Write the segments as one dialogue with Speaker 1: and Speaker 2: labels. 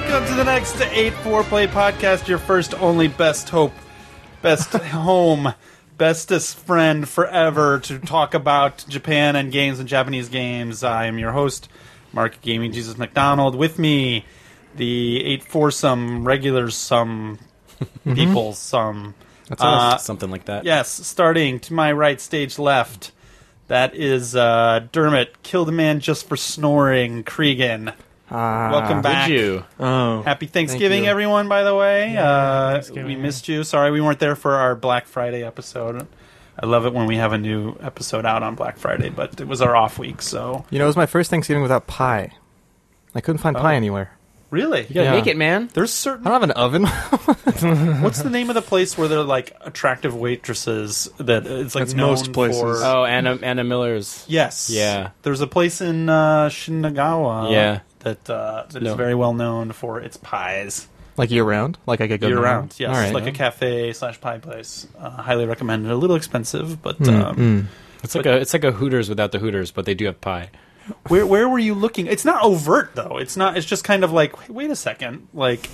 Speaker 1: Thanks to 8 4 Play Podcast, your first, only, best hope, best home, bestest friend forever to talk about Japan and games and Japanese games. I am your host, Mark Gaming Jesus McDonald. With me, the 8 4 some regulars, some people, some.
Speaker 2: Mm-hmm. That's us.
Speaker 1: Uh,
Speaker 2: something like that.
Speaker 1: Yes, starting to my right, stage left. That is uh, Dermot, kill the man just for snoring, Cregan.
Speaker 3: Ah,
Speaker 1: Welcome back.
Speaker 2: you?
Speaker 3: Oh,
Speaker 1: Happy Thanksgiving,
Speaker 3: you.
Speaker 1: everyone, by the way. uh,
Speaker 3: Thanksgiving,
Speaker 1: we
Speaker 3: yeah.
Speaker 1: missed you. Sorry we weren't there for our Black Friday episode. I love it when we have a new episode out on Black Friday, but it was our off week, so.
Speaker 3: you know, it was my first Thanksgiving without pie. I couldn't
Speaker 1: Oh.
Speaker 3: find pie anywhere.
Speaker 1: Really?
Speaker 3: gotta Yeah. make it,
Speaker 4: man.
Speaker 1: There's
Speaker 3: I
Speaker 1: certain.
Speaker 3: don't have an oven.
Speaker 1: What's the name of the place where they're like attractive waitresses that it's like
Speaker 5: That's
Speaker 1: known
Speaker 5: most places.
Speaker 1: for-
Speaker 2: Oh, Anna Anna Miller's.
Speaker 1: Yes.
Speaker 2: Yeah.
Speaker 1: There's a place in uh, Shinagawa.
Speaker 2: Yeah.
Speaker 1: That uh, that is
Speaker 2: No.
Speaker 1: very well known for its pies
Speaker 3: like year round? Like I could go
Speaker 1: year
Speaker 3: now?
Speaker 1: round. Yes.
Speaker 3: All right.
Speaker 1: Like a cafe slash pie place. Uh, highly recommended. A little expensive, but
Speaker 3: Mm,
Speaker 1: um,
Speaker 3: mm.
Speaker 2: It's like a it's like a Hooters without the Hooters, but they do have pie.
Speaker 1: where where were you looking? It's not overt though. It's not. It's just kind of like wait, wait a second, like.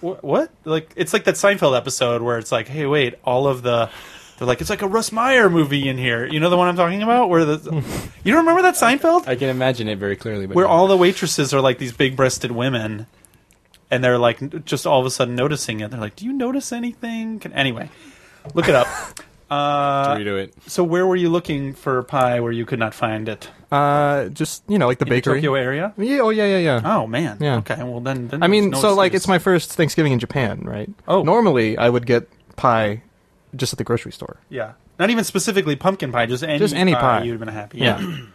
Speaker 1: wh- What? Like it's like that Seinfeld episode where it's like, hey, wait, all of the they're like it's like a Russ Meyer movie in here. You know the one I'm talking about? Where the you don't remember that Seinfeld?
Speaker 2: I can imagine it very clearly. But
Speaker 1: where
Speaker 2: no.
Speaker 1: all the waitresses are like these big-breasted women and they're like n- just all of a sudden noticing it they're like do you notice anything Can-" anyway look it up uh,
Speaker 2: redo it.
Speaker 1: so where were you looking for pie where you could not find it
Speaker 3: Uh, just you know, like the
Speaker 1: in
Speaker 3: bakery.
Speaker 1: the tokyo area
Speaker 3: Yeah. Oh yeah, yeah, yeah.
Speaker 1: oh man
Speaker 3: Yeah.
Speaker 1: okay well then, then
Speaker 3: I mean,
Speaker 1: there's no
Speaker 3: so like it's
Speaker 1: excuse.
Speaker 3: my first Thanksgiving in Japan, right?
Speaker 1: Oh.
Speaker 3: Normally, I would get pie just at the grocery store.
Speaker 1: yeah not even specifically pumpkin pie just any,
Speaker 3: Just any pie.
Speaker 1: you'd have been happy yeah, you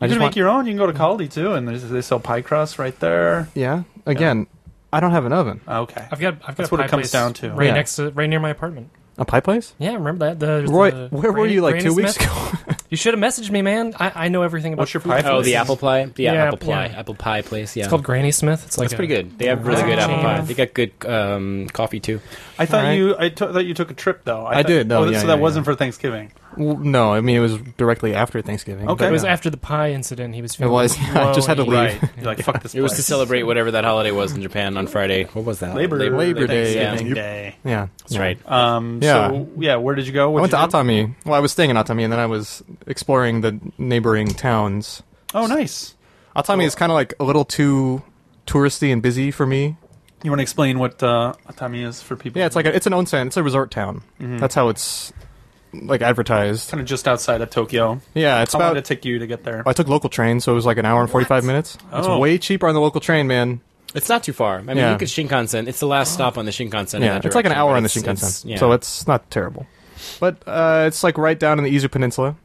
Speaker 3: I
Speaker 1: can
Speaker 3: just
Speaker 1: make
Speaker 3: want,
Speaker 1: your own you can go to Caldi too and there's, they sell pie crust right there
Speaker 3: yeah. Again, I don't have an oven.
Speaker 1: okay
Speaker 4: I've got I've got
Speaker 1: That's
Speaker 4: a
Speaker 1: what it
Speaker 4: pie
Speaker 1: comes
Speaker 4: place
Speaker 1: down to.
Speaker 4: right
Speaker 3: Yeah.
Speaker 4: next to right near my apartment.
Speaker 3: A pie place?
Speaker 4: Yeah, remember that the,
Speaker 3: Roy,
Speaker 4: the
Speaker 3: where were
Speaker 4: Granny-
Speaker 3: you like two
Speaker 4: Granny
Speaker 3: weeks
Speaker 4: Smith?
Speaker 3: ago?
Speaker 4: You should have messaged me, man. I, I know everything about
Speaker 1: What's your
Speaker 4: food
Speaker 1: pie
Speaker 2: Oh,
Speaker 4: places.
Speaker 2: the apple pie. Yeah,
Speaker 4: Yeah,
Speaker 2: apple pie.
Speaker 4: yeah.
Speaker 2: Apple pie place. Yeah,
Speaker 4: It's called Granny Smith. It's like
Speaker 2: That's
Speaker 4: a-
Speaker 2: pretty good. They have really good apple pie. They got good um, coffee too.
Speaker 1: I thought
Speaker 3: Alright.
Speaker 1: you I to- thought you took a trip though I,
Speaker 3: I
Speaker 1: thought-
Speaker 3: did,
Speaker 1: oh,
Speaker 3: no, yeah,
Speaker 1: so
Speaker 3: yeah,
Speaker 1: that
Speaker 3: yeah.
Speaker 1: wasn't for Thanksgiving
Speaker 3: Well, no, I mean it was directly after Thanksgiving.
Speaker 1: Okay.
Speaker 4: It was
Speaker 3: It
Speaker 4: after the pie incident. He was. Feeling
Speaker 3: was. I just had to leave.
Speaker 1: Right. You're like, fuck this
Speaker 2: It was to
Speaker 1: place.
Speaker 2: celebrate whatever that holiday was in Japan on Friday. What was that?
Speaker 1: Uh, Labor, Labor,
Speaker 3: Labor
Speaker 1: Day.
Speaker 3: Day,
Speaker 1: Thanksgiving
Speaker 2: yeah.
Speaker 1: Day.
Speaker 3: Yeah.
Speaker 2: That's
Speaker 3: yeah.
Speaker 2: right.
Speaker 1: Um,
Speaker 3: Yeah.
Speaker 1: So, yeah, where did you go?
Speaker 3: I went
Speaker 1: What'd
Speaker 3: to
Speaker 1: you do?
Speaker 3: Atami. Well, I was staying in Atami, and then I was exploring the neighboring towns.
Speaker 1: Oh, nice.
Speaker 3: Atami is kind of like a little too touristy and busy for me.
Speaker 1: You want to explain what uh, Atami is for people?
Speaker 3: Yeah, it's like a, it's an onsen. It's a resort town.
Speaker 1: Mm-hmm.
Speaker 3: That's how it's like advertised.
Speaker 1: kind of just outside of Tokyo.
Speaker 3: Yeah, it's
Speaker 1: How long
Speaker 3: about.
Speaker 1: did it take you to get there?
Speaker 3: I took local train, so it was like an hour and forty five minutes. It's
Speaker 1: Oh.
Speaker 3: way cheaper on the local train, man.
Speaker 2: It's not too far. I mean,
Speaker 3: Yeah.
Speaker 2: you could Shinkansen. It's the last stop on the Shinkansen.
Speaker 3: yeah,
Speaker 2: in that
Speaker 3: it's like an
Speaker 2: direction,
Speaker 3: hour
Speaker 2: but
Speaker 3: on the
Speaker 2: it's- it's-
Speaker 3: Shinkansen,
Speaker 2: yeah.
Speaker 3: so it's not terrible. But uh, it's like right down in the Izu Peninsula.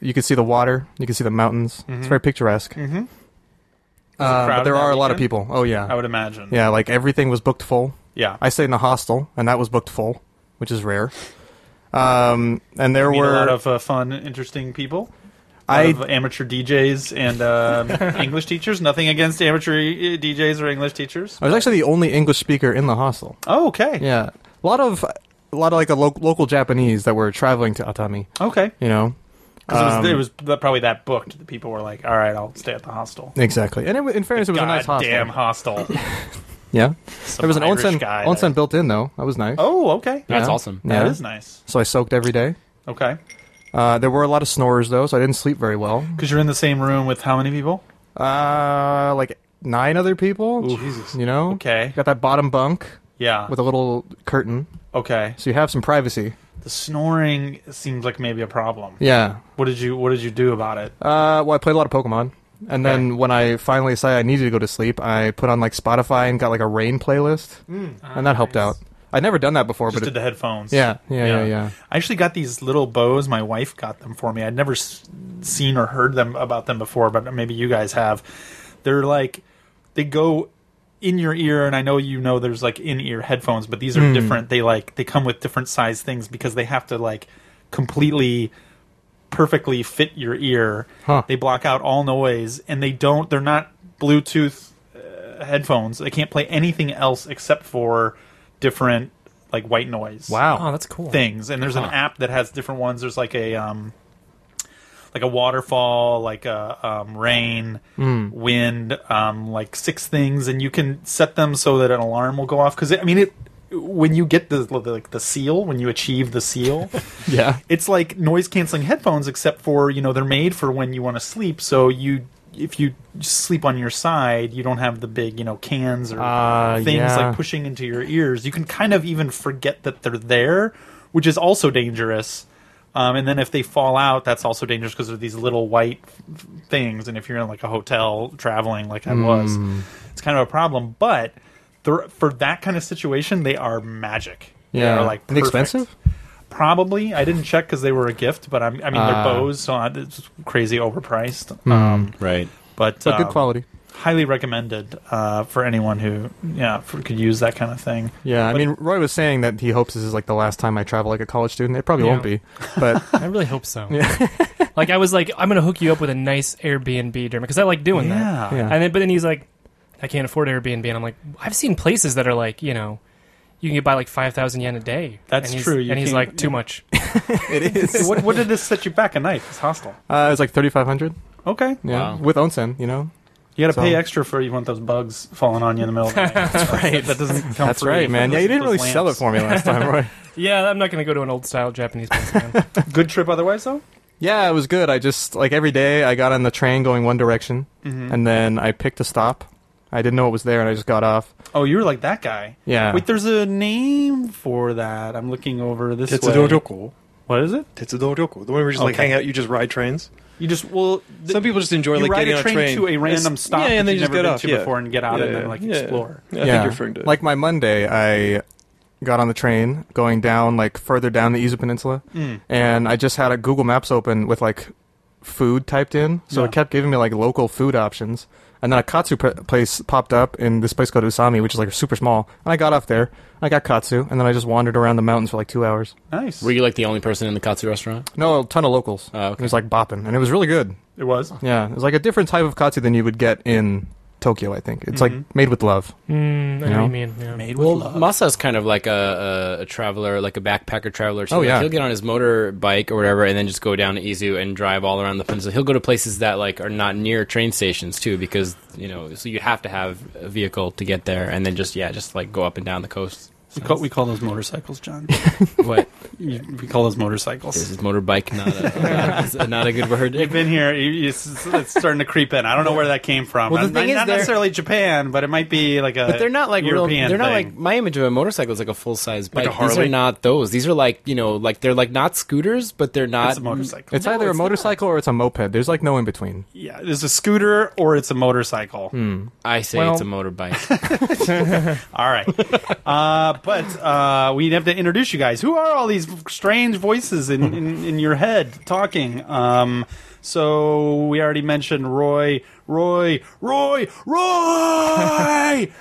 Speaker 3: You can see the water. You can see the mountains. It's very picturesque.
Speaker 1: Mm-hmm.
Speaker 3: Uh, but
Speaker 1: crowded
Speaker 3: there
Speaker 1: that
Speaker 3: are a lot of
Speaker 1: weekend?
Speaker 3: people. Oh
Speaker 1: I
Speaker 3: yeah,
Speaker 1: would imagine.
Speaker 3: yeah. Like everything was booked full.
Speaker 1: Yeah.
Speaker 3: I stayed in a hostel, and that was booked full, which is rare. Um, and there
Speaker 1: Meet
Speaker 3: were
Speaker 1: a lot of uh, fun, interesting people. A lot
Speaker 3: I
Speaker 1: of amateur DJs and um, English teachers. Nothing against amateur uh, DJs or English teachers.
Speaker 3: I was actually the only English speaker in the hostel.
Speaker 1: Oh, okay.
Speaker 3: Uh, Yeah, a lot of a lot of like the lo- local Japanese that were traveling to Atami.
Speaker 1: Okay.
Speaker 3: You know,
Speaker 1: 'Cause
Speaker 3: Um,
Speaker 1: it, was, it was probably that booked. The people were like, all right, I'll stay at the hostel.
Speaker 3: exactly. And it, wa- in fairness, it was a nice hostel.
Speaker 1: Goddamn hostel.
Speaker 3: Yeah,
Speaker 1: Some
Speaker 3: there was an
Speaker 1: Irish
Speaker 3: onsen
Speaker 1: guy
Speaker 3: onsen
Speaker 1: that-
Speaker 3: built in though. That was nice.
Speaker 1: Oh, okay.
Speaker 2: That's
Speaker 3: Yeah.
Speaker 2: awesome.
Speaker 3: Yeah.
Speaker 1: That is nice.
Speaker 3: So I soaked every day.
Speaker 1: Okay.
Speaker 3: Uh, there were a lot of snorers though, so I didn't sleep very well.
Speaker 1: Because you're in the same room with how many people?
Speaker 3: Uh, like nine other people.
Speaker 1: Jesus.
Speaker 3: You know,
Speaker 1: Okay.
Speaker 3: Oh, got that bottom bunk
Speaker 1: Yeah.
Speaker 3: with a little curtain,
Speaker 1: Okay.
Speaker 3: so you have some privacy.
Speaker 1: The snoring seems like maybe a problem.
Speaker 3: Yeah.
Speaker 1: What did you What did you do about it?
Speaker 3: Uh, well, I played a lot of Pokemon, and then when I finally decided I needed to go to sleep, I put on like Spotify and got like a rain playlist, and that helped out. I'd never done that before,
Speaker 1: Just
Speaker 3: but
Speaker 1: did
Speaker 3: it,
Speaker 1: the headphones.
Speaker 3: yeah, yeah, yeah,
Speaker 1: Yeah.
Speaker 3: yeah,
Speaker 1: I actually got these little bows. My wife got them for me. I'd never s- seen or heard them about them before, but maybe you guys have. They're like they go in your ear, and I know you know there's like in ear headphones, but these are different. They like they come with different size things because they have to like completely perfectly fit your ear.
Speaker 3: Huh.
Speaker 1: They block out all noise, and they don't. They're not Bluetooth uh, headphones. They can't play anything else except for different like white noise
Speaker 3: Wow.
Speaker 4: Oh, that's cool.
Speaker 1: things and there's an app that has different ones there's like a um like a waterfall, like a um, rain, wind, um, like six things, and you can set them so that an alarm will go off. Because I mean, it when you get the like the seal, when you achieve the seal,
Speaker 3: Yeah.
Speaker 1: it's like noise canceling headphones, except for you know they're made for when you want to sleep. So you. If you sleep on your side, you don't have the big, you know, cans or
Speaker 3: Ah,
Speaker 1: things
Speaker 3: yeah.
Speaker 1: like pushing into your ears. You can kind of even forget that they're there, which is also dangerous. Um, and then if they fall out, that's also dangerous because they're these little white f- things. And if you're in like a hotel traveling, like I was,
Speaker 3: Mm.
Speaker 1: it's kind of a problem. But they're, for that kind of situation, they are magic. They
Speaker 3: Yeah.
Speaker 1: are, like
Speaker 3: And
Speaker 1: perfect.
Speaker 3: expensive?
Speaker 1: Probably, I didn't check because they were a gift. But I'm, I mean, they're
Speaker 3: Ah.
Speaker 1: bows, so I- it's crazy overpriced.
Speaker 3: Mm-hmm.
Speaker 1: Um,
Speaker 2: Right.
Speaker 1: but
Speaker 3: But good
Speaker 1: um,
Speaker 3: quality.
Speaker 1: highly recommended uh, for anyone who yeah for, could use that kind of thing.
Speaker 3: Yeah, I
Speaker 1: But-
Speaker 3: mean, Roy was saying that he hopes this is like the last time I travel like a college student. It probably
Speaker 4: Yeah.
Speaker 3: won't be, but
Speaker 4: I really hope so. like I was like, I'm gonna hook you up with a nice Airbnb, Dermot, because I like doing that.
Speaker 1: yeah.
Speaker 3: yeah.
Speaker 4: And then, but then he's like, I can't afford Airbnb. And I'm like, I've seen places that are like, you know, you can get by like 5,000 yen a day.
Speaker 1: That's
Speaker 4: and he's-
Speaker 1: true, you
Speaker 4: and he's
Speaker 1: can't-
Speaker 4: like, too much.
Speaker 3: it is.
Speaker 1: what, what did this set you back a night? This hostel.
Speaker 3: Uh, it's like thirty five hundred.
Speaker 1: Okay.
Speaker 3: Yeah,
Speaker 2: Wow.
Speaker 3: with onsen, you know.
Speaker 1: You got to
Speaker 3: So-
Speaker 1: pay extra for you want those bugs falling on you in the middle of the night. That's right. That doesn't come
Speaker 3: That's right, man. Yeah, you didn't really sell it for me last time, Roy.
Speaker 4: Yeah, I'm not going to go to an old style Japanese place, man.
Speaker 1: me. Good trip otherwise, though?
Speaker 3: Yeah, it was good. I just like every day I got on the train going one direction,
Speaker 1: Mm-hmm.
Speaker 3: and then I picked a stop. I didn't know it was there, and I just got off.
Speaker 1: oh, you were like that guy.
Speaker 3: Yeah,
Speaker 1: Wait, there's a name for that. I'm looking over this way.
Speaker 5: Tetsudo Ryoku.
Speaker 1: What is it?
Speaker 5: Tetsudo Ryoku. The one where you just like
Speaker 1: Okay.
Speaker 5: hang out, you just ride trains.
Speaker 1: You just, well, th-
Speaker 5: Some people just enjoy
Speaker 1: you
Speaker 5: like
Speaker 1: ride
Speaker 5: getting
Speaker 1: a train,
Speaker 5: on a train
Speaker 1: to a random
Speaker 5: It's-
Speaker 1: stop
Speaker 5: yeah, and
Speaker 1: that you've
Speaker 5: then you just
Speaker 1: never
Speaker 5: get
Speaker 1: been
Speaker 5: off
Speaker 1: to
Speaker 5: yeah.
Speaker 1: before and get out
Speaker 5: yeah,
Speaker 1: and then like
Speaker 5: yeah.
Speaker 1: explore.
Speaker 5: Yeah, I
Speaker 3: Yeah.
Speaker 5: think you're referring to
Speaker 3: like my Monday, I got on the train going down like further down the Izu Peninsula,
Speaker 1: Mm.
Speaker 3: and I just had a Google Maps open with like food typed in, so
Speaker 1: Yeah.
Speaker 3: it kept giving me like local food options. And then a katsu p- place popped up in this place called Usami, which is like super small. And I got off there, and I got katsu, and then I just wandered around the mountains for like two hours.
Speaker 1: Nice.
Speaker 2: Were you like the only person in the katsu restaurant?
Speaker 3: No, a ton of locals.
Speaker 2: Oh, okay.
Speaker 3: It was like bopping, and it was really good.
Speaker 1: it was.
Speaker 3: Yeah, it was like a different type of katsu than you would get in Tokyo. I think it's
Speaker 1: Mhm.
Speaker 4: Mm-hmm.
Speaker 3: like made with love.
Speaker 4: Mm, I know what
Speaker 3: Yeah.
Speaker 4: you mean. Yeah.
Speaker 1: Made with
Speaker 2: Well,
Speaker 1: love.
Speaker 2: Masa's kind of like a, a, a traveler, like a backpacker traveler. too.
Speaker 3: Oh,
Speaker 2: Like,
Speaker 3: yeah.
Speaker 2: he'll get on his motorbike or whatever, and then just go down to Izu and drive all around the peninsula. He'll go to places that like are not near train stations too, because you know, so you have to have a vehicle to get there, and then just yeah, just like go up and down the coast.
Speaker 1: we, call, we call those motorcycles, John.
Speaker 2: What
Speaker 1: You- we call those motorcycles.
Speaker 2: is this motorbike? Not a, is not a good word.
Speaker 1: You've been here. you- you- It's, it's starting to creep in. I don't know where that came from.
Speaker 2: Well, the
Speaker 1: I-
Speaker 2: thing
Speaker 1: I-
Speaker 2: is
Speaker 1: not
Speaker 2: they're-
Speaker 1: necessarily Japan, but it might be like a.
Speaker 2: But they're not like
Speaker 1: European.
Speaker 2: real. They're not
Speaker 1: thing.
Speaker 2: like my image of a motorcycle is like a full size
Speaker 1: Like
Speaker 2: bike.
Speaker 1: a
Speaker 2: These are
Speaker 1: Harley?
Speaker 2: not those. These are like you know, like they're like not scooters, but they're not
Speaker 1: it's a motorcycle.
Speaker 3: It's either a motorcycle or it's a moped. There's like no in between.
Speaker 1: yeah, there's a scooter or it's a motorcycle.
Speaker 2: I say
Speaker 4: Well-
Speaker 2: it's a motorbike.
Speaker 1: All right, uh, but uh, we have to introduce you guys. Who are all these strange voices in, in, in your head talking? Um, so we already mentioned Roy, Roy, Roy, Roy,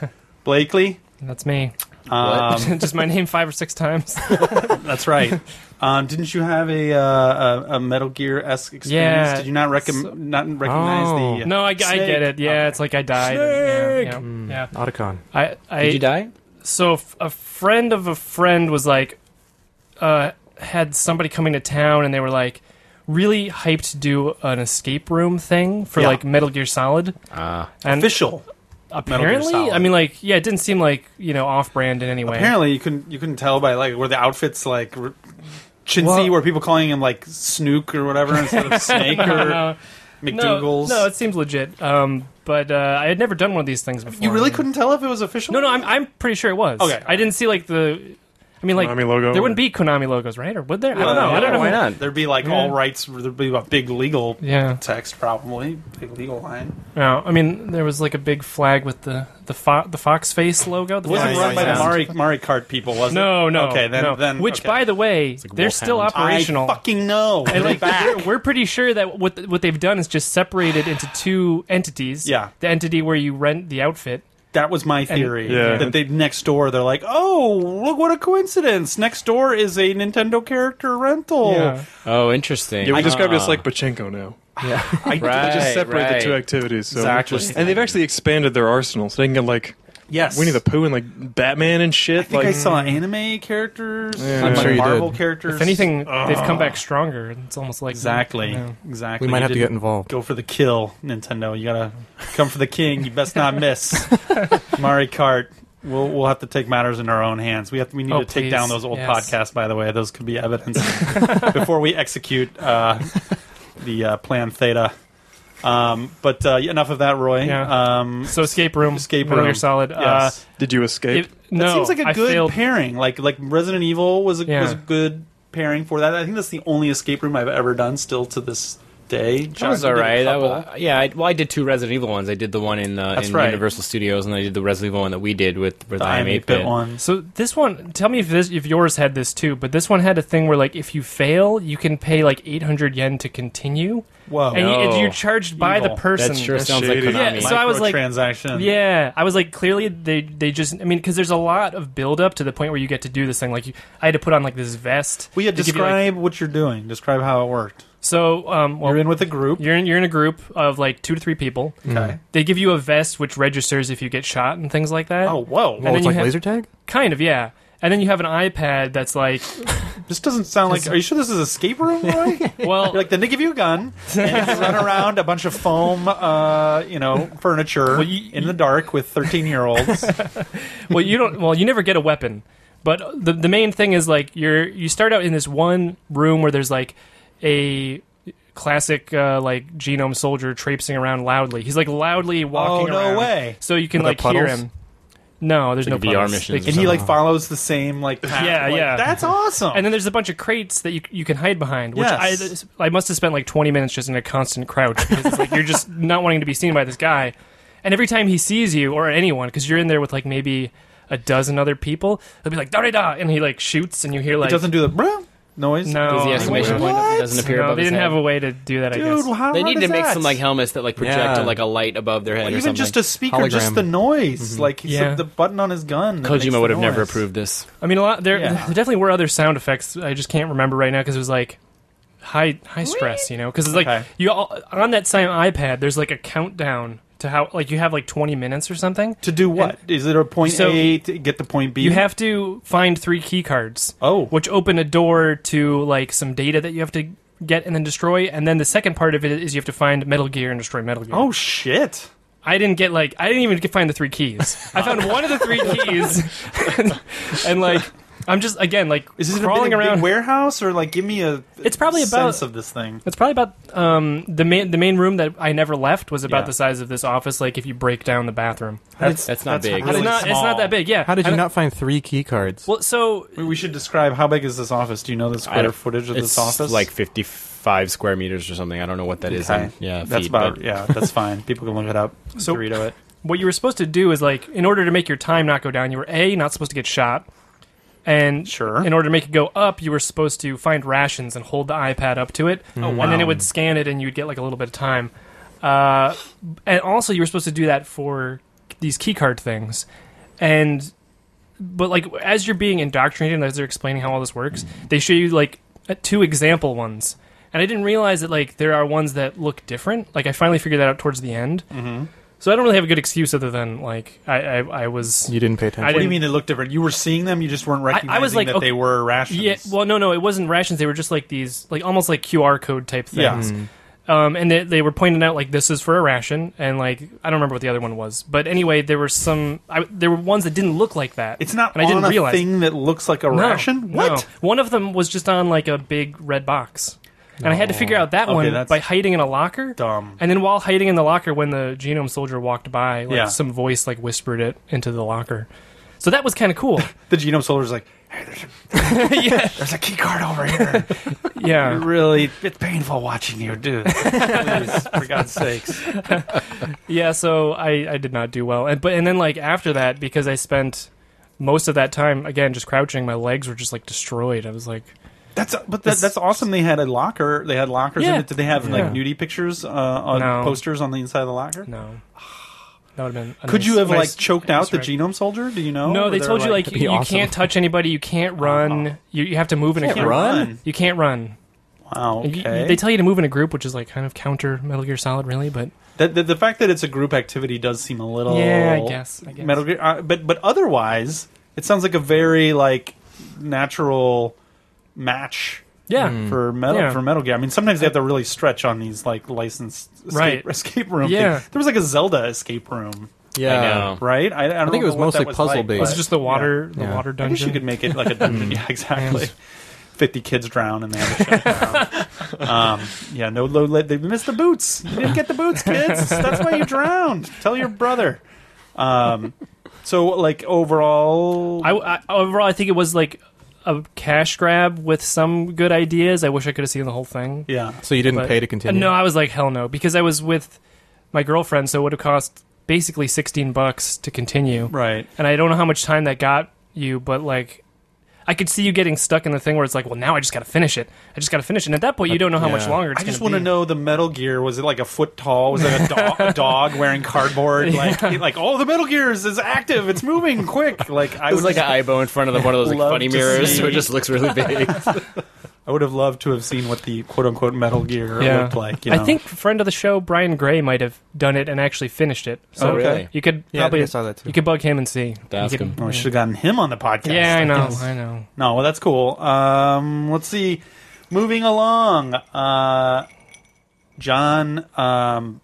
Speaker 1: Blakely.
Speaker 4: That's me.
Speaker 1: Um,
Speaker 4: Just my name five or six times.
Speaker 1: That's right. um, didn't you have a uh, a, a Metal Gear esque experience?
Speaker 4: Yeah.
Speaker 1: Did you not recom- not recognize
Speaker 3: Oh.
Speaker 1: the?
Speaker 4: no, I, I get it. Yeah, it's like I died. and-
Speaker 1: Hmm.
Speaker 4: Yeah, yeah, yeah.
Speaker 3: Otacon.
Speaker 4: I, I,
Speaker 2: Did you die?
Speaker 4: so f- a friend of a friend was like uh, had somebody coming to town and they were like really hyped to do an escape room thing for
Speaker 1: Yeah.
Speaker 4: like metal gear solid
Speaker 2: Ah,
Speaker 4: and
Speaker 1: official. Gear
Speaker 4: apparently
Speaker 1: Solid.
Speaker 4: i mean like yeah it didn't seem like you know off-brand in any way
Speaker 1: Apparently, you couldn't you couldn't tell by like were the outfits like r chintzy?
Speaker 3: Well-
Speaker 1: were people calling him like Snook or whatever instead of Snake or
Speaker 4: no, no,
Speaker 1: McDougal's?
Speaker 4: no, it seems legit um, but uh, i had never done one of these things before
Speaker 1: you really couldn't tell if it was official.
Speaker 4: no no I'm, I'm pretty sure it was
Speaker 1: Okay.
Speaker 4: i didn't see like the i mean like
Speaker 5: Konami logo.
Speaker 4: there wouldn't be konami logos right or would there i don't know i don't know
Speaker 2: why not?
Speaker 1: There'd be like
Speaker 4: Yeah.
Speaker 1: all rights. There'd be a big legal
Speaker 4: yeah
Speaker 1: text, probably big legal line.
Speaker 4: No, I mean there was like a big flag with the the fo- the fox face logo. The
Speaker 1: It wasn't
Speaker 4: fox
Speaker 5: yeah,
Speaker 1: run by
Speaker 4: face.
Speaker 1: the Mari Mari Kart people, was it?
Speaker 4: No, no.
Speaker 1: Okay, then
Speaker 4: no.
Speaker 1: then
Speaker 4: which,
Speaker 1: okay.
Speaker 4: by the way,
Speaker 2: like
Speaker 4: they're still
Speaker 2: Wolfhound.
Speaker 4: operational.
Speaker 1: I fucking know.
Speaker 4: And, like,
Speaker 1: Back.
Speaker 4: we're- we're pretty sure that what what they've done is just separated into two entities.
Speaker 1: Yeah.
Speaker 4: the entity where you rent the outfit.
Speaker 1: That was my theory.
Speaker 5: Yeah.
Speaker 1: That they next door, they're like, oh, look what a coincidence! Next door is a Nintendo character rental.
Speaker 4: Yeah.
Speaker 2: oh, interesting.
Speaker 5: Yeah, we
Speaker 2: Ah.
Speaker 5: describe it as like pachinko now.
Speaker 1: I,
Speaker 5: They
Speaker 2: Right,
Speaker 5: just separate the two
Speaker 2: right.
Speaker 5: activities. So
Speaker 1: Exactly.
Speaker 5: And they've actually expanded their arsenal, so they can get like
Speaker 1: Yes,
Speaker 5: Winnie the Pooh and like Batman and shit.
Speaker 1: I think
Speaker 5: like,
Speaker 1: I saw anime characters,
Speaker 5: Yeah.
Speaker 1: like
Speaker 5: I'm sure
Speaker 3: you
Speaker 1: Marvel
Speaker 3: did.
Speaker 1: characters.
Speaker 4: If anything, they've come
Speaker 1: Ugh.
Speaker 4: back stronger. It's almost like
Speaker 1: Exactly,
Speaker 4: Yeah.
Speaker 1: exactly.
Speaker 3: We might
Speaker 1: You
Speaker 3: have to
Speaker 1: didn't
Speaker 3: get involved.
Speaker 1: Go for the kill, Nintendo. You gotta come for the king. You best not miss. Mari Kart. We'll we'll have to take matters in our own hands. We have we need
Speaker 4: Oh,
Speaker 1: to take down
Speaker 4: please.
Speaker 1: those old
Speaker 4: Yes.
Speaker 1: podcasts. By the way, those could be evidence before we execute uh, the uh, plan Theta. Um, but uh, enough of that, Roy.
Speaker 4: Yeah.
Speaker 1: Um,
Speaker 4: So escape room,
Speaker 1: Escape
Speaker 4: Metal
Speaker 1: room.
Speaker 4: Gear Solid. Uh,
Speaker 1: yes.
Speaker 5: Did you escape?
Speaker 4: it- no,
Speaker 1: that seems like a
Speaker 4: I
Speaker 1: good
Speaker 4: failed.
Speaker 1: pairing. Like like Resident Evil was a
Speaker 4: Yeah.
Speaker 1: was a good pairing for that. I think that's the only escape room I've ever done still to this day.
Speaker 2: That was all right. That was, yeah. I, well, I did two Resident Evil ones. I did the one in, uh,
Speaker 1: That's
Speaker 2: in
Speaker 1: right.
Speaker 2: Universal Studios, and I did the Resident Evil one that we did with with
Speaker 1: the
Speaker 2: I Am
Speaker 1: IM8
Speaker 2: Eight
Speaker 1: bit
Speaker 2: Bit.
Speaker 1: ones.
Speaker 4: So this one, tell me if this if yours had this too, but this one had a thing where like if you fail, you can pay like 800 yen to continue,
Speaker 1: Whoa.
Speaker 4: and, you, and
Speaker 2: No.
Speaker 4: you're charged by
Speaker 1: Evil.
Speaker 4: the person.
Speaker 2: That sure
Speaker 5: That's
Speaker 2: sounds
Speaker 5: shady.
Speaker 2: like Konami.
Speaker 4: Yeah, so I was like-
Speaker 1: transaction.
Speaker 4: Yeah, I was like, clearly they they just, I mean, because there's a lot of build up to the point where you get to do this thing. Like, you, I had to put on like this vest.
Speaker 1: Well, yeah,
Speaker 4: to give you, like-
Speaker 1: describe what you're doing. Describe how it worked.
Speaker 4: so, um, well,
Speaker 1: you're in with a group.
Speaker 4: you're Mm-hmm. in, you're in a group of like two to three people.
Speaker 1: Okay.
Speaker 4: They give you a vest which registers if you get shot and things like that.
Speaker 1: Oh, whoa.
Speaker 3: Oh,
Speaker 4: then
Speaker 3: it's
Speaker 4: you
Speaker 3: like
Speaker 4: have-
Speaker 3: laser tag.
Speaker 4: kind of, yeah. And then you have an iPad that's like,
Speaker 1: This doesn't sound like. Are you sure this is escape room, Roy?
Speaker 4: well,
Speaker 1: You're like, then they give you a gun and you run around a bunch of foam, uh, you know, furniture
Speaker 4: Well, you- Oh,
Speaker 1: in the dark with 13 year olds.
Speaker 4: well, you don't. Well, you never get a weapon. But the the main thing is like you're you start out in this one room where there's like a classic uh, like genome soldier traipsing around loudly. He's like loudly
Speaker 1: oh,
Speaker 4: walking.
Speaker 1: no
Speaker 4: around.
Speaker 1: way.
Speaker 4: So you can
Speaker 3: Are there
Speaker 4: like hear
Speaker 3: puddles?
Speaker 4: him. No, there's
Speaker 2: Like
Speaker 4: no
Speaker 2: VR
Speaker 4: puddles.
Speaker 2: missions
Speaker 4: They
Speaker 2: or
Speaker 4: can-
Speaker 1: and he like follows the same like path.
Speaker 4: Yeah,
Speaker 1: Like,
Speaker 4: yeah.
Speaker 1: That's awesome.
Speaker 4: and then there's a bunch of crates that you you can hide behind, which
Speaker 1: Oh. Yes.
Speaker 4: I I must have spent like 20 minutes just in a constant crouch because it's like you're just not wanting to be seen by this guy, and every time he sees you or anyone, because you're in there with like maybe a dozen other people, he'll be like da da da, and he like shoots, and you hear like
Speaker 1: it doesn't do the bruh noise.
Speaker 4: No.
Speaker 2: Does the
Speaker 4: Oh,
Speaker 2: estimation
Speaker 1: what?
Speaker 2: point that doesn't appear
Speaker 4: No,
Speaker 2: above
Speaker 4: they
Speaker 2: his
Speaker 4: didn't
Speaker 2: head?
Speaker 4: have a way to do that. I guess
Speaker 1: Dude, how
Speaker 2: they
Speaker 1: hard
Speaker 2: need to
Speaker 1: is
Speaker 2: make
Speaker 1: that?
Speaker 2: some like helmets that like project
Speaker 3: Yeah.
Speaker 2: like a light above their head
Speaker 1: Well,
Speaker 2: or
Speaker 1: even
Speaker 2: something. Mm-hmm.
Speaker 1: just a speaker, just
Speaker 3: Hologram.
Speaker 1: the noise. Like he's
Speaker 4: Yeah.
Speaker 1: the button on his gun. that makes the
Speaker 2: Kojima would have never
Speaker 1: noise.
Speaker 2: approved this.
Speaker 4: I mean, a lot there,
Speaker 1: Yeah.
Speaker 4: there definitely were other sound effects. I just can't remember right now because it was like high high stress, you know. Because it's like
Speaker 1: Okay.
Speaker 4: you all, on that same iPad. There's like a countdown to how like you have like 20 minutes or something.
Speaker 1: To do what? Is it a point
Speaker 4: So-
Speaker 1: A to get to point B?
Speaker 4: You have to find three key cards,
Speaker 1: oh,
Speaker 4: which open a door to like some data that you have to get and then destroy. And then the second part of it is you have to find Metal Gear and destroy Metal Gear.
Speaker 1: oh shit!
Speaker 4: I didn't get like I didn't even get find the three keys. I found one of the three keys, and like I'm just again like
Speaker 1: Is this
Speaker 4: crawling
Speaker 1: a big, big
Speaker 4: around.
Speaker 1: warehouse or like? Give me a.
Speaker 4: It's probably about-
Speaker 1: sense of this thing.
Speaker 4: It's probably about um, the main the main room that I never left was about
Speaker 1: Yeah.
Speaker 4: the size of this office. Like if you break down the bathroom,
Speaker 1: That's
Speaker 2: That's not big.
Speaker 1: really
Speaker 4: it's not it's
Speaker 1: small.
Speaker 4: not that big. Yeah,
Speaker 3: How did
Speaker 4: I
Speaker 3: you
Speaker 4: don't-
Speaker 3: not find three key cards?
Speaker 4: Well, so
Speaker 1: We- We should describe how big is this office? Do you know the
Speaker 2: I
Speaker 1: square
Speaker 2: don't-
Speaker 1: footage of
Speaker 2: It's
Speaker 1: this office?
Speaker 2: like fifty-five square meters or something. I don't know what that is.
Speaker 1: Okay.
Speaker 2: in, yeah,
Speaker 1: that's
Speaker 2: feet,
Speaker 1: about
Speaker 2: but-
Speaker 1: yeah. That's fine. People can look it up.
Speaker 4: So-
Speaker 1: Dorito it.
Speaker 4: what you were supposed to do is like in order to make your time not go down, you were a not supposed to get shot, and
Speaker 1: Sure.
Speaker 4: in order to make it go up, you were supposed to find rations and hold the iPad up to it,
Speaker 1: Oh, wow.
Speaker 4: and then it would scan it, and you'd get like a little bit of time. Uh, and also, you were supposed to do that for these keycard things, and but like as you're being indoctrinated, and as they're explaining how all this works, they show you like uh, two example ones. And I didn't realize that like there are ones that look different. Like I finally figured that out towards the end.
Speaker 1: Mm-hmm.
Speaker 4: So I don't really have a good excuse other than like I I, I was
Speaker 3: you didn't pay attention.
Speaker 4: I
Speaker 1: What do you
Speaker 4: didn't-
Speaker 1: mean it looked different? You were seeing them. You just weren't recognizing
Speaker 4: I was like,
Speaker 1: that
Speaker 4: okay-
Speaker 1: they were rations.
Speaker 4: yeah well no no it wasn't rations they were just like these like almost like QR code type
Speaker 1: Yeah.
Speaker 4: things um, and they, they were pointing out like this is for a ration and like I don't remember what the other one was but anyway there were some I, there were ones that didn't look like that
Speaker 1: it's not
Speaker 4: and I didn't
Speaker 1: on a
Speaker 4: realize
Speaker 1: thing that looks like a
Speaker 4: No,
Speaker 1: ration.
Speaker 4: no.
Speaker 1: What?
Speaker 4: one of them was just on like a big red box and I had to figure out that
Speaker 1: Okay,
Speaker 4: one
Speaker 1: that's-
Speaker 4: by hiding in a locker
Speaker 1: Dumb.
Speaker 4: and then while hiding in the locker, when the genome soldier walked by, like
Speaker 1: Yeah.
Speaker 4: some voice like whispered it into the locker. So that was kind of cool.
Speaker 1: The genome soldier's like,
Speaker 4: yeah,
Speaker 1: there's a key card over here.
Speaker 4: yeah.
Speaker 1: really, it's painful watching you do. this. Please, for God's sakes.
Speaker 4: yeah so I, I did not do well and but and then like after that because i spent most of that time again just crouching my legs were just like destroyed i was like
Speaker 1: That's but that, that's awesome. They had a locker. They had lockers in
Speaker 4: Yeah.
Speaker 1: it. Did they have like
Speaker 4: Yeah.
Speaker 1: nudie pictures uh, on
Speaker 4: No.
Speaker 1: posters on the inside of the locker?
Speaker 4: no that would have been a
Speaker 1: Could
Speaker 4: nice-
Speaker 1: you have
Speaker 4: nice-
Speaker 1: like choked out the
Speaker 4: nice
Speaker 1: genome soldier? Do you know?
Speaker 4: rec- no
Speaker 1: Were
Speaker 4: they
Speaker 1: there,
Speaker 4: told you like
Speaker 3: That'd be
Speaker 4: you
Speaker 3: awesome.
Speaker 4: can't touch anybody you can't run you, you have to move in a
Speaker 3: Can't
Speaker 4: group
Speaker 3: run?
Speaker 4: you can't run
Speaker 1: Wow.
Speaker 4: And you-
Speaker 1: Okay.
Speaker 4: they tell you to move in a group which is like kind of counter metal gear solid really but
Speaker 1: That the, the fact that it's a group activity does seem a little
Speaker 4: Yeah, I guess, I guess.
Speaker 1: Metal Gear, uh, but but otherwise, it sounds like a very like natural match
Speaker 4: Yeah.
Speaker 3: Hmm.
Speaker 1: for metal
Speaker 4: Yeah.
Speaker 1: for Metal Gear. I mean, sometimes they have to really stretch on these like licensed escape,
Speaker 4: Right.
Speaker 1: escape room.
Speaker 4: Yeah.
Speaker 1: thing. there was like a Zelda escape room,
Speaker 3: Yeah.
Speaker 2: I know.
Speaker 1: right? I, I, don't
Speaker 3: think it
Speaker 1: know
Speaker 3: was
Speaker 1: what that
Speaker 3: mostly puzzle-based.
Speaker 4: It's
Speaker 1: but-
Speaker 4: just the water, the
Speaker 3: Yeah.
Speaker 4: water
Speaker 1: Yeah. I wish
Speaker 4: dungeon. Mm.
Speaker 1: you could make it like a dungeon. yeah, exactly. Fifty kids drown and they have to shut it down. um, yeah, no low. Lead. They missed the boots. You didn't get the boots, kids. That's why you drowned. Tell your brother. Um, so like overall,
Speaker 4: I, I, overall, I think it was like a cash grab with some good ideas. I wish I could have seen the whole thing.
Speaker 1: yeah.
Speaker 3: So you didn't
Speaker 4: But-
Speaker 3: pay to
Speaker 4: Uh,
Speaker 3: continue?
Speaker 4: No, I was like, hell no, because I was with my girlfriend, so it would have cost basically sixteen bucks to continue.
Speaker 1: Right.
Speaker 4: And I don't know how much time that got you, but like, I could see you getting stuck in the thing where it's like, well, now I just got to finish it. I just got to finish it. And at that point, you don't know how much
Speaker 3: Yeah.
Speaker 4: longer. It's
Speaker 1: I just
Speaker 4: going
Speaker 1: want to know the Metal Gear. Was it like a foot tall? Was it a, do- a dog wearing cardboard? Like, like oh, the Metal Gears is active. It's moving quick. Like I
Speaker 2: It was
Speaker 1: would
Speaker 2: like an IBO in front of the, one of those like
Speaker 1: Love
Speaker 2: funny
Speaker 1: to
Speaker 2: mirrors, so
Speaker 1: see.
Speaker 2: it just looks really big.
Speaker 1: I would have loved to have seen what the quote unquote Metal Gear
Speaker 4: Yeah.
Speaker 1: looked like. You know?
Speaker 4: I think friend of the show Brian Gray might have done it and actually finished it. So
Speaker 2: Oh, really?
Speaker 4: you could
Speaker 3: Yeah, I,
Speaker 4: probably
Speaker 3: think I saw that too.
Speaker 4: you could bug him and see.
Speaker 2: To ask
Speaker 4: You could-
Speaker 2: him.
Speaker 1: Oh, I should have gotten him on the podcast.
Speaker 4: Yeah, I know.
Speaker 1: guess.
Speaker 4: I know.
Speaker 1: No, well, that's cool. Um, let's see. Moving along, uh, John. Um,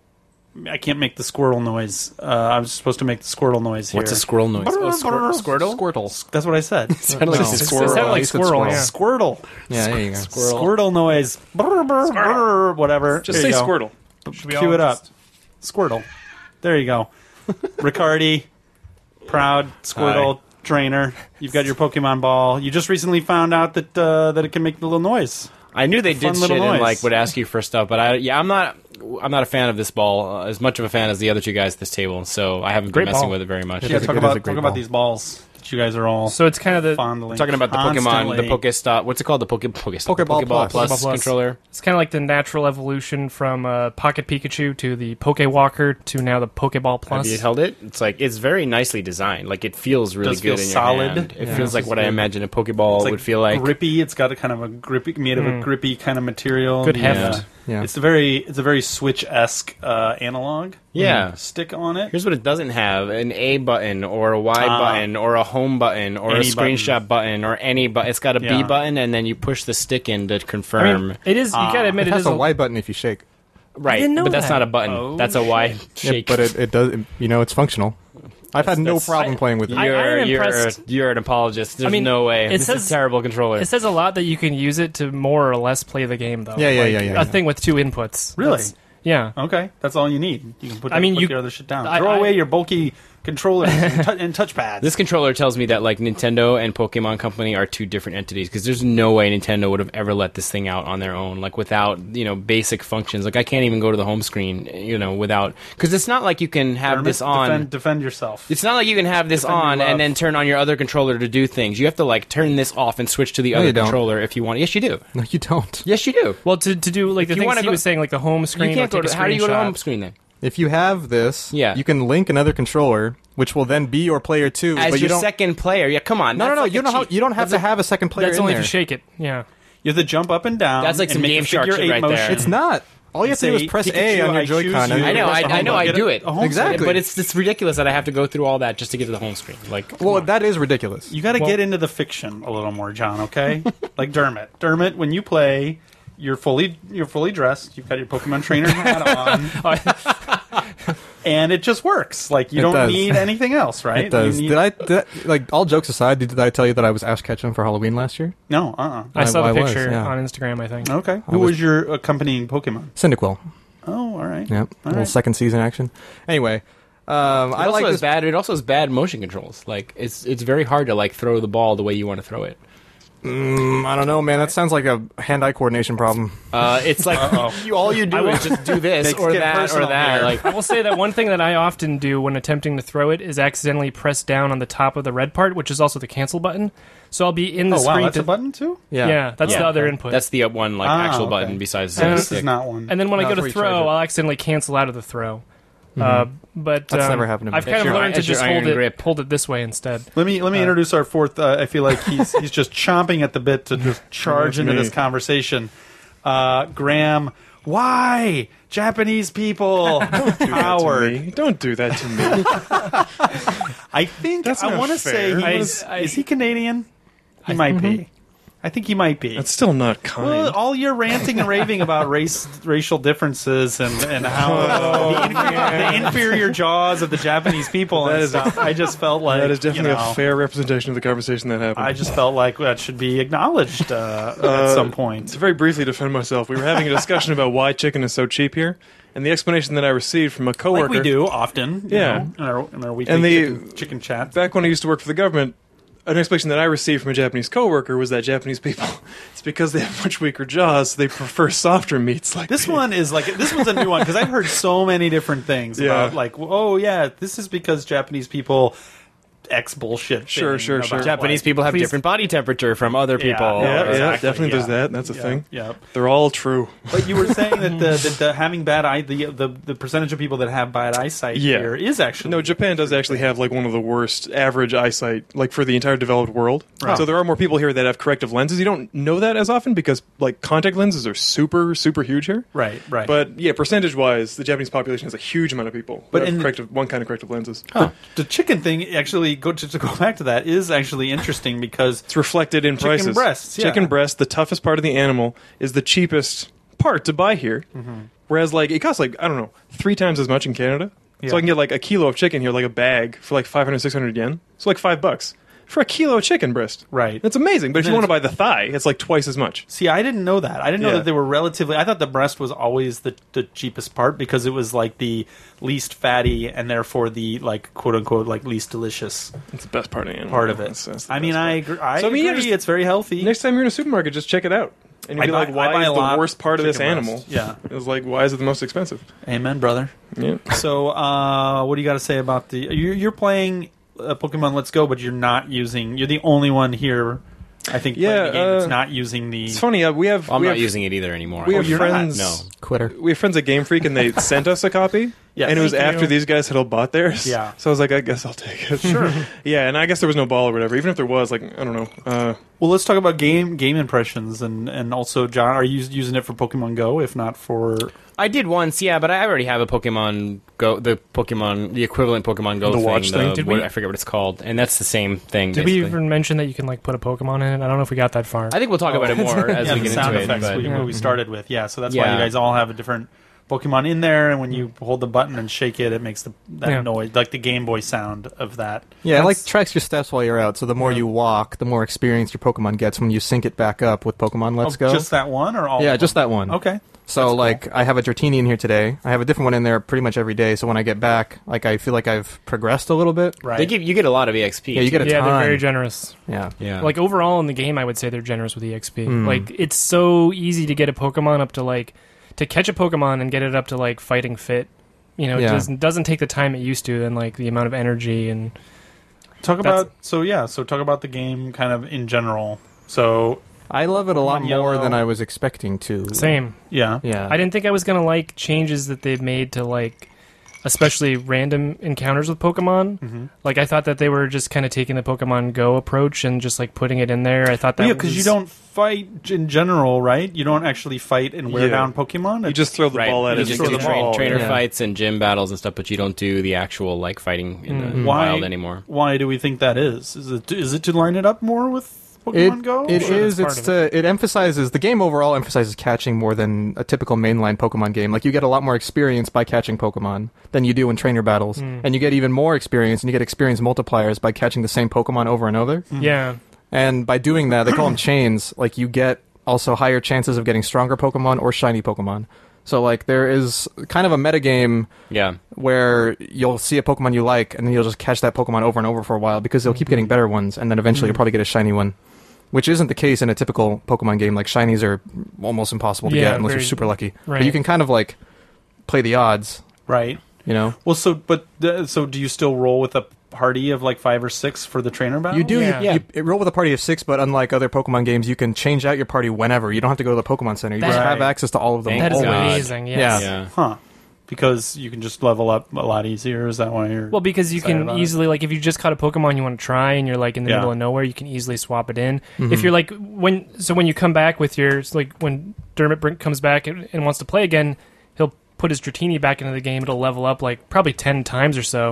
Speaker 1: I can't make the squirrel noise. Uh, I was supposed to make the squirrel noise here.
Speaker 2: What's a squirrel noise? Oh, squir- squirtle?
Speaker 3: Squirtle.
Speaker 1: That's what I said.
Speaker 2: Sounded like
Speaker 3: No.
Speaker 2: a
Speaker 3: It
Speaker 2: squirrel.
Speaker 4: sounded like
Speaker 3: You said
Speaker 4: squirrel, yeah.
Speaker 1: Squirtle.
Speaker 3: Yeah, there you go.
Speaker 2: Squirrel.
Speaker 1: Squirtle noise. Brr, brr, brr, whatever.
Speaker 5: Just
Speaker 1: There
Speaker 5: say
Speaker 1: you go.
Speaker 5: Squirtle.
Speaker 4: Should
Speaker 1: Cue it up. Squirtle. There you go. Riccardi, proud Squirtle trainer. You've got your Pokemon ball. You just recently found out that uh, that it can make the little noise.
Speaker 2: I knew they
Speaker 1: Fun
Speaker 2: did shit
Speaker 1: little
Speaker 2: and
Speaker 1: noise.
Speaker 2: like would ask you for stuff, but I yeah, I'm not I'm not a fan of this ball uh, as much of a fan as the other two guys at this table, so I haven't
Speaker 4: Great
Speaker 2: been messing
Speaker 4: ball.
Speaker 2: with it very much.
Speaker 3: It
Speaker 1: Yeah,
Speaker 3: is a-
Speaker 1: talk
Speaker 3: it is a
Speaker 1: about
Speaker 3: great
Speaker 1: talk about
Speaker 3: ball.
Speaker 1: these balls that you guys are all
Speaker 4: So it's kind of the
Speaker 1: fondling.
Speaker 2: Talking about the Pokemon, the
Speaker 1: Constantly.
Speaker 2: Pokestop. What's it called? The Poke Pokestop,
Speaker 3: Pokeball Plus.
Speaker 4: Pokeball Plus.
Speaker 2: controller.
Speaker 4: it's kind of like the natural evolution from uh, Pocket Pikachu to the Poke Walker to now the Pokeball Plus.
Speaker 2: Have you held it? It's like it's very nicely designed. Like it feels really
Speaker 1: Does feel
Speaker 2: good in
Speaker 1: solid.
Speaker 2: your hand. It
Speaker 3: Yeah.
Speaker 2: feels like what I
Speaker 3: Yeah.
Speaker 2: imagine a Pokeball
Speaker 1: It's like
Speaker 2: would feel like.
Speaker 1: grippy. It's got a kind of a grippy, made of a
Speaker 4: Mm.
Speaker 1: grippy kind of material.
Speaker 4: Good
Speaker 1: The,
Speaker 4: heft.
Speaker 1: uh,
Speaker 3: Yeah.
Speaker 1: It's a very it's a very Switch esque uh, analog.
Speaker 2: Yeah.
Speaker 1: stick on it.
Speaker 2: Here's what it doesn't have: an A button, or a Y
Speaker 1: Ah.
Speaker 2: button, or a home button, or a
Speaker 1: Any button.
Speaker 2: screenshot button, or any button. It's got a B
Speaker 1: Yeah.
Speaker 2: button, and then you push the stick in to
Speaker 4: I
Speaker 2: confirm.
Speaker 4: mean, it is. You gotta admit,
Speaker 3: It
Speaker 4: it
Speaker 3: has
Speaker 4: is.
Speaker 3: a
Speaker 4: a-
Speaker 3: Y button if you shake.
Speaker 2: right,
Speaker 4: didn't know
Speaker 2: but that's
Speaker 4: that.
Speaker 2: not a button.
Speaker 1: Oh,
Speaker 2: that's a Y shake.
Speaker 3: but it, it does. It, you know, it's functional. I've had no
Speaker 2: that's-
Speaker 3: problem playing with it.
Speaker 4: I-
Speaker 2: you're,
Speaker 4: I'm
Speaker 2: you're,
Speaker 4: impressed.
Speaker 2: you're an apologist. There's
Speaker 4: I mean,
Speaker 2: no way.
Speaker 4: it
Speaker 2: This is
Speaker 4: says-
Speaker 2: a terrible controller.
Speaker 4: It says a lot that you can use it to more or less play the game, though.
Speaker 3: Yeah, yeah,
Speaker 4: Like,
Speaker 3: yeah, yeah, yeah.
Speaker 4: A thing with two inputs.
Speaker 1: Really?
Speaker 4: That's- yeah.
Speaker 1: Okay, that's all you need. You can put.
Speaker 4: I mean,
Speaker 1: put
Speaker 4: you-
Speaker 1: your other shit down.
Speaker 4: I-
Speaker 1: Throw
Speaker 4: I-
Speaker 1: away your bulky controllers and, tou- and touchpads.
Speaker 2: This controller tells me that like Nintendo and Pokemon Company are two different entities because there's no way Nintendo would have ever let this thing out on their own, like without you know basic functions. Like I can't even go to the home screen, you know, without because it's not like you can have
Speaker 1: Dermot,
Speaker 2: this on.
Speaker 1: Defend, defend yourself.
Speaker 2: It's not like you can have this
Speaker 1: Defend your
Speaker 2: on
Speaker 1: love.
Speaker 2: and then turn on your other controller to do things. You have to like turn this off and switch to the
Speaker 3: No,
Speaker 2: other
Speaker 3: you don't.
Speaker 2: controller if you want. Yes, you do.
Speaker 3: No, you don't.
Speaker 2: Yes, you do.
Speaker 4: Well, to, to do like the
Speaker 2: If you
Speaker 4: things
Speaker 2: wanna
Speaker 4: he
Speaker 2: go-
Speaker 4: was saying, like the home screen.
Speaker 2: you can't
Speaker 4: or
Speaker 2: go
Speaker 4: take
Speaker 2: to.
Speaker 4: a
Speaker 2: How do you go to the
Speaker 4: screenshot.
Speaker 2: home screen then?
Speaker 3: If you have this,
Speaker 2: Yeah.
Speaker 3: you can link another controller, which will then be your player two.
Speaker 2: As
Speaker 3: but you
Speaker 2: your
Speaker 3: don't.
Speaker 2: second player, yeah. Come on.
Speaker 3: no,
Speaker 2: that's
Speaker 3: no, no.
Speaker 2: like
Speaker 3: You
Speaker 2: a
Speaker 3: don't. Have,
Speaker 2: cheat.
Speaker 3: you don't have to have a second player
Speaker 4: That's
Speaker 3: in
Speaker 4: only
Speaker 3: there.
Speaker 4: if you shake it. Yeah.
Speaker 1: You have to jump up and down.
Speaker 2: That's like
Speaker 1: and
Speaker 2: some
Speaker 1: make a
Speaker 2: Game Shark
Speaker 1: figure
Speaker 2: shit
Speaker 1: eight
Speaker 2: right
Speaker 1: motion.
Speaker 2: there.
Speaker 3: It's not. All you have to do
Speaker 1: Say,
Speaker 3: is press
Speaker 1: Pikachu,
Speaker 3: A on your
Speaker 1: I choose
Speaker 3: Joy-Con.
Speaker 1: you.
Speaker 3: and
Speaker 2: I know,
Speaker 3: press
Speaker 2: I,
Speaker 3: the
Speaker 2: I
Speaker 3: home
Speaker 2: know,
Speaker 3: button.
Speaker 2: I
Speaker 1: Get
Speaker 2: do
Speaker 1: it-
Speaker 2: it.
Speaker 1: a home
Speaker 3: Exactly.
Speaker 1: screen.
Speaker 2: But it's it's ridiculous that I have to go through all that just to get to the home screen. Like,
Speaker 3: Well, that is ridiculous.
Speaker 1: You got to
Speaker 4: Well-
Speaker 1: get into the fiction a little more, John. Okay, like Dermot. Dermot, when you play, you're fully you're fully dressed. You've got your Pokemon trainer hat on, and it just works. Like you
Speaker 3: It
Speaker 1: don't
Speaker 3: does.
Speaker 1: need anything else, right?
Speaker 3: It does.
Speaker 1: You need-
Speaker 3: Did I, did I- Like all jokes aside, did, did I tell you that I was Ash Ketchum for Halloween last year?
Speaker 1: No. Uh. uh
Speaker 4: I, saw
Speaker 3: I
Speaker 4: the
Speaker 3: was,
Speaker 4: picture
Speaker 3: yeah.
Speaker 4: on Instagram. I think.
Speaker 1: Okay. Who
Speaker 3: was-
Speaker 1: was your accompanying Pokemon?
Speaker 3: Cyndaquil.
Speaker 1: Oh, all right.
Speaker 3: Yeah. a little
Speaker 1: right.
Speaker 3: second season action. Anyway, um,
Speaker 2: It
Speaker 3: I
Speaker 2: also
Speaker 3: like
Speaker 2: has
Speaker 3: this.
Speaker 2: bad. It also has bad motion controls. Like it's it's very hard to like throw the ball the way you want to throw it.
Speaker 3: Mm, I don't know, man. That sounds like a hand-eye coordination problem.
Speaker 2: Uh, it's like you, all you do is just do this
Speaker 1: Makes
Speaker 2: or
Speaker 1: it
Speaker 2: that or
Speaker 1: personal
Speaker 2: that.
Speaker 1: here.
Speaker 2: Like
Speaker 4: I will say that one thing that I often do when attempting to throw it is accidentally press down on the top of the red part, which is also the cancel button. So I'll be in the
Speaker 1: Oh wow,
Speaker 4: screen.
Speaker 1: that's
Speaker 4: to,
Speaker 1: a button too.
Speaker 4: Yeah, that's
Speaker 2: Yeah,
Speaker 4: the other
Speaker 1: okay.
Speaker 4: input.
Speaker 2: that's the uh, one like
Speaker 1: Ah,
Speaker 2: actual
Speaker 1: okay.
Speaker 2: button besides
Speaker 1: So
Speaker 2: the
Speaker 1: this
Speaker 2: stick.
Speaker 1: is not one.
Speaker 4: and then when I
Speaker 3: No,
Speaker 4: go
Speaker 3: that's
Speaker 4: to
Speaker 3: where you charge
Speaker 4: throw,
Speaker 3: it.
Speaker 4: I'll accidentally cancel out of the throw. Uh, but
Speaker 3: That's
Speaker 4: um,
Speaker 3: never happened to me.
Speaker 4: I've kind
Speaker 2: Mm-hmm. That's
Speaker 4: of
Speaker 2: your-
Speaker 4: learned to
Speaker 2: that's your
Speaker 4: just hold
Speaker 2: iron
Speaker 4: it,
Speaker 2: grip.
Speaker 4: hold it this way instead.
Speaker 1: Let me let me introduce our fourth. Uh, I feel like he's he's just chomping at the bit to just charge into this conversation. Uh, Graham, Why? Japanese people. Howard.
Speaker 5: me. Don't do that to me.
Speaker 1: I think
Speaker 5: That's
Speaker 1: I
Speaker 5: not
Speaker 1: want to say
Speaker 5: fair.
Speaker 1: he
Speaker 4: I-
Speaker 1: was,
Speaker 4: I-
Speaker 1: is he Canadian? He might be. I think he might be.
Speaker 5: That's still not kind.
Speaker 1: well, all your ranting and raving about race, racial differences, and and how the, inferior, the inferior jaws of the Japanese people and
Speaker 5: That is a-
Speaker 1: stuff. I just felt like
Speaker 5: that is
Speaker 1: you
Speaker 5: definitely
Speaker 1: know,
Speaker 5: a fair representation of the conversation that happened.
Speaker 1: I just felt like that should be acknowledged uh, at
Speaker 5: Uh,
Speaker 1: some point.
Speaker 5: to very briefly defend myself, we were having a discussion about why chicken is so cheap here, and the explanation that I received from a coworker.
Speaker 1: Like we do often, you
Speaker 5: Yeah.
Speaker 1: know, in, our, in our weekly
Speaker 5: And the-
Speaker 1: chicken, chicken chat.
Speaker 5: back when I used to work for the government, an explanation that I received from a Japanese coworker was that Japanese people, it's because they have much weaker jaws, they prefer softer meats. Like
Speaker 1: This one is like this one's a new one because I've heard so many different things
Speaker 5: Yeah.
Speaker 1: about like oh yeah this is because Japanese people X bullshit.
Speaker 5: Sure,
Speaker 1: thing
Speaker 5: sure,
Speaker 1: about,
Speaker 5: sure.
Speaker 2: Japanese people have
Speaker 4: please-
Speaker 2: different body temperature from other
Speaker 1: Yeah,
Speaker 2: people.
Speaker 5: yeah,
Speaker 1: yeah,
Speaker 5: yeah,
Speaker 1: Oh, exactly,
Speaker 5: definitely there's
Speaker 1: yeah.
Speaker 5: that. That's a
Speaker 1: yeah,
Speaker 5: thing.
Speaker 1: Yeah,
Speaker 5: They're all true.
Speaker 1: but you were saying that the, the, the having bad eye the, the the percentage of people that have bad eyesight
Speaker 5: Yeah.
Speaker 1: here is actually
Speaker 5: No, Japan does actually have like one of the worst average eyesight, like for the entire developed world.
Speaker 1: Right.
Speaker 5: So there are more people here that have corrective lenses. You don't know that as often because like contact lenses are super, super huge here.
Speaker 1: right right.
Speaker 5: But yeah, percentage wise, the Japanese population has a huge amount of people that
Speaker 1: But
Speaker 5: have
Speaker 1: in-
Speaker 5: corrective, one kind of corrective lenses.
Speaker 1: the chicken thing actually go to, to go back to that is actually interesting because
Speaker 5: It's reflected in
Speaker 1: Chicken
Speaker 5: prices.
Speaker 1: breasts, yeah.
Speaker 5: Chicken breast, the toughest part of the animal, is the cheapest part to buy here.
Speaker 1: Mm-hmm.
Speaker 5: Whereas, like, it costs like I don't know, three times as much in Canada.
Speaker 1: Yeah.
Speaker 5: So I can get like a kilo of chicken here, like a bag, for like 500, 600 yen. So like five bucks for a kilo of chicken breast.
Speaker 1: Right.
Speaker 5: That's amazing. But if
Speaker 1: Then
Speaker 5: you want to buy
Speaker 1: it's-
Speaker 5: the thigh, it's like twice as much.
Speaker 1: See, I didn't know that. I didn't know
Speaker 5: Yeah.
Speaker 1: that they were relatively. I thought the breast was always the, the cheapest part because it was like the least fatty and therefore the like quote unquote like least delicious
Speaker 5: It's the best part of the animal.
Speaker 1: part of it.
Speaker 5: That's- that's the
Speaker 1: I mean,
Speaker 5: best
Speaker 1: I
Speaker 5: part.
Speaker 1: agree. I
Speaker 5: So, I mean, yeah,
Speaker 1: agree.
Speaker 5: just-
Speaker 1: it's very healthy.
Speaker 5: Next time you're in a supermarket, just check it out. And you'll
Speaker 1: I
Speaker 5: be
Speaker 1: buy-
Speaker 5: like,
Speaker 1: I
Speaker 5: why
Speaker 1: buy
Speaker 5: is
Speaker 1: a lot
Speaker 5: the
Speaker 1: of
Speaker 5: worst part of this
Speaker 1: chicken
Speaker 5: animal?
Speaker 1: breast. Yeah.
Speaker 5: It's like, why is it the most expensive?
Speaker 1: Amen, brother.
Speaker 5: Yeah.
Speaker 1: So, uh, what do you got to say about the? You're, you're playing uh, Pokemon Let's Go, but you're not using. You're the only one here. I think. playing
Speaker 5: Yeah,
Speaker 1: the game that's
Speaker 5: uh,
Speaker 1: not using the.
Speaker 5: It's funny. Uh, we have.
Speaker 2: I'm
Speaker 5: we
Speaker 2: not
Speaker 5: have,
Speaker 2: using it either anymore.
Speaker 5: We
Speaker 2: Oh,
Speaker 5: have
Speaker 2: you're not?
Speaker 5: friends.
Speaker 2: No.
Speaker 3: Quitter.
Speaker 5: we have friends at Game Freak and they sent us a copy.
Speaker 1: Yes.
Speaker 5: and it was
Speaker 1: Thank
Speaker 5: after
Speaker 1: you.
Speaker 5: these guys had all bought theirs.
Speaker 1: Yeah.
Speaker 5: So I was like, I guess I'll take it. Sure. yeah, and I guess there was no ball or whatever. Even if there was, like, I don't know. Uh,
Speaker 1: Well, let's talk about game game impressions and and also John. Are you using it for Pokemon Go? If not for
Speaker 2: I did once, yeah, but I already have a Pokemon Go, the Pokemon, the equivalent Pokemon Go
Speaker 5: The
Speaker 2: thing.
Speaker 5: watch thing,
Speaker 2: the-
Speaker 4: did
Speaker 2: what-
Speaker 4: we-
Speaker 2: I forget what it's called, and that's the same thing.
Speaker 4: Did we
Speaker 2: basically.
Speaker 4: even mention that you can like put a Pokemon in it? I don't know if we got that far.
Speaker 2: I think we'll talk about it more as
Speaker 1: yeah,
Speaker 2: we
Speaker 1: the
Speaker 2: get
Speaker 1: sound
Speaker 2: into it.
Speaker 1: effects
Speaker 2: but-
Speaker 1: we, what we started with. Yeah, so that's why you
Speaker 2: Yeah.
Speaker 1: guys all have a different Pokemon in there, and when you hold the button and shake it, it makes the that
Speaker 4: Yeah.
Speaker 1: noise, like the Game Boy sound of that.
Speaker 3: Yeah, it like
Speaker 4: That's-
Speaker 3: tracks your steps while you're out. So the more you walk, the more experience your Pokemon gets when you sync it back up with Pokemon Let's
Speaker 1: Oh,
Speaker 3: Go.
Speaker 1: Just that one, or all?
Speaker 3: yeah,
Speaker 1: of
Speaker 3: just
Speaker 1: them?
Speaker 3: that one.
Speaker 1: Okay.
Speaker 3: So
Speaker 1: That's
Speaker 3: like I have a Dratini in here today. I have a different one in there pretty much every day. So when I get back, like I feel like I've progressed a little bit.
Speaker 1: Right.
Speaker 2: They give you get a lot of E EXP.
Speaker 3: Yeah, you get a
Speaker 4: yeah, they're
Speaker 3: ton.
Speaker 4: very generous.
Speaker 3: Yeah.
Speaker 2: yeah.
Speaker 4: Like overall in the game, I would say they're generous with EXP. Like it's so easy to get a Pokemon up to like to catch a Pokemon and get it up to like fighting fit. You know, it
Speaker 3: Yeah.
Speaker 4: doesn't doesn't take the time it used to, and like the amount of energy and
Speaker 1: talk
Speaker 4: That's-
Speaker 1: about so yeah. So talk about the game kind of in general. So
Speaker 3: I love it a lot
Speaker 1: Pokemon
Speaker 3: more
Speaker 1: Yellow.
Speaker 3: than I was expecting to.
Speaker 4: same.
Speaker 1: yeah,
Speaker 3: Yeah.
Speaker 4: I didn't think I was gonna like changes that they've made to like, especially random encounters with Pokemon.
Speaker 1: Mhm.
Speaker 4: Like I thought that they were just kind of taking the Pokemon Go approach and just like putting it in there. I thought that
Speaker 1: yeah, because you
Speaker 4: was-
Speaker 1: don't fight in general, right? You don't actually fight and wear
Speaker 5: Yeah.
Speaker 1: down Pokemon.
Speaker 5: you
Speaker 1: It's-
Speaker 5: just throw the
Speaker 2: right.
Speaker 5: ball at
Speaker 2: you
Speaker 5: it.
Speaker 1: just
Speaker 2: just
Speaker 1: throw
Speaker 2: do
Speaker 1: the
Speaker 2: train-
Speaker 1: ball,
Speaker 2: trainer
Speaker 3: yeah.
Speaker 2: fights and gym battles and stuff, but you don't do the actual like fighting in the
Speaker 4: Mm.
Speaker 1: Why-
Speaker 2: wild anymore.
Speaker 1: why do we think that is? Is it is it to line it up more with Pokemon
Speaker 3: It,
Speaker 1: Go?
Speaker 3: it
Speaker 4: Sure, that's
Speaker 3: is.
Speaker 4: part
Speaker 3: It's
Speaker 4: of
Speaker 3: to, it emphasizes the game overall emphasizes catching more than a typical mainline Pokemon game. Like you get a lot more experience by catching Pokemon than you do in trainer battles,
Speaker 4: Hmm.
Speaker 3: and you get even more experience and you get experience multipliers by catching the same Pokemon over and over.
Speaker 4: Yeah,
Speaker 3: And by doing that, they call them chains. Like you get also higher chances of getting stronger Pokemon or shiny Pokemon. So like there is kind of a metagame
Speaker 2: Yeah,
Speaker 3: where you'll see a Pokemon you like, and then you'll just catch that Pokemon over and over for a while because they'll keep getting better ones, and then eventually you'll probably get a shiny one, which isn't the case in a typical Pokemon game. Like shinies are almost impossible to
Speaker 4: Yeah,
Speaker 3: get unless
Speaker 4: very-
Speaker 3: you're super lucky.
Speaker 4: right.
Speaker 3: But you can kind of like play the odds,
Speaker 1: right.
Speaker 3: you know.
Speaker 1: Well, so but the, so do you still roll with a party of like five or six for the trainer battle?
Speaker 3: You do.
Speaker 4: Yeah.
Speaker 3: You, you roll with a party of six, but unlike other Pokemon games, you can change out your party whenever. You don't have to go to the Pokemon Center. You just
Speaker 1: Right.
Speaker 3: have access to all of them.
Speaker 2: Thank
Speaker 4: that is
Speaker 2: Oh, God.
Speaker 4: amazing. Yes.
Speaker 3: Yeah.
Speaker 2: yeah.
Speaker 1: huh? Because you can just level up a lot easier. Is that why you're?
Speaker 4: Well, because you
Speaker 1: Excited
Speaker 4: can
Speaker 1: about it.
Speaker 4: easily like if you just caught a Pokemon you want to try and you're like in the
Speaker 1: Yeah. Mm-hmm.
Speaker 4: middle of nowhere, you can easily swap it in. If you're like when so when you come back with your it's like when Dermot Brink comes back and, and wants to play again, he'll put his Dratini back into the game. It'll level up like probably ten times or so,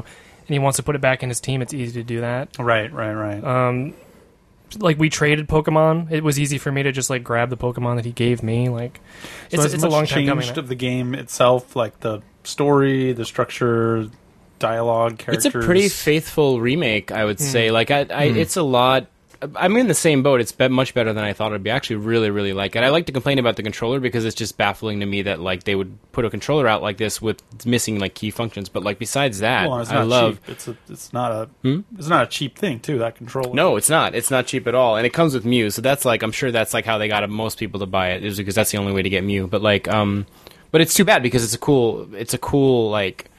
Speaker 4: and he wants to put it back in his team. It's easy to do that.
Speaker 1: Right, right, right.
Speaker 4: Um, like we traded Pokemon. It was easy for me to just like grab the Pokemon that he gave me. Like
Speaker 1: so
Speaker 4: it's,
Speaker 1: has
Speaker 4: it's a
Speaker 1: much
Speaker 4: long time
Speaker 1: changed
Speaker 4: coming.
Speaker 1: of the game itself, like the story, the structure, dialogue, characters. Hmm.
Speaker 2: It's a pretty faithful remake, I would say. Like, I, I it's a lot. I'm in the same boat. It's be- much better than I thought it'd be. I actually really, really like it. I like to complain about the controller because it's just baffling to me that like they would put a controller out like this with missing like key functions. But like besides that,
Speaker 1: Well, it's
Speaker 2: I
Speaker 1: not
Speaker 2: love.
Speaker 1: cheap. It's a, it's not a, it's not a cheap thing too. That controller.
Speaker 2: No, it's not. It's not cheap at all, and it comes with Mew. So that's like I'm sure that's like how they got most people to buy it is because that's the only way to get Mew. But like, um, but it's too bad because it's a cool, it's a cool like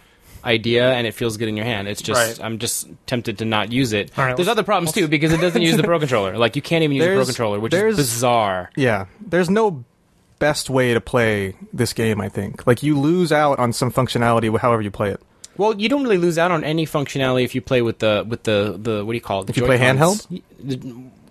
Speaker 2: idea, and it feels good in your hand. It's just
Speaker 1: Right.
Speaker 2: I'm just tempted to not use it.
Speaker 4: All right,
Speaker 2: there's
Speaker 4: let's-
Speaker 2: other problems too because it doesn't use the Pro Controller. Like you can't even use the Pro
Speaker 3: There's-
Speaker 2: Controller, which
Speaker 3: there's-
Speaker 2: is bizarre.
Speaker 3: Yeah, there's no best way to play this game. I think like you lose out on some functionality however you play it.
Speaker 2: Well, you don't really lose out on any functionality if you play with the with the the what do you call it? The
Speaker 3: If you play
Speaker 2: Joy-Cons.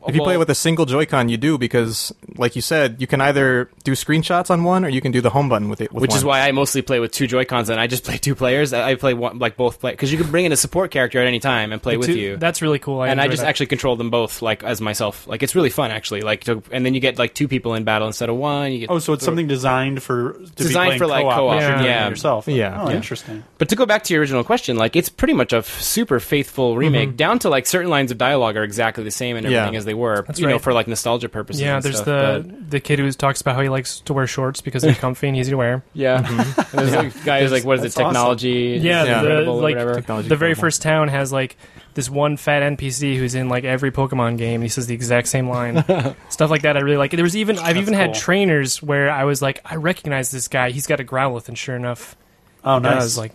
Speaker 3: If you play
Speaker 2: Well,
Speaker 3: with a single Joy-Con, you do because, like you said, you can either do screenshots on one or you can do the home button with it. With
Speaker 2: which is
Speaker 3: one.
Speaker 2: why I mostly play with two Joy Cons, and I just play two players. I I play one, like both play because you can bring in a support character at any time and play with
Speaker 4: Dude,
Speaker 2: you.
Speaker 4: That's really cool. I
Speaker 2: and I
Speaker 4: enjoy
Speaker 2: just
Speaker 4: that.
Speaker 2: actually control them both, like as myself. Like it's really fun, actually. Like, to, and then you get like two people in battle instead of one. You get,
Speaker 1: Oh, so it's something designed for to
Speaker 2: Designed
Speaker 1: be playing
Speaker 2: for, like,
Speaker 1: co-op,
Speaker 2: co-op.
Speaker 1: if you're doing it
Speaker 2: Yeah.
Speaker 1: yourself.
Speaker 3: Yeah.
Speaker 1: Oh,
Speaker 3: Yeah.
Speaker 1: interesting.
Speaker 2: But to go back to your original question, like it's pretty much a f- super
Speaker 4: Mm-hmm.
Speaker 2: faithful remake, down to like certain lines of dialogue are exactly the same and
Speaker 3: Yeah.
Speaker 2: everything as they were.
Speaker 4: That's
Speaker 2: you know,
Speaker 4: right.
Speaker 2: for like nostalgia purposes.
Speaker 4: yeah.
Speaker 2: and
Speaker 4: There's
Speaker 2: stuff,
Speaker 4: the
Speaker 2: but-
Speaker 4: the kid who talks about how he likes to wear shorts because they're comfy and easy to wear.
Speaker 2: yeah.
Speaker 4: Mm-hmm.
Speaker 2: And there's like guys like what is it?
Speaker 1: That's awesome.
Speaker 2: Technology. is
Speaker 4: Yeah, the-
Speaker 2: incredible or
Speaker 4: like,
Speaker 2: whatever.
Speaker 3: Technology
Speaker 4: the very
Speaker 3: available.
Speaker 4: first town has like this one fat NPC who's in like every Pokemon game. And he says the exact same line, stuff like that. I really like. There was even I've
Speaker 1: That's
Speaker 4: even had
Speaker 1: cool.
Speaker 4: trainers where I was like, I recognize this guy. He's got a Growlithe, and sure enough,
Speaker 1: Oh,
Speaker 4: I
Speaker 1: nice.
Speaker 4: was like,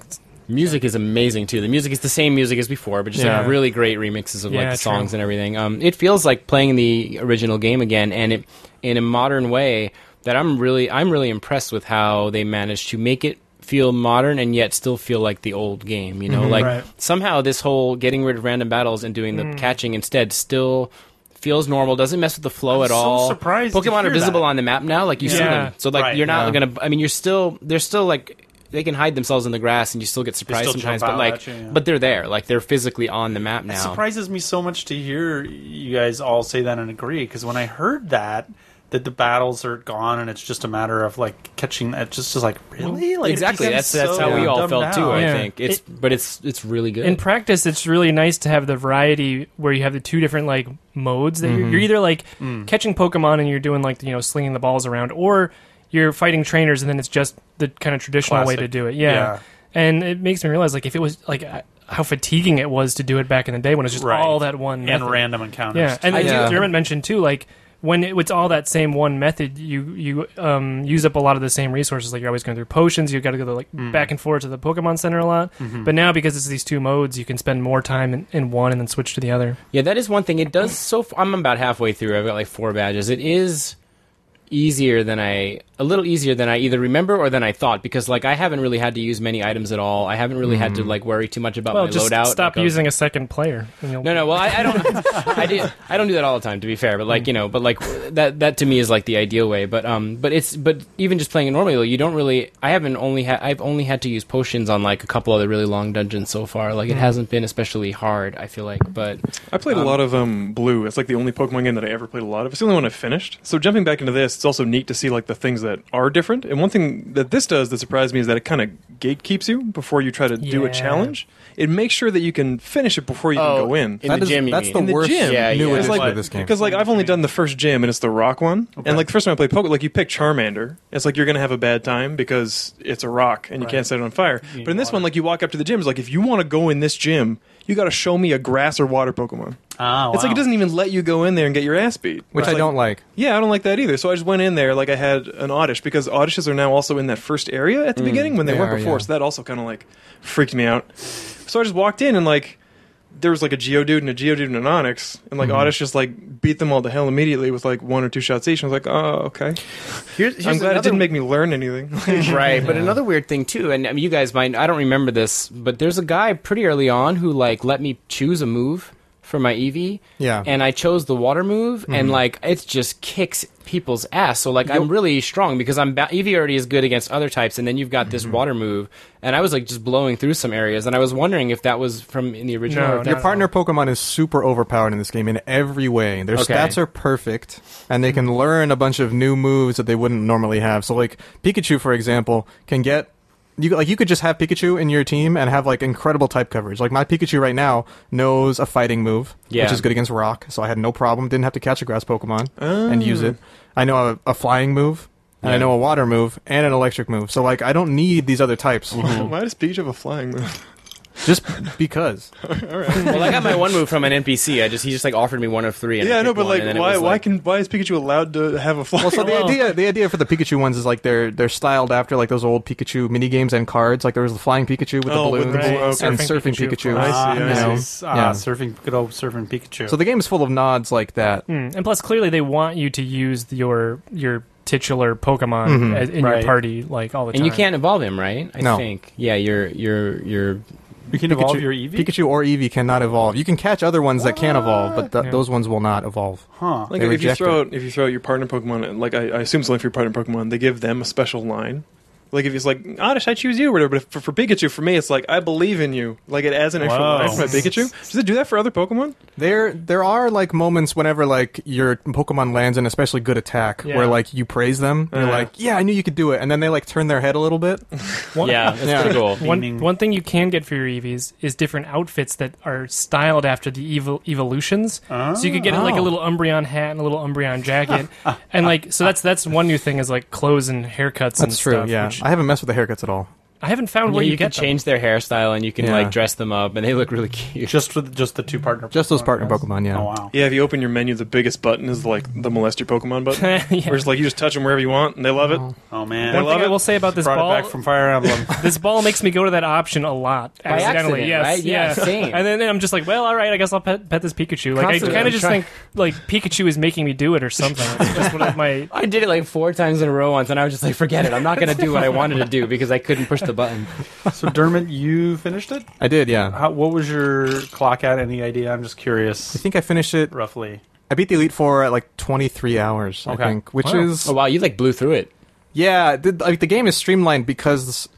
Speaker 2: Music is amazing too. The music is the same music as before, but just
Speaker 3: Yeah.
Speaker 2: like really great remixes of
Speaker 4: Yeah,
Speaker 2: like the
Speaker 4: true.
Speaker 2: songs and everything. Um, it feels like playing the original game again, and it in a modern way. That I'm really I'm really impressed with how they managed to make it feel modern and yet still feel like the old game. You know, like
Speaker 1: Mm-hmm. right. Mm.
Speaker 2: somehow this whole getting rid of random battles and doing the catching instead still feels normal. Doesn't mess with the flow at
Speaker 1: so
Speaker 2: all.
Speaker 1: surprised to
Speaker 2: Pokemon are
Speaker 1: hear
Speaker 2: visible
Speaker 1: that.
Speaker 2: on the map now, like you see
Speaker 4: Yeah.
Speaker 2: them. So like
Speaker 1: Right,
Speaker 2: you're not
Speaker 3: yeah.
Speaker 2: gonna gonna- I mean, you're still. They're still like. They can hide themselves in the grass, and you still get surprised
Speaker 1: still jump
Speaker 2: sometimes.
Speaker 1: out
Speaker 2: But like,
Speaker 1: at you, yeah.
Speaker 2: but they're there. Like they're physically on the map
Speaker 1: It
Speaker 2: now.
Speaker 1: surprises me so much to hear you guys all say that and agree because when I heard that that the battles are gone and it's just a matter of like catching it just is like really like it
Speaker 2: exactly.
Speaker 1: becomes
Speaker 2: That's that's
Speaker 1: so
Speaker 2: how we all
Speaker 1: dumbed
Speaker 2: felt too.
Speaker 1: down.
Speaker 2: I
Speaker 4: Yeah.
Speaker 2: think it's, but it's it's really good.
Speaker 4: in practice, it's really nice to have the variety where you have the two different like modes that you're, you're either like catching Pokemon and you're doing like you know slinging the balls around, or you're fighting trainers and then it's just the kind of traditional way
Speaker 1: Classic.
Speaker 4: to do it. Yeah.
Speaker 1: Yeah.
Speaker 4: and it makes me realize like if it was like uh, how fatiguing it was to do it back in the day when it's just
Speaker 1: Right.
Speaker 4: all that one
Speaker 1: and
Speaker 4: method.
Speaker 1: random encounters.
Speaker 4: Yeah, and
Speaker 2: I
Speaker 4: as
Speaker 3: do-
Speaker 4: you- German mentioned too, like when it, it's all that same one method, you you um, use up a lot of the same resources. Like you're always going through potions, you got to go like
Speaker 1: Mm-hmm.
Speaker 4: back and forth to the Pokemon Center a lot. But now because it's these two modes, you can spend more time in, in one and then switch to the other.
Speaker 2: yeah, that is one thing. It does so. F- I'm about halfway through. I've got like four badges. It is easier than I a little easier than I either remember or than I thought because like I haven't really had to use many items at all. I haven't really had to
Speaker 1: Mm-hmm.
Speaker 2: like worry too much about
Speaker 4: Well,
Speaker 2: my
Speaker 4: just
Speaker 2: loadout.
Speaker 4: stop
Speaker 2: like, I was-
Speaker 4: using a second player. And you'll,
Speaker 2: No, no. Well, I, I don't. I do. I don't do that all the time, to be fair. But like you know, but like that. That to me is like the ideal way. But um, but it's but even just playing it normally, though, you don't really. I haven't only had. I've only had to use potions on like a couple other really long dungeons so far. Like it hasn't been especially hard. I feel like, but
Speaker 5: I played a lot of um, Blue. It's like the only Pokemon game that I ever played a lot of. It's the only one I finished. So jumping back into this, it's also neat to see like the things that are different. And one thing that this does that surprised me is that it kind of gatekeeps you before you try to do
Speaker 4: Yeah.
Speaker 5: a challenge. It makes sure that you can finish it before you
Speaker 2: Oh,
Speaker 5: can go in.
Speaker 2: in the
Speaker 3: That is-
Speaker 2: gym, you
Speaker 3: that's
Speaker 2: mean.
Speaker 3: the
Speaker 2: In
Speaker 5: the
Speaker 3: worst
Speaker 5: gym.
Speaker 2: Yeah,
Speaker 3: new
Speaker 2: yeah.
Speaker 3: addition
Speaker 5: It's
Speaker 3: to
Speaker 5: like-
Speaker 3: this game.
Speaker 5: Because like I've only done the first gym and it's the rock one. And like the first time I played Pokemon, like you pick Charmander, it's like you're gonna have a bad time because it's a rock and you
Speaker 1: Right.
Speaker 5: can't set it on fire.
Speaker 1: need
Speaker 5: But in this
Speaker 1: water.
Speaker 5: one, like you walk up to the gym, it's like if you want to go in this gym, you got to show me a grass or water Pokemon.
Speaker 1: Ah,
Speaker 5: It's like
Speaker 1: wow.
Speaker 5: it doesn't even let you go in there and get your ass beat.
Speaker 3: which
Speaker 5: It's
Speaker 3: I don't like.
Speaker 5: Yeah, I don't like that either. So I just went in there like I had an Oddish because Oddishes are now also in that first area
Speaker 2: Mm,
Speaker 5: at the beginning when they,
Speaker 3: they
Speaker 5: weren't
Speaker 3: are,
Speaker 5: before.
Speaker 3: yeah.
Speaker 5: So that also kind of like freaked me out. So I just walked in and like there was like a Geodude and a Geodude and an Onyx and
Speaker 2: Mm-hmm.
Speaker 5: like Oddish just like beat them all to hell immediately with like one or two shots each. And I was like, oh okay.
Speaker 2: Here's,
Speaker 5: I'm glad it didn't make me learn anything.
Speaker 2: right. But another weird thing too, and I mean, you guys might. I don't remember this, but there's a guy pretty early on who like let me choose a move. for my Eevee.
Speaker 3: Yeah. Mm-hmm.
Speaker 2: And I chose the water move, and like it just kicks people's ass. So like I'm really strong because I'm ba- Eevee already is good against other types, and then you've got this
Speaker 3: Mm-hmm.
Speaker 2: water move, and I was like just blowing through some areas, and I was wondering if that was from in the original.
Speaker 4: No,
Speaker 2: or if
Speaker 4: no.
Speaker 3: Your partner Pokemon is super overpowered in this game in every way. Their
Speaker 2: Okay.
Speaker 3: stats are perfect, and they can learn a bunch of new moves that they wouldn't normally have. So, like Pikachu, for example, can get you like you could just have Pikachu in your team and have like incredible type coverage. Like my Pikachu right now knows a fighting move,
Speaker 2: Yeah.
Speaker 3: which is good against rock, so I had no problem. Didn't have to catch a grass Pokemon and use it. I know a, a flying move. And I
Speaker 2: Oh. Yeah.
Speaker 3: know a water move and an electric move, so like I don't need these other types
Speaker 2: Mm-hmm.
Speaker 5: Why does Peach have a flying move?
Speaker 3: just because.
Speaker 2: well, I got my one move from an NPC. I just he just like offered me one of three. And
Speaker 5: yeah, I know,
Speaker 2: picked
Speaker 5: but
Speaker 2: one,
Speaker 5: like,
Speaker 2: and then it
Speaker 5: why?
Speaker 2: was,
Speaker 5: why
Speaker 2: like-
Speaker 5: can? Why is Pikachu allowed to have a flying?
Speaker 3: Well, so the
Speaker 5: move?
Speaker 3: idea the idea for the Pikachu ones is like they're they're styled after like those old Pikachu mini games and cards. Like there was the flying Pikachu with
Speaker 5: Oh,
Speaker 3: the
Speaker 5: with
Speaker 3: balloons
Speaker 5: the
Speaker 4: balloon,
Speaker 3: and
Speaker 4: okay.
Speaker 3: surfing
Speaker 4: Surfing
Speaker 3: Pikachu.
Speaker 4: Pikachu, of
Speaker 1: Ah,
Speaker 5: I see, I
Speaker 1: this
Speaker 5: see.
Speaker 1: is, ah,
Speaker 3: Yeah.
Speaker 1: surfing, good old surfing Pikachu.
Speaker 3: So the game is full of nods like that.
Speaker 4: Mm. And plus, clearly, they want you to use your your titular Pokemon
Speaker 3: Mhm.
Speaker 4: as, in
Speaker 1: Right.
Speaker 4: your party like all the time.
Speaker 2: And you can't evolve him, right? I
Speaker 3: No.
Speaker 2: think. Yeah, you're you're you're
Speaker 1: you can evolve your Eevee.
Speaker 3: Pikachu or Eevee cannot evolve. You can catch other ones that can evolve, but th-
Speaker 4: Yeah.
Speaker 3: those ones will not evolve.
Speaker 1: huh?
Speaker 5: Like
Speaker 3: They
Speaker 5: if you
Speaker 3: reject
Speaker 5: throw out if you throw out your partner Pokemon, and, like I, I assume it's only for your partner Pokemon, they give them a special line. Like if it's like Oddish, I choose you or whatever. But for, for Pikachu, for me, it's like I believe in you. Like it adds an extra
Speaker 1: Wow.
Speaker 5: line for my Pikachu. Does it do that for other Pokemon?
Speaker 3: There there are like moments whenever like your Pokemon lands an especially good attack
Speaker 4: Yeah.
Speaker 3: where like you praise them. You're
Speaker 5: Yeah.
Speaker 3: like, yeah, I knew you could do it, and then they like turn their head a little bit.
Speaker 4: One,
Speaker 2: yeah, that's
Speaker 3: Yeah.
Speaker 2: pretty cool.
Speaker 4: One,
Speaker 1: Beaming.
Speaker 4: one thing you can get for your Eevees is different outfits that are styled after the evol- evolutions. So you could get like a
Speaker 3: Oh.
Speaker 4: little Umbreon hat and a little Umbreon jacket, and like so that's that's one new thing is like clothes and haircuts. and
Speaker 3: That's true.
Speaker 4: stuff,
Speaker 3: yeah,
Speaker 4: which
Speaker 3: I haven't messed with the haircuts at all.
Speaker 4: I haven't found
Speaker 2: Yeah,
Speaker 4: where
Speaker 2: you,
Speaker 4: you,
Speaker 2: can
Speaker 4: get them.
Speaker 2: change their hairstyle and you can
Speaker 3: Yeah.
Speaker 2: like dress them up, and they look really cute.
Speaker 1: Just with just the two partner.
Speaker 3: Just those
Speaker 1: Pokemon,
Speaker 3: partner
Speaker 1: yes?
Speaker 3: Pokemon, yeah.
Speaker 1: Oh wow.
Speaker 5: Yeah. If you open your menu, the biggest button is like the molest your Pokemon button.
Speaker 4: Yeah.
Speaker 5: Where it's like you just touch them wherever you want and they love it.
Speaker 1: Oh man.
Speaker 5: I
Speaker 4: One
Speaker 5: love
Speaker 4: thing I
Speaker 5: it.
Speaker 4: will say about this
Speaker 1: Brought
Speaker 4: ball,
Speaker 1: it back from Fire Emblem.
Speaker 4: this ball makes me go to that option a lot accidentally.
Speaker 2: accident,
Speaker 4: yes,
Speaker 2: right? Yeah, same.
Speaker 4: And then I'm just like, well, all right, I guess I'll pet, pet this Pikachu.
Speaker 2: Constantly,
Speaker 4: Like I kind
Speaker 2: I'm
Speaker 4: of just
Speaker 2: trying-
Speaker 4: think like Pikachu is making me do it or something. It's just one of my
Speaker 2: I did it like four times in a row once, and I was just like, "Forget it! I'm not going to do what I wanted to do because I couldn't push the button."
Speaker 1: so Dermot, you finished it.
Speaker 3: I did, yeah.
Speaker 1: How, what was your clock at? Any idea? I'm just
Speaker 3: I
Speaker 1: curious.
Speaker 3: think I finished it
Speaker 1: Roughly.
Speaker 3: I beat the Elite Four at like 23 hours,
Speaker 1: Okay.
Speaker 3: I think, which
Speaker 1: Wow.
Speaker 3: is
Speaker 2: Oh wow, you like blew through it.
Speaker 3: yeah. The, like the game is streamlined because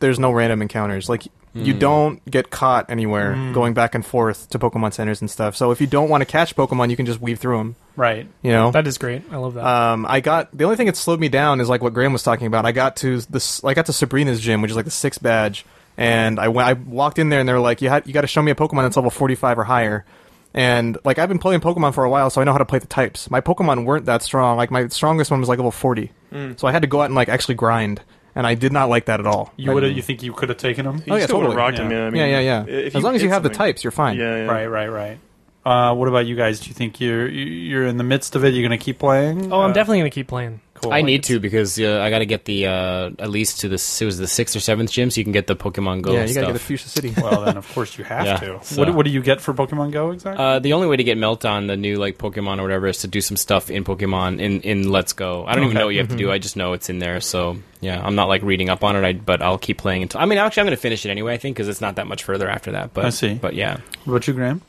Speaker 3: there's no random encounters. Like you
Speaker 1: Hmm.
Speaker 2: Hmm.
Speaker 3: don't get caught anywhere going back and forth to Pokemon centers and stuff. So if you don't want to catch Pokemon, you can just weave through them.
Speaker 1: Right.
Speaker 3: You know.
Speaker 4: that is great. I love that.
Speaker 1: Uh,
Speaker 3: um, I got the only thing that slowed me down is like what Graham was talking about. I got to this, I got to Sabrina's gym, which is like the sixth badge, and I went, I walked in there and they were like, you had, you got to show me a Pokemon that's level forty five or higher, and like I've been playing Pokemon for a while, so I know how to play the types. My Pokemon weren't that strong. Like my strongest one was like level forty,
Speaker 5: Mm.
Speaker 3: so I had to go out and like actually grind, and I did not like that at all.
Speaker 1: You would. You think you could have taken him?
Speaker 5: You
Speaker 3: Oh, yeah,
Speaker 5: still would've
Speaker 3: totally.
Speaker 5: rocked him.
Speaker 1: Yeah.
Speaker 5: Yeah. I mean,
Speaker 3: yeah, yeah, yeah.
Speaker 5: if
Speaker 3: As long as
Speaker 5: hit
Speaker 3: you have the
Speaker 5: something-
Speaker 3: types, you're fine.
Speaker 5: Yeah, yeah.
Speaker 1: Right. Right. Right. Uh, what about you guys? Do you think you're you're in the midst of it? You're going to keep playing?
Speaker 4: oh, I'm
Speaker 1: Uh,
Speaker 4: definitely gonna keep playing.
Speaker 1: Cool.
Speaker 2: I need to because uh, I got to get the uh, at least to the it was the sixth or seventh gym, so you can get the Pokemon Go
Speaker 3: yeah. You
Speaker 2: stuff.
Speaker 3: gotta get a Fuchsia City.
Speaker 1: Well, then of course you have
Speaker 2: Yeah,
Speaker 1: to.
Speaker 2: so-
Speaker 1: What, what do you get for Pokemon Go exactly?
Speaker 2: Uh, the only way to get Melton, the new like Pokemon or whatever, is to do some stuff in Pokemon in, in Let's Go. I don't even know what you have to
Speaker 3: Mm-hmm.
Speaker 2: do. I just know it's in there. So yeah, I'm not like reading up on it. I, but I'll keep playing until. I mean, actually, I'm going to finish it anyway. I think because it's not that much further after that. But
Speaker 1: I see.
Speaker 2: But yeah,
Speaker 1: what about you, Graham?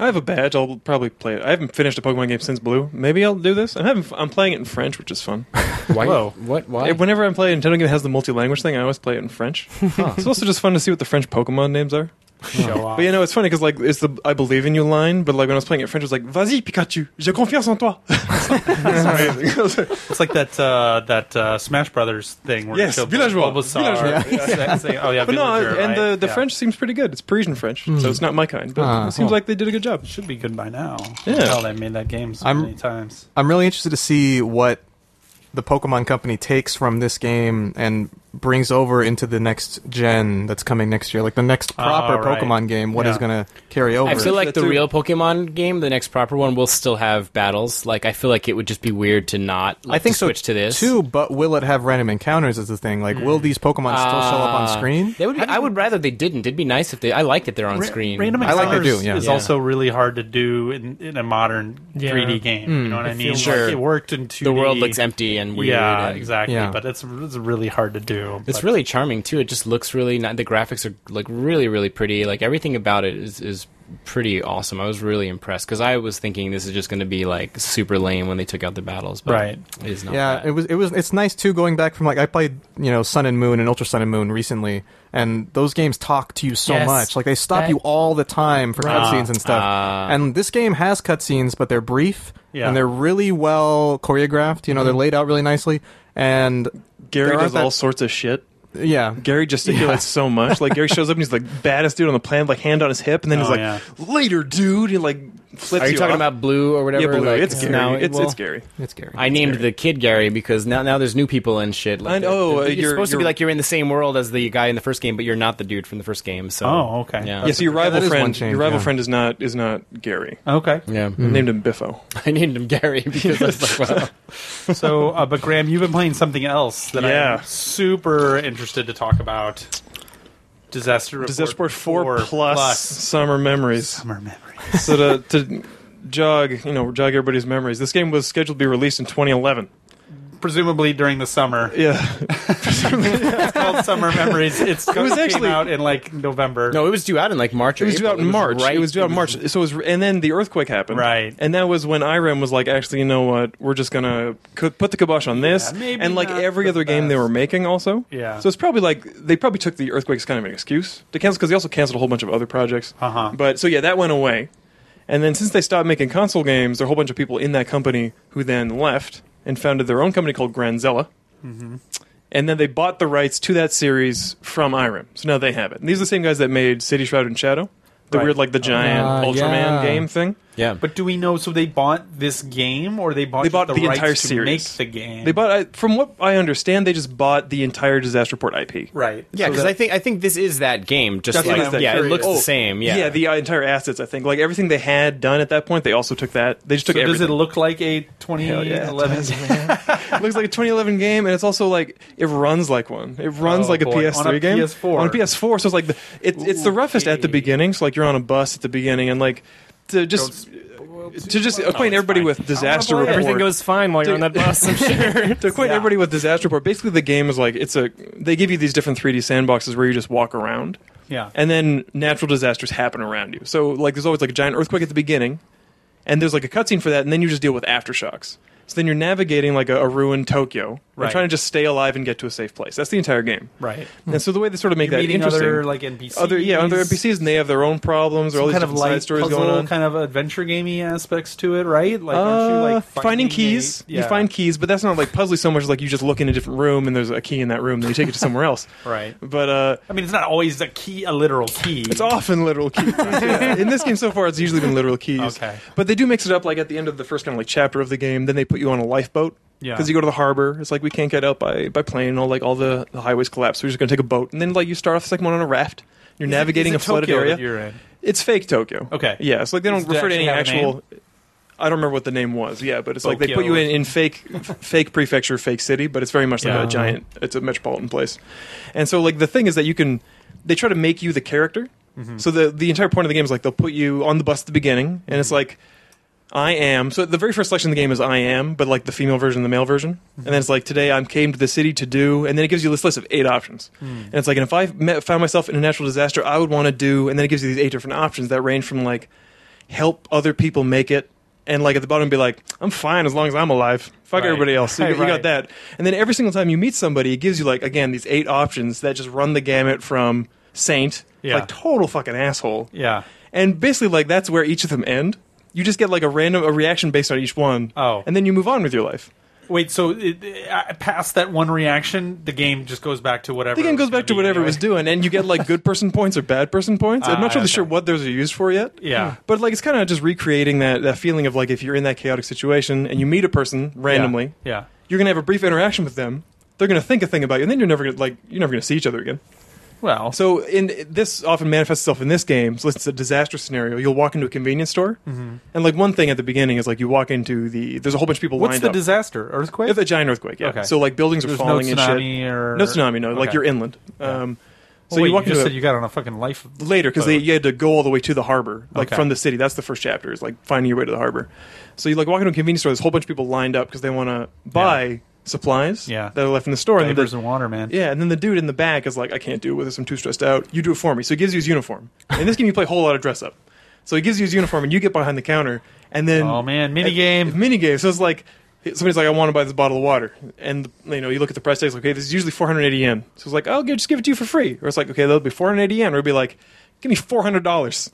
Speaker 5: I have a badge. I'll probably play it. I haven't finished a Pokemon game since Blue. Maybe I'll do this. I'm having. f- I'm playing it in French, which is fun.
Speaker 2: why?
Speaker 1: Whoa.
Speaker 2: What? Why?
Speaker 5: Yeah, Whenever I'm playing a Nintendo game that has the multi-language thing, I always play it in French. It's also just fun to see what the French Pokemon names are.
Speaker 1: Show off.
Speaker 5: But you know, it's funny because like it's the "I believe in you" line, but like when I was playing it in French, it was like "Vas-y, Pikachu, j'ai confiance en toi." It's amazing.
Speaker 1: It's like that uh, that uh, Smash Brothers thing where
Speaker 5: Yes,
Speaker 1: you show
Speaker 5: Villageois.
Speaker 1: Bulbasaur.
Speaker 5: Villageois.
Speaker 1: Yeah, that thing. Oh yeah,
Speaker 5: but no,
Speaker 1: Villager,
Speaker 5: and the
Speaker 1: right?
Speaker 5: the
Speaker 1: Yeah.
Speaker 5: French seems pretty good. It's Parisian French,
Speaker 2: Hmm.
Speaker 5: so it's not my kind. But
Speaker 3: Ah,
Speaker 5: it seems
Speaker 3: cool.
Speaker 5: like they did a good job.
Speaker 1: should be good by now.
Speaker 5: Yeah.
Speaker 1: Hell, they made that game so
Speaker 3: I'm-
Speaker 1: many times.
Speaker 3: I'm really interested to see what the Pokemon Company takes from this game and brings over into the next gen that's coming next year, like the next proper
Speaker 1: Oh, right.
Speaker 3: Pokemon game. What is
Speaker 1: Yeah.
Speaker 3: going to carry over?
Speaker 2: I feel like
Speaker 5: That
Speaker 2: the
Speaker 5: too.
Speaker 2: real Pokemon game, the next proper one, will still have battles. Like I feel like it would just be weird to not. Like,
Speaker 3: I think
Speaker 2: to
Speaker 3: so
Speaker 2: switch to this
Speaker 3: too, but will it have random encounters? Is the thing like will these Pokemon still show up on
Speaker 2: Ah.
Speaker 3: screen?
Speaker 2: They would be, I would rather they didn't. It'd be nice if they. I like that they're on
Speaker 1: Ra-
Speaker 2: screen.
Speaker 1: Random
Speaker 3: I like they
Speaker 1: encounters
Speaker 3: do, yeah.
Speaker 1: is
Speaker 2: Yeah.
Speaker 1: also really hard to do in, in a modern
Speaker 4: Yeah.
Speaker 1: 3D game. You know what I mean?
Speaker 2: feels-
Speaker 1: Like,
Speaker 2: Sure.
Speaker 1: it worked in 2D.
Speaker 2: the world looks empty and weird.
Speaker 1: Yeah,
Speaker 2: and-
Speaker 1: exactly.
Speaker 3: Yeah.
Speaker 1: But it's it's really hard to do.
Speaker 2: It's
Speaker 1: But-
Speaker 2: really charming too. It just looks really nice. The graphics are like really, really pretty. Like everything about it is is pretty awesome. I was really impressed because I was thinking this is just going to be like super lame when they took out the battles, but
Speaker 1: Right.
Speaker 2: it is not.
Speaker 3: yeah,
Speaker 2: that.
Speaker 3: it was it was it's nice too going back from like I played, you know, Sun and Moon and Ultra Sun and Moon recently and those games talk to you so
Speaker 4: Yes.
Speaker 3: much. Like they stop
Speaker 4: That-
Speaker 3: you all the time for
Speaker 4: Right.
Speaker 3: cutscenes and stuff.
Speaker 2: Ah.
Speaker 3: and this game has cutscenes, but they're brief
Speaker 1: Yeah.
Speaker 3: and they're really well choreographed, you know, they're laid out really nicely and
Speaker 5: Gary
Speaker 3: There aren't
Speaker 5: does all
Speaker 3: that-
Speaker 5: sorts of shit.
Speaker 3: yeah,
Speaker 5: Gary gesticulates so much. Like Gary shows up and he's like baddest dude on the planet, like hand on his hip, and then
Speaker 1: Oh,
Speaker 5: he's like,
Speaker 1: yeah.
Speaker 5: "Later, dude." He like flips.
Speaker 2: Are you talking
Speaker 5: off.
Speaker 2: about Blue or whatever?
Speaker 5: Yeah, Blue.
Speaker 2: Like, uh,
Speaker 5: it's Gary.
Speaker 2: now-
Speaker 5: it's,
Speaker 2: well,
Speaker 5: it's Gary.
Speaker 3: it's scary.
Speaker 2: I named the kid Gary because now now there's new people and shit. Like,
Speaker 5: I know,
Speaker 2: they're-
Speaker 5: uh,
Speaker 2: they're- you're,
Speaker 5: you're-
Speaker 2: supposed to be
Speaker 5: you're-
Speaker 2: like you're in the same world as the guy in the first game, but you're not the dude from the first game. So
Speaker 1: Oh, okay.
Speaker 2: Yeah.
Speaker 5: Yeah, so your rival
Speaker 3: that is one
Speaker 5: friend,
Speaker 3: change,
Speaker 5: your rival
Speaker 3: yeah.
Speaker 5: friend is not is not Gary.
Speaker 1: Okay.
Speaker 2: yeah.
Speaker 5: I Named him Biffo.
Speaker 2: I named him Gary because I was like, well,
Speaker 1: So, uh, but Graham, you've been playing something else that
Speaker 5: Yeah.
Speaker 1: I'm super interested to talk about. Disaster Report.
Speaker 5: Disaster Sport Four, plus,
Speaker 1: plus.
Speaker 5: summer memories.
Speaker 1: Summer memory.
Speaker 5: so to, to jog, you know, jog everybody's memories. This game was scheduled to be released in 2011.
Speaker 1: Presumably during the summer.
Speaker 5: Yeah,
Speaker 1: It's called Summer Memories. It's it
Speaker 5: was
Speaker 1: came
Speaker 5: actually-
Speaker 1: out in like November.
Speaker 2: no, it was due out in like March.
Speaker 5: it
Speaker 2: or
Speaker 5: was due
Speaker 2: April.
Speaker 5: out in March.
Speaker 2: Right,
Speaker 5: it was due out in March. So it was, and then the earthquake happened.
Speaker 1: Right.
Speaker 5: and that was when Irem was like, actually, you know what? We're just gonna co- put the kibosh on this,
Speaker 1: Yeah, maybe
Speaker 5: and like
Speaker 1: not
Speaker 5: every
Speaker 1: the
Speaker 5: other game they
Speaker 1: best.
Speaker 5: were making, also.
Speaker 1: Yeah.
Speaker 5: So it's probably like they probably took the earthquakes kind of an excuse to cancel because they also canceled a whole bunch of other projects.
Speaker 1: Uh-huh.
Speaker 5: But so yeah, that went away, and then since they stopped making console games, there are a whole bunch of people in that company who then left and founded their own company called Granzella.
Speaker 1: Mm-hmm.
Speaker 5: And then they bought the rights to that series from Irem. So now they have it. And these are the same guys that made City Shrouded in Shadow, the
Speaker 1: Right. Uh,
Speaker 5: weird, like, the giant
Speaker 3: Ah,
Speaker 5: Ultraman
Speaker 3: yeah.
Speaker 5: game thing.
Speaker 2: Yeah,
Speaker 1: But do we know? So they bought this game, or they bought
Speaker 5: They
Speaker 1: just
Speaker 5: bought
Speaker 1: the,
Speaker 5: the
Speaker 1: rights
Speaker 5: entire
Speaker 1: to
Speaker 5: series.
Speaker 1: make the game?
Speaker 5: They bought, I, from what I understand, they just bought the entire Disaster Report IP.
Speaker 1: right.
Speaker 2: yeah,
Speaker 1: So
Speaker 2: because
Speaker 1: that-
Speaker 2: I think I think this is that game. Just
Speaker 1: That's
Speaker 2: like
Speaker 1: what
Speaker 2: yeah,
Speaker 1: I'm
Speaker 2: it
Speaker 1: curious.
Speaker 2: looks the
Speaker 1: Oh,
Speaker 2: same. Yeah,
Speaker 5: Yeah, the uh, entire assets, I think. Like, everything they had done at that point, they also took that. They just took
Speaker 1: so does
Speaker 5: everything.
Speaker 1: it look like a
Speaker 5: Hell yeah, it
Speaker 1: 2011
Speaker 5: does, It looks like a 2011 game, and it's also like it runs like one. It runs
Speaker 1: Oh,
Speaker 5: like a
Speaker 1: boy.
Speaker 5: PS3
Speaker 1: On a
Speaker 5: game
Speaker 1: PS4.
Speaker 5: On PS4, so it's like the, it, it's the roughest at the
Speaker 1: Okay.
Speaker 5: beginning. So like you're on a bus at the beginning, and like to just to just acquaint everybody with disaster
Speaker 1: play it.
Speaker 5: report.
Speaker 4: Everything goes fine while you're on
Speaker 5: Dude.
Speaker 4: that bus. I'm sure.
Speaker 5: to acquaint
Speaker 1: Yeah.
Speaker 5: everybody with disaster report. Basically, the game is like it's a they give you these different 3D sandboxes where you just walk around,
Speaker 1: Yeah.
Speaker 5: and then natural disasters happen around you. So like there's always like a giant earthquake at the beginning, and there's like a cutscene for that, and then you just deal with aftershocks. So then you're navigating like a, a ruined Tokyo,
Speaker 1: Right.
Speaker 5: and trying to just stay alive and get to a safe place. That's the entire game.
Speaker 1: right.
Speaker 5: And so the way they sort of make
Speaker 1: Hmm. You're
Speaker 5: that
Speaker 1: meeting
Speaker 5: interesting,
Speaker 1: other like NPCs.
Speaker 5: other yeah, other NPCs, and they have their own problems or all
Speaker 1: Some
Speaker 5: these
Speaker 1: kind of
Speaker 5: different side
Speaker 1: light
Speaker 5: stories
Speaker 1: puzzle,
Speaker 5: going on.
Speaker 1: kind of adventure gamey aspects to it, right? Like, aren't you
Speaker 5: Uh,
Speaker 1: like
Speaker 5: finding, keys?
Speaker 1: a- yeah.
Speaker 5: You find keys, but that's not like puzzly so much as like you just look in a different room and there's a key in that room, then you take it to somewhere else.
Speaker 1: Right.
Speaker 5: But uh,
Speaker 1: I mean, it's not always a key, a literal key.
Speaker 5: it's often literal keys. Yeah. In this game so far, it's usually been literal keys.
Speaker 1: Okay.
Speaker 5: But they do mix it up like at the end of the first kind of like chapter of the game. Then they put you on a lifeboat.
Speaker 1: Yeah.
Speaker 5: Because you go to the harbor, it's like we can't get out by by plane. All like all the, the highways collapse. So we're just gonna take a boat, and then like you start off like one on a raft. You're
Speaker 1: Is it-
Speaker 5: navigating
Speaker 1: is it
Speaker 5: a flooded
Speaker 1: Tokyo
Speaker 5: area.
Speaker 1: That you're in.
Speaker 5: It's fake Tokyo.
Speaker 1: Okay.
Speaker 5: Yeah, so like they don't
Speaker 1: Does it
Speaker 5: refer to any
Speaker 1: actually have a
Speaker 5: actual. I don't remember what the name was. Yeah, but it's like they
Speaker 1: Bokyo
Speaker 5: put you
Speaker 1: or
Speaker 5: in, in fake, fake prefecture, fake city, but it's very much like
Speaker 1: Yeah.
Speaker 5: a giant. It's a metropolitan place, and so like the thing is that you can. They try to make you the character.
Speaker 1: Mm-hmm.
Speaker 5: So the the entire point of the game is like they'll put you on the bus at the beginning, and
Speaker 1: Mm-hmm.
Speaker 5: it's like. I am. So the very first selection of the game is I am, but like the female version and the male version.
Speaker 1: Mm-hmm.
Speaker 5: And then it's like today I'm came to the city to do, and then it gives you this list of eight options.
Speaker 1: Mm.
Speaker 5: And it's like, and if I met, found myself in a natural disaster, I would want to do, and then it gives you these eight different options that range from like help other people make it, and like at the bottom be like, I'm fine as long as I'm alive. Fuck
Speaker 1: Right.
Speaker 5: everybody else. So you,
Speaker 1: Right,
Speaker 5: got- you
Speaker 1: right.
Speaker 5: got that. And then every single time you meet somebody, it gives you like again these eight options that just run the gamut from saint,
Speaker 1: Yeah.
Speaker 5: like total fucking asshole,
Speaker 1: Yeah.
Speaker 5: and basically like that's where each of them end you just get like a random a reaction based on each one
Speaker 1: Oh.
Speaker 5: and then you move on with your life
Speaker 1: Wait, so it, uh, past that one reaction, the game just goes back to whatever.
Speaker 5: the game
Speaker 1: it was
Speaker 5: goes back to
Speaker 1: gonna be
Speaker 5: whatever it
Speaker 1: anyway.
Speaker 5: was doing and you get like good person points or bad person points i'm
Speaker 1: Ah,
Speaker 5: not really
Speaker 1: okay.
Speaker 5: sure what those are used for yet
Speaker 1: Yeah.
Speaker 5: but like it's kind of just recreating that, that feeling of like if you're in that chaotic situation and you meet a person randomly
Speaker 1: Yeah.
Speaker 5: you're gonna have a brief interaction with them they're gonna think a thing about you and then you're never gonna like you're never gonna see each other again
Speaker 1: Well, so
Speaker 5: So in this often manifests itself in this game. So it's a disaster scenario. You'll walk into a convenience store,
Speaker 1: Mm-hmm.
Speaker 5: and like one thing at the beginning is like you walk into the there's a whole bunch of people
Speaker 1: what's
Speaker 5: lined
Speaker 1: the
Speaker 5: up.
Speaker 1: disaster? Earthquake?
Speaker 5: It's a giant earthquake. Yeah.
Speaker 1: Okay.
Speaker 5: So like buildings are
Speaker 1: There's
Speaker 5: falling
Speaker 1: no
Speaker 5: and
Speaker 1: tsunami
Speaker 5: shit.
Speaker 1: or
Speaker 5: No tsunami. No. Like
Speaker 1: Okay.
Speaker 5: you're inland. Um, so
Speaker 1: Wait,
Speaker 5: you walk
Speaker 1: you just
Speaker 5: into
Speaker 1: said
Speaker 5: a,
Speaker 1: you got on a fucking life
Speaker 5: later because
Speaker 1: boat.
Speaker 5: you had to go all the way to the harbor, like
Speaker 1: Okay.
Speaker 5: from the city. That's the first chapter is like finding your way to the harbor. So you like walk into a convenience store. There's a whole bunch of people lined up because they want to buy supplies
Speaker 1: Yeah.
Speaker 5: that are left in the store. and
Speaker 1: Diapers
Speaker 5: the-
Speaker 1: and water, man.
Speaker 5: yeah, and then the dude in the back is like, I can't do it with this. I'm too stressed out. You do it for me. So he gives you his uniform. In this game, you play a whole lot of dress up. So he gives you his uniform, and you get behind the counter, and then
Speaker 1: Oh, man, minigame.
Speaker 5: mini game. So it's like somebody's like, I want to buy this bottle of water, and you know, you look at the price tag. It's like, okay, this is usually 480 yen. So it's like, I'll give, just give it to you for free, or it's like, okay, that'll be 480 yen, or it'll be like. Give me four hundred dollars.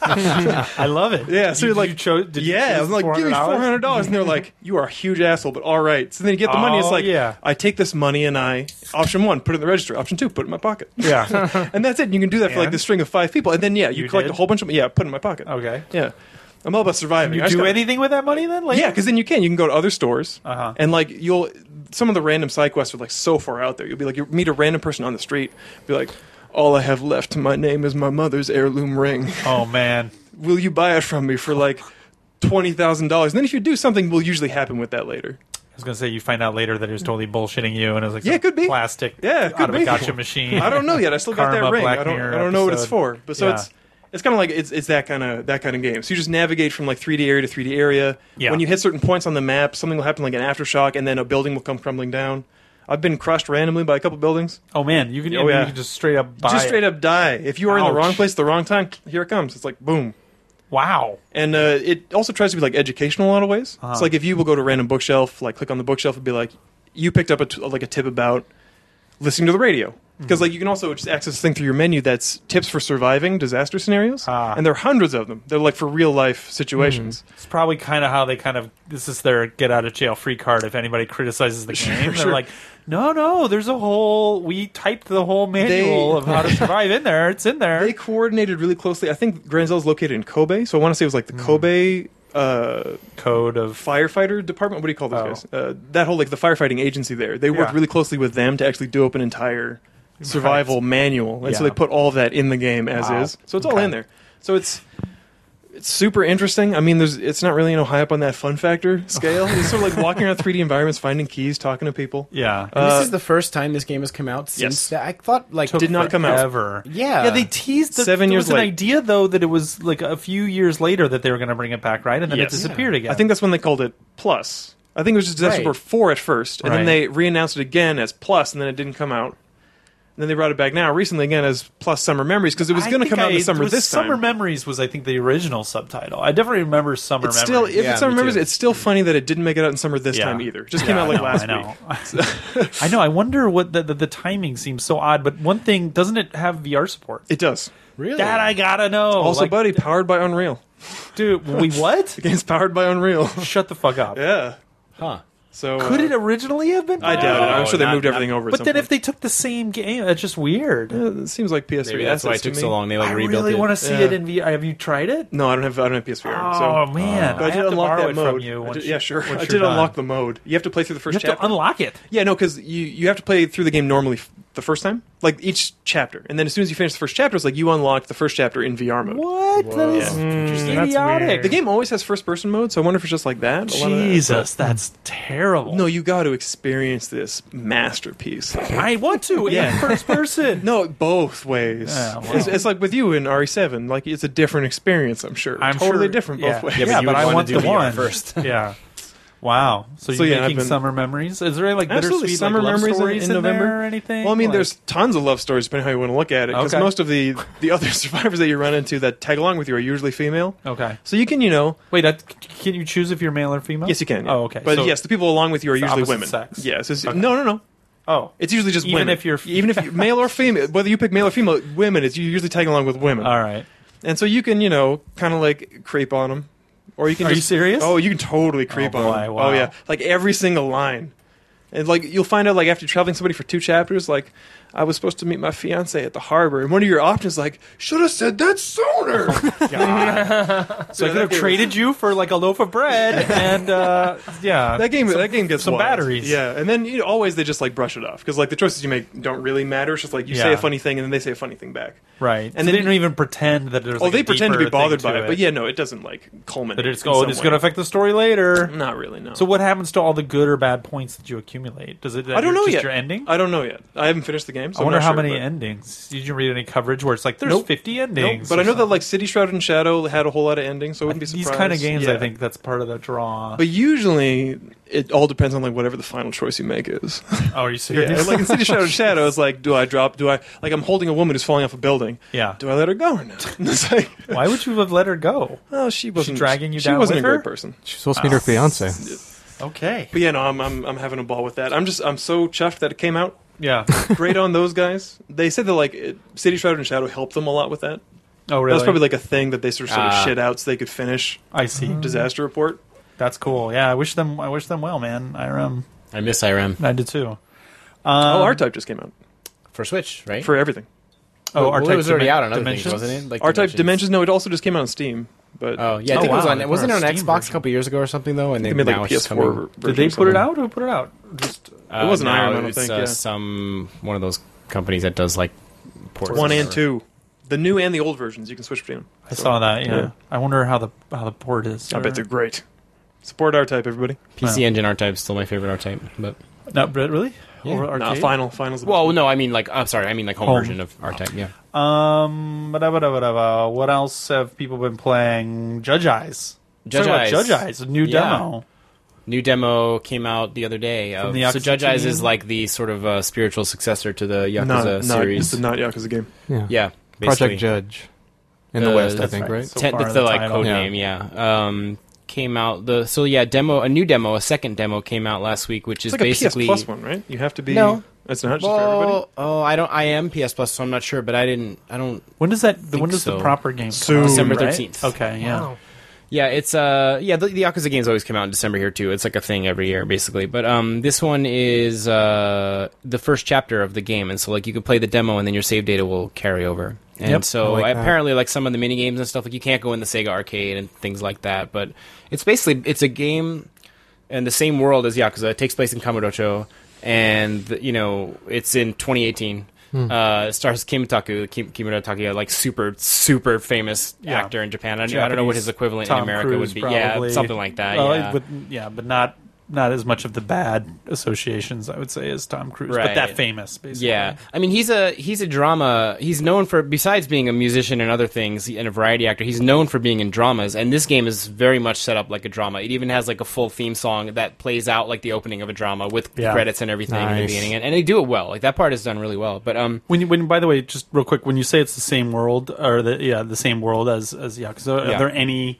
Speaker 1: I love it.
Speaker 5: Yeah, so
Speaker 1: you,
Speaker 5: you're like,
Speaker 1: you chose. Did you
Speaker 5: yeah,
Speaker 1: choose
Speaker 5: I'm like, give me four
Speaker 1: $400?
Speaker 5: hundred dollars, and they're like, you are a huge asshole, but all right. So then you get the money. It's
Speaker 1: Oh,
Speaker 5: like,
Speaker 1: yeah.
Speaker 5: I take this money and I option one, put it in the register. Option two, put it in my pocket.
Speaker 1: Yeah.
Speaker 5: and that's it. You can do that for like
Speaker 1: And?
Speaker 5: this string of five people, and then yeah, you,
Speaker 1: You
Speaker 5: collect
Speaker 1: did?
Speaker 5: a whole bunch of yeah, put it in my pocket.
Speaker 1: okay.
Speaker 5: Yeah, I'm all about surviving.
Speaker 1: You
Speaker 5: I just
Speaker 1: do
Speaker 5: gotta-
Speaker 1: anything with that money then? Like,
Speaker 5: Yeah, because then you can. You can go to other stores,
Speaker 1: Uh-huh.
Speaker 5: and like you'll some of the random side quests are like so far out there. You'll be like, you meet a random person on the street, be like, all I have left to my name is my mother's heirloom ring.
Speaker 1: Oh man.
Speaker 5: Will you buy it from me for like? Twenty thousand dollars, and then if you do something, will usually happen with that later.
Speaker 1: I was gonna say you find out later that he was totally bullshitting you, and it was like
Speaker 5: Yeah,
Speaker 1: some
Speaker 5: it could be.
Speaker 1: plastic
Speaker 5: Yeah, it could
Speaker 1: out of
Speaker 5: be.
Speaker 1: a gotcha machine.
Speaker 5: I don't know yet. I still got that
Speaker 1: Karma,
Speaker 5: ring.
Speaker 1: Black
Speaker 5: I don't.
Speaker 1: Mirror
Speaker 5: I don't know what it's
Speaker 1: episode.
Speaker 5: for. But so
Speaker 1: Yeah.
Speaker 5: it's it's kind of like it's it's that kind of that kind of game. So you just navigate from like 3D area to 3D area.
Speaker 1: Yeah.
Speaker 5: When you hit certain points on the map, something will happen like an aftershock, and then a building will come crumbling down. I've been crushed randomly by a couple buildings.
Speaker 1: Oh man, you can,
Speaker 5: Oh, yeah.
Speaker 1: you can just straight up buy
Speaker 5: just straight
Speaker 1: it.
Speaker 5: up die. If you are in the wrong
Speaker 1: Ouch.
Speaker 5: place at the wrong time, here it comes. It's like boom.
Speaker 1: Wow.
Speaker 5: And uh, it also tries to be like educational in a lot of ways. It's
Speaker 1: Uh-huh.
Speaker 5: like if you will go to a random bookshelf, like click on the bookshelf and be like, you picked up a t- like a tip about listening to the radio. Because like you can also just access a thing through your menu that's tips for surviving disaster scenarios,
Speaker 1: Ah.
Speaker 5: and there are hundreds of them. They're like for real life situations.
Speaker 1: It's probably kind of how they kind of this is their get out of jail free card if anybody criticizes the game. They're
Speaker 5: sure.
Speaker 1: like, no, no, there's a whole we typed the whole manual of how to survive in there. It's in there.
Speaker 5: They coordinated really closely. I think Granzel is located in Kobe, so I want to say it was like the Kobe uh,
Speaker 1: Code of
Speaker 5: firefighter department. What do you call those
Speaker 1: Oh.
Speaker 5: guys? Uh, that whole like the firefighting agency there. They worked
Speaker 1: Yeah.
Speaker 5: really closely with them to actually do up an entire survival manual, and so
Speaker 1: Yeah.
Speaker 5: they put all of that in the game as
Speaker 1: Wow.
Speaker 5: is. So it's all
Speaker 1: Okay.
Speaker 5: in there. So it's it's super interesting. I mean, there's it's not really you know high up on that fun factor scale. it's sort of like walking around 3D environments, finding keys, talking to people.
Speaker 1: yeah.
Speaker 2: And
Speaker 5: Uh,
Speaker 2: this is the first time this game has come out since
Speaker 5: yes.
Speaker 2: that. I thought like
Speaker 5: Took did not come out.
Speaker 1: ever.
Speaker 2: Yeah.
Speaker 1: yeah. They teased the,
Speaker 5: Seven
Speaker 1: there
Speaker 5: years
Speaker 1: was an
Speaker 5: late.
Speaker 1: idea though that it was like a few years later that they were going to bring it back, right? And then
Speaker 5: Yes.
Speaker 1: it disappeared again.
Speaker 5: I think that's when they called it Plus. I think it was just Disaster
Speaker 2: Right.
Speaker 5: Report 4 at first, and
Speaker 1: Right.
Speaker 5: then they re-announced it again as Plus, and then it didn't come out. And then they brought it back now recently again as Plus Summer Memories because it was
Speaker 1: I
Speaker 5: going to
Speaker 1: think
Speaker 5: come out in
Speaker 1: I-
Speaker 5: the summer
Speaker 1: was
Speaker 5: this time.
Speaker 1: Summer Memories was I think the original subtitle. I definitely remember Summer
Speaker 5: it's
Speaker 1: Memories.
Speaker 5: still if
Speaker 2: Yeah,
Speaker 5: it's summer
Speaker 2: me
Speaker 5: memories,
Speaker 2: too.
Speaker 5: it's still funny that it didn't make it out in summer this
Speaker 1: Yeah.
Speaker 5: time either. It just
Speaker 1: Yeah,
Speaker 5: came out like
Speaker 1: I know, I
Speaker 5: last week.
Speaker 1: know. I know. I wonder what the, the the timing seems so odd. But one thing doesn't it have VR support?
Speaker 5: It does.
Speaker 2: really
Speaker 1: That I gotta know.
Speaker 5: also,
Speaker 1: Like,
Speaker 5: buddy, powered by Unreal.
Speaker 1: dude, we what?
Speaker 5: The game's powered by Unreal.
Speaker 1: Shut the fuck up.
Speaker 5: yeah.
Speaker 2: Huh.
Speaker 5: So
Speaker 1: Could
Speaker 5: uh,
Speaker 1: it originally have been?
Speaker 5: I doubt it. I'm
Speaker 2: No,
Speaker 5: sure they
Speaker 2: not-
Speaker 5: moved
Speaker 2: not-
Speaker 5: everything over. at
Speaker 1: But
Speaker 5: some
Speaker 1: then if
Speaker 5: point.
Speaker 1: they took the same game, that's just weird.
Speaker 5: Yeah, it seems like PS3.
Speaker 2: Maybe that's why it
Speaker 5: assets to
Speaker 2: took
Speaker 5: me.
Speaker 2: so long. They like
Speaker 1: I
Speaker 2: rebuilt
Speaker 1: really
Speaker 2: it.
Speaker 1: want to see
Speaker 5: Yeah.
Speaker 1: it in VR. Have you tried it?
Speaker 5: No, I don't have I don't have PSVR.
Speaker 1: Oh
Speaker 5: so.
Speaker 1: man,
Speaker 5: But I,
Speaker 1: I,
Speaker 5: did
Speaker 1: have to
Speaker 5: unlock
Speaker 1: borrow
Speaker 5: that
Speaker 1: it
Speaker 5: mode.
Speaker 1: from you.
Speaker 5: I
Speaker 1: once
Speaker 5: did-
Speaker 1: you-
Speaker 5: yeah, sure.
Speaker 1: once
Speaker 5: I
Speaker 1: you're
Speaker 5: did
Speaker 1: done.
Speaker 5: unlock the mode. You have to play through the
Speaker 1: You
Speaker 5: first
Speaker 1: have
Speaker 5: chapter.
Speaker 1: to unlock it.
Speaker 5: yeah, no, because you you have to play through the game normally f- the first time, like each chapter, and then as soon as you finish the first chapter, it's like you unlock the first chapter in VR mode.
Speaker 1: What? That is
Speaker 2: Yeah. Interesting.
Speaker 4: That's
Speaker 1: idiotic.
Speaker 4: weird.
Speaker 5: The game always has first person mode, so I wonder if it's just like that. a lot of that.
Speaker 1: Jesus, that's terrible.
Speaker 5: No, you got to experience this masterpiece.
Speaker 1: I want to. Yeah,
Speaker 5: Yeah.
Speaker 1: first person.
Speaker 5: No, both ways.
Speaker 1: Oh, wow.
Speaker 5: it's, it's like with you in RE7. Like it's a different experience. I'm sure.
Speaker 1: I'm
Speaker 5: totally
Speaker 1: sure-
Speaker 5: different
Speaker 1: yeah.
Speaker 5: both ways.
Speaker 2: Yeah, but
Speaker 1: Yeah,
Speaker 2: you
Speaker 1: but
Speaker 2: would
Speaker 1: I
Speaker 2: wanna
Speaker 1: want
Speaker 2: do
Speaker 1: the
Speaker 2: VR
Speaker 1: one
Speaker 2: first.
Speaker 1: yeah. Wow. So
Speaker 5: So,
Speaker 1: you're
Speaker 5: yeah, I've
Speaker 1: making
Speaker 5: been-
Speaker 1: summer memories? Is there like
Speaker 5: Absolutely,
Speaker 1: bittersweet
Speaker 5: summer
Speaker 1: like, love
Speaker 5: memories in-
Speaker 1: stories
Speaker 5: in November?
Speaker 1: there or anything?
Speaker 5: Well, I mean,
Speaker 1: Like-
Speaker 5: there's tons of love stories, depending on how you want to look at it. Because
Speaker 1: Okay.
Speaker 5: most of the the other survivors that you run into that tag along with you are usually female.
Speaker 1: okay.
Speaker 5: So you can, you know,
Speaker 1: Wait, that, can you choose if you're male or female?
Speaker 5: yes, you can. yeah.
Speaker 1: Oh, okay.
Speaker 5: But
Speaker 1: So-
Speaker 5: yes, the people along with you are
Speaker 1: It's the
Speaker 5: usually
Speaker 1: opposite
Speaker 5: women.
Speaker 1: sex.
Speaker 5: Yes, it's,
Speaker 1: Okay.
Speaker 5: no, no, no.
Speaker 1: Oh,
Speaker 5: It's usually just
Speaker 1: Even
Speaker 5: women.
Speaker 1: if you're-
Speaker 5: even if you male or female, whether you pick male or female, women. It's you're usually tagging along with women.
Speaker 1: all right.
Speaker 5: And so you can, you know, kind of like creep on them, or you can.
Speaker 1: Are you
Speaker 5: just-
Speaker 1: serious?
Speaker 5: Oh, you can totally creep
Speaker 1: Oh,
Speaker 5: on 'em.
Speaker 1: boy, wow.
Speaker 5: Oh yeah, like every single line, and like you'll find out like after traveling somebody for two chapters, like I was supposed to meet my fiance at the harbor, and one of your options like should have said that
Speaker 1: So
Speaker 5: sooner.
Speaker 1: I
Speaker 5: Yeah,
Speaker 1: could have
Speaker 5: that game-
Speaker 1: traded you for like a loaf of bread and uh, yeah.
Speaker 5: that game, that game gets
Speaker 1: some
Speaker 5: wild.
Speaker 1: batteries.
Speaker 5: Yeah, and then you know, always they just like brush it off because like the choices you make don't really matter. It's just like you say
Speaker 1: Yeah.
Speaker 5: a funny thing and then they say a funny thing back.
Speaker 1: right. And
Speaker 5: then-
Speaker 1: they didn't even pretend that there's.
Speaker 5: Oh,
Speaker 1: like,
Speaker 5: they
Speaker 1: a
Speaker 5: pretend to be
Speaker 1: deeper thing
Speaker 5: bothered by
Speaker 1: to
Speaker 5: it, but yeah, no, it doesn't like culminate.
Speaker 1: That it's
Speaker 5: in
Speaker 1: oh,
Speaker 5: some
Speaker 1: it's
Speaker 5: way.
Speaker 1: going to affect the story later.
Speaker 5: Not really. No.
Speaker 1: So what happens to all the good or bad points that you accumulate? Does it?
Speaker 5: I don't know
Speaker 1: just
Speaker 5: yet.
Speaker 1: Your ending.
Speaker 5: I don't know yet. I haven't finished the game. So
Speaker 1: I
Speaker 5: I'm
Speaker 1: wonder
Speaker 5: not
Speaker 1: how
Speaker 5: sure,
Speaker 1: many
Speaker 5: but-
Speaker 1: endings. Did you read any coverage where it's like there's
Speaker 5: Nope.
Speaker 1: 50
Speaker 5: Nope,
Speaker 1: endings?
Speaker 5: but
Speaker 1: or
Speaker 5: I know that
Speaker 1: something?
Speaker 5: like City Shrouded in Shadow had a whole lot of endings, so I wouldn't be surprised.
Speaker 1: these kind of games, I
Speaker 5: Yeah.
Speaker 1: think that's part of the draw.
Speaker 5: But usually, it all depends on like whatever the final choice you make is.
Speaker 1: oh, are you serious?
Speaker 5: yeah, like in City Shrouded in Shadow, it's like, do I drop? Do I like I'm holding a woman who's falling off a building?
Speaker 1: Yeah.
Speaker 5: Do I let her go or not? it's like,
Speaker 1: Why would you have let her go?
Speaker 5: oh, she wasn't
Speaker 1: dragging you
Speaker 5: She
Speaker 1: down
Speaker 5: wasn't
Speaker 1: with
Speaker 5: a
Speaker 1: her?
Speaker 5: great person.
Speaker 3: She's supposed to meet her fiance.
Speaker 1: Okay.
Speaker 5: But yeah, no, I'm, I'm I'm having a ball with that. I'm just I'm so chuffed that it came out.
Speaker 1: Yeah.
Speaker 5: Great on those guys. They said that like it, City Shrouded in Shadow helped them a lot with that.
Speaker 1: Oh, really?
Speaker 5: That's probably like a thing that they sort of, sort of
Speaker 2: Ah.
Speaker 5: shit out so they could finish
Speaker 1: I see.
Speaker 5: Disaster Report.
Speaker 1: That's cool. Yeah, I wish them. I wish them well, man. IRM.
Speaker 2: I miss IRM
Speaker 1: I did too. Um,
Speaker 5: oh, R Type just came out
Speaker 2: for Switch, right?
Speaker 5: for everything.
Speaker 1: Oh,
Speaker 2: well,
Speaker 1: R-Type
Speaker 2: it was already
Speaker 1: Dimen-
Speaker 2: out on other
Speaker 1: Dimensions?
Speaker 2: things, wasn't it? Like
Speaker 5: R Type Dimensions. No, it also just came out on Steam. But
Speaker 2: Oh yeah, I
Speaker 1: Oh,
Speaker 2: think it was
Speaker 1: wow,
Speaker 2: on.
Speaker 1: they
Speaker 2: It
Speaker 1: put
Speaker 2: wasn't
Speaker 1: out
Speaker 2: it on
Speaker 1: a Steam
Speaker 2: Xbox
Speaker 1: version.
Speaker 2: a couple years ago or something though, and
Speaker 5: they
Speaker 2: then
Speaker 5: made like a
Speaker 2: now it's just
Speaker 5: PS4
Speaker 2: coming-
Speaker 5: ver- version.
Speaker 1: Did they
Speaker 5: or
Speaker 1: put it
Speaker 5: something.
Speaker 1: out? Who put it out? Just
Speaker 2: Uh,
Speaker 5: wasn't
Speaker 2: no,
Speaker 5: Iron Man, I don't
Speaker 2: it's,
Speaker 5: think,
Speaker 2: Uh,
Speaker 5: yeah.
Speaker 2: Some one of those companies that does like ports
Speaker 5: One
Speaker 2: or
Speaker 5: and
Speaker 2: whatever.
Speaker 5: two, the new and the old versions. You can switch between them.
Speaker 1: I saw that. Yeah.
Speaker 5: Yeah.
Speaker 1: I wonder how the how the port is.
Speaker 5: I bet they're great. Support R Type, everybody.
Speaker 2: PC Engine R type still my favorite R type, but
Speaker 1: No, but really.
Speaker 2: Yeah.
Speaker 1: Over
Speaker 5: Nah,
Speaker 1: arcade?
Speaker 5: final, finals.
Speaker 2: well, no, I mean like I'm sorry, I mean like home,
Speaker 1: Home.
Speaker 2: version of R type. Yeah,
Speaker 1: Um, ba-da, ba-da, ba-da, ba. what else have people been playing? Judge Eyes. Talk
Speaker 2: Judge
Speaker 1: about
Speaker 2: Eyes.
Speaker 1: Judge Eyes, a new
Speaker 2: Yeah.
Speaker 1: demo.
Speaker 2: new demo came out the other day. Of,
Speaker 1: the
Speaker 2: so
Speaker 1: Yakuza
Speaker 2: Judge Eyes
Speaker 1: team?
Speaker 2: is like the sort of uh, spiritual successor to the Yakuza
Speaker 5: not, not,
Speaker 2: series.
Speaker 5: It's the not Yakuza game.
Speaker 3: Yeah.
Speaker 2: yeah, basically.
Speaker 3: Project Judge in the
Speaker 2: Uh,
Speaker 3: West, I
Speaker 2: that's
Speaker 3: think,
Speaker 1: right.
Speaker 3: right?
Speaker 1: So
Speaker 2: Ten-
Speaker 1: far
Speaker 2: that's
Speaker 1: the
Speaker 2: the, like
Speaker 1: title.
Speaker 2: code
Speaker 3: Yeah.
Speaker 2: name, yeah. Um, came out the so yeah demo a new demo a second demo came out last week, which is
Speaker 5: It's like
Speaker 2: basically
Speaker 5: a PS Plus one, right? You have to be.
Speaker 2: No.
Speaker 5: it's not just for everybody.
Speaker 2: Well, oh, I don't. I am PS Plus, so I'm not sure, but I didn't. I don't.
Speaker 1: When does that? The, when
Speaker 2: Think
Speaker 1: does the
Speaker 2: so.
Speaker 1: proper game?
Speaker 5: Soon.
Speaker 1: Come out?
Speaker 2: December
Speaker 1: Right?
Speaker 2: 13th.
Speaker 1: Okay. Yeah.
Speaker 4: Wow.
Speaker 2: Yeah, it's uh, yeah. The, the Yakuza games always come out in December here too. It's like a thing every year, basically. But um, this one is uh the first chapter of the game, and so like you can play the demo, and then your save data will carry over. And
Speaker 1: Yep,
Speaker 2: so
Speaker 3: I like that.
Speaker 2: apparently, like some of the mini games and stuff, like you can't go in the Sega arcade and things like that. But it's basically it's a game in the same world as Yakuza. It takes place in Kamurocho, and you know it's in 2018.
Speaker 3: Hmm.
Speaker 2: Uh, it stars Kimitaku, Kim, Kimura Taki, like super super famous
Speaker 1: Yeah.
Speaker 2: actor in Japan. I, I don't know what his
Speaker 1: Japanese
Speaker 2: equivalent in
Speaker 1: Tom
Speaker 2: America
Speaker 1: Cruise,
Speaker 2: would be.
Speaker 1: probably.
Speaker 2: Yeah, something like that.
Speaker 1: Well,
Speaker 2: yeah.
Speaker 1: it would- yeah, but not not as much of the bad associations I would say as Tom Cruise, but
Speaker 2: Right.
Speaker 1: that famous basically.
Speaker 2: yeah, I mean he's a he's a drama. He's known for besides being a musician and other things and a variety actor. He's known for being in dramas, and this game is very much set up like a drama. It even has like a full theme song that plays out like the opening of a drama with
Speaker 1: Yeah.
Speaker 2: credits and everything in the
Speaker 3: Nice.
Speaker 2: beginning, and, and they do it well. Like that part is done really well. But um,
Speaker 1: When you, when by the way, just real quick, when you say it's the same world or the yeah the same world as as Yakuza, are
Speaker 2: Yeah.
Speaker 1: there any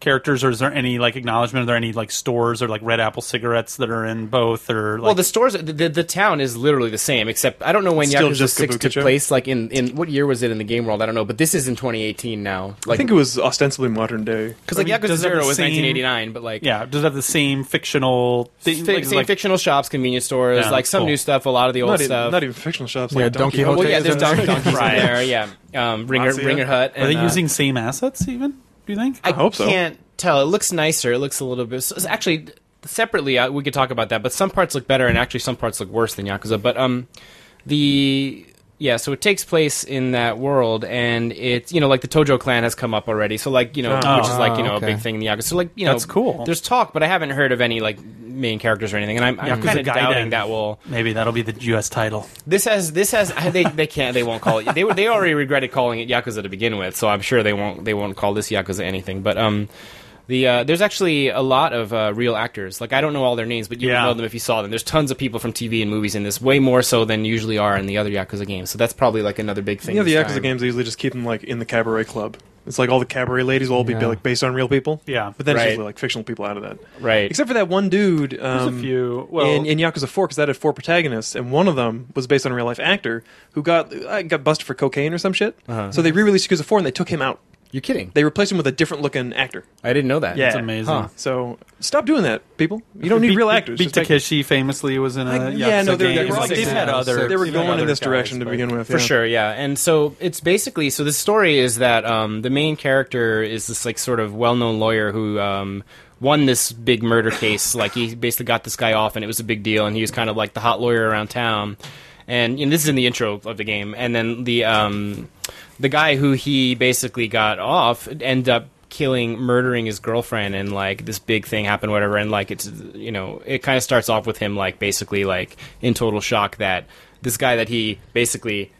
Speaker 1: characters or is there any like acknowledgement? Are there any like stores or like Red Apple cigarettes that are in both or like
Speaker 2: well, the stores, the, the, the town is literally the same, except I don't know when
Speaker 5: Still
Speaker 2: Yakuza
Speaker 5: just
Speaker 2: Six took
Speaker 5: Kabukicho?
Speaker 2: place. Like in, in what year was it in the game world? I don't know, but this is in 2018 now.
Speaker 5: I
Speaker 2: Like
Speaker 5: think it was ostensibly modern day.
Speaker 2: because
Speaker 1: I
Speaker 2: like
Speaker 1: mean,
Speaker 2: Yakuza
Speaker 1: does it have
Speaker 2: Zero
Speaker 1: the
Speaker 2: was
Speaker 1: same-
Speaker 2: 1989, but like
Speaker 1: yeah, does it have the same fictional thing?
Speaker 2: Fi-
Speaker 1: like-
Speaker 2: same
Speaker 1: like-
Speaker 2: fictional shops, convenience stores,
Speaker 1: Yeah,
Speaker 2: like some
Speaker 1: cool. e-
Speaker 2: new stuff, a lot of the old
Speaker 5: Not
Speaker 2: stuff.
Speaker 5: even, not even fictional shops.
Speaker 3: Yeah,
Speaker 5: like
Speaker 3: Don
Speaker 5: Quixote.
Speaker 3: Quixote.
Speaker 2: well, yeah, there's
Speaker 3: Don-
Speaker 2: Donkey Donkeys in
Speaker 1: Right.
Speaker 2: there. Yeah, um, Ringer
Speaker 5: Matsya.
Speaker 2: Ringer Hut.
Speaker 1: are they
Speaker 2: and, uh,
Speaker 1: using same assets even? Do you think?
Speaker 2: I
Speaker 5: hope so.
Speaker 2: can't tell. It looks nicer. It looks a little bit. so- so actually, th- separately, uh, we could talk about that. But some parts look better, and actually, some parts look worse than Yakuza. But um, the yeah, so it takes place in that world, and it's you know like the Tojo clan has come up already. So like you know,
Speaker 5: Oh.
Speaker 2: which is like you
Speaker 3: Oh,
Speaker 2: know a
Speaker 3: okay.
Speaker 2: big thing in the Yakuza. So like you know,
Speaker 1: That's cool.
Speaker 2: There's talk, but I haven't heard of any like main characters or anything, and I'm, I'm
Speaker 1: Yakuza
Speaker 2: kind of
Speaker 1: Gaiden.
Speaker 2: doubting that will.
Speaker 1: Maybe that'll be the U.S. title.
Speaker 2: This has this has they they can't they won't call it they were- they already regretted calling it Yakuza to begin with so I'm sure they won't they won't call this Yakuza anything but um the uh, there's actually a lot of uh, real actors like I don't know all their names but you
Speaker 1: Yeah.
Speaker 2: would know them if you saw them there's tons of people from TV and movies in this way more so than usually are in the other Yakuza games so that's probably like another big thing
Speaker 5: Yeah, the
Speaker 2: this
Speaker 5: Yakuza
Speaker 2: time.
Speaker 5: games they usually just keep them like in the cabaret club. It's like all the cabaret ladies will all be
Speaker 3: Yeah.
Speaker 5: like based on real people.
Speaker 1: Yeah.
Speaker 5: but then
Speaker 2: Right.
Speaker 5: it's usually like fictional people out of that.
Speaker 2: right
Speaker 5: Except for that one dude.
Speaker 1: There's
Speaker 5: Um,
Speaker 1: a few. Well,
Speaker 5: in, in Yakuza Four, because that had four protagonists, and one of them was based on a real life actor who got uh, got busted for cocaine or some shit.
Speaker 2: Uh-huh.
Speaker 5: So they re-released Yakuza Four and they took him out.
Speaker 2: you're kidding
Speaker 5: They replaced him with a different looking actor.
Speaker 2: I didn't know that
Speaker 1: it's
Speaker 5: yeah.
Speaker 1: amazing.
Speaker 2: Huh.
Speaker 5: So stop doing that, people. You don't need
Speaker 1: Beat-
Speaker 5: real
Speaker 1: Beat-
Speaker 5: actors.
Speaker 1: Beat
Speaker 5: Just make-
Speaker 1: Takeshi famously was in a
Speaker 5: I-
Speaker 1: Yakuza
Speaker 5: yeah, no, they,
Speaker 1: game.
Speaker 5: they were
Speaker 1: Like,
Speaker 5: like
Speaker 1: they've had
Speaker 5: they-
Speaker 1: other.
Speaker 5: They were
Speaker 2: they've had
Speaker 5: going in
Speaker 2: other
Speaker 5: this
Speaker 2: guys,
Speaker 5: direction to
Speaker 2: but-
Speaker 5: begin with
Speaker 2: For
Speaker 5: yeah.
Speaker 2: sure, yeah. And so it's basically so the story is that um, the main character is this like sort of well-known lawyer who um, won this big murder case. like he basically got this guy off, and it was a big deal. And he was kind of like the hot lawyer around town. And you know, this is in the intro of the game. And then the um, the guy who he basically got off end up killing, murdering his girlfriend, and like this big thing happened, whatever. And like it's you know, it kind of starts off with him like basically like in total shock that this guy that he basically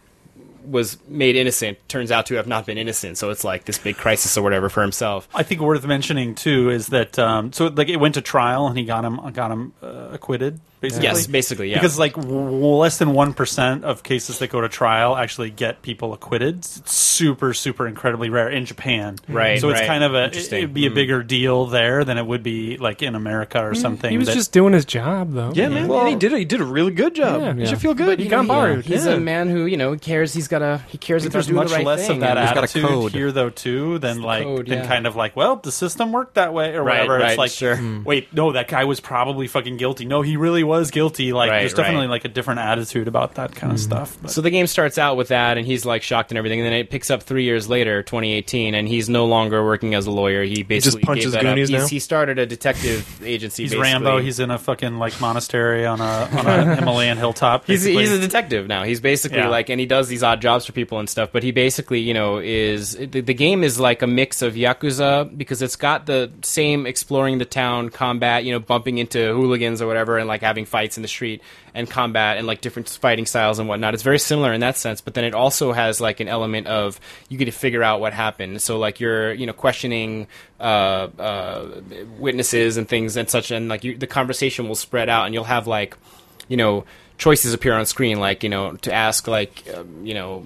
Speaker 2: was made innocent turns out to have not been innocent. So it's like this big crisis or whatever for himself.
Speaker 1: I think worth mentioning too is that um, so like it went to trial and he got him got him uh, acquitted. Basically.
Speaker 2: Yes, basically, yeah.
Speaker 1: Because like w- w- less than one percent of cases that go to trial actually get people acquitted. It's super super incredibly rare in Japan.
Speaker 2: Right,
Speaker 1: So it's
Speaker 2: right.
Speaker 1: kind of a it,
Speaker 2: Interesting. Hmm.
Speaker 1: would be a bigger deal there than it would be like in America or something.
Speaker 4: Hmm. He was
Speaker 1: that-
Speaker 4: just doing his job, though.
Speaker 5: Yeah, man.
Speaker 3: Well-
Speaker 5: and he did. He did a really good job.
Speaker 4: Yeah.
Speaker 5: You should feel
Speaker 4: But
Speaker 5: good.
Speaker 4: he got borrowed.
Speaker 2: He's
Speaker 5: Yeah.
Speaker 2: a man who you know cares. He's got a he
Speaker 1: I
Speaker 2: cares
Speaker 1: think
Speaker 2: about
Speaker 1: there's
Speaker 2: doing
Speaker 1: much
Speaker 2: the right
Speaker 1: less
Speaker 2: thing.
Speaker 1: of that
Speaker 2: and-
Speaker 3: He's got a
Speaker 1: attitude
Speaker 3: code.
Speaker 1: here though too than like
Speaker 2: code,
Speaker 1: than
Speaker 2: yeah.
Speaker 1: kind of like well the system worked that way or
Speaker 2: Right,
Speaker 1: whatever it's
Speaker 2: right,
Speaker 1: like mm.
Speaker 2: sure. Mm.
Speaker 1: wait no that guy was probably fucking guilty no he really was guilty like
Speaker 2: Right,
Speaker 1: there's definitely
Speaker 2: right. Mm.
Speaker 1: like a different attitude about that kind of stuff but-
Speaker 2: So the game starts out with that, and he's like shocked and everything. And then it picks up three years later, 2018, and he's no longer working as a lawyer. He basically
Speaker 5: punches
Speaker 2: gave that up.
Speaker 5: Goonies
Speaker 2: He's-
Speaker 5: now?
Speaker 2: He started a detective agency.
Speaker 1: he's
Speaker 2: basically.
Speaker 1: Rambo he's in a fucking like monastery on a on a Himalayan hilltop
Speaker 2: He's,
Speaker 1: basically.
Speaker 2: he's a detective now. He's basically
Speaker 1: Yeah.
Speaker 2: like, and he does these odd jobs for people and stuff. But he basically, you know, is the, the game is like a mix of Yakuza because it's got the same exploring the town combat, you know, bumping into hooligans or whatever, and like having fights in the street and combat and like different fighting styles and whatnot. It's very similar in that sense. But then it also has like an element of you get to figure out what happened. So like you're, you know, questioning uh, uh, witnesses and things and such, and like you, the conversation will spread out, and you'll have like you know choices appear on screen like you know to ask like um, you know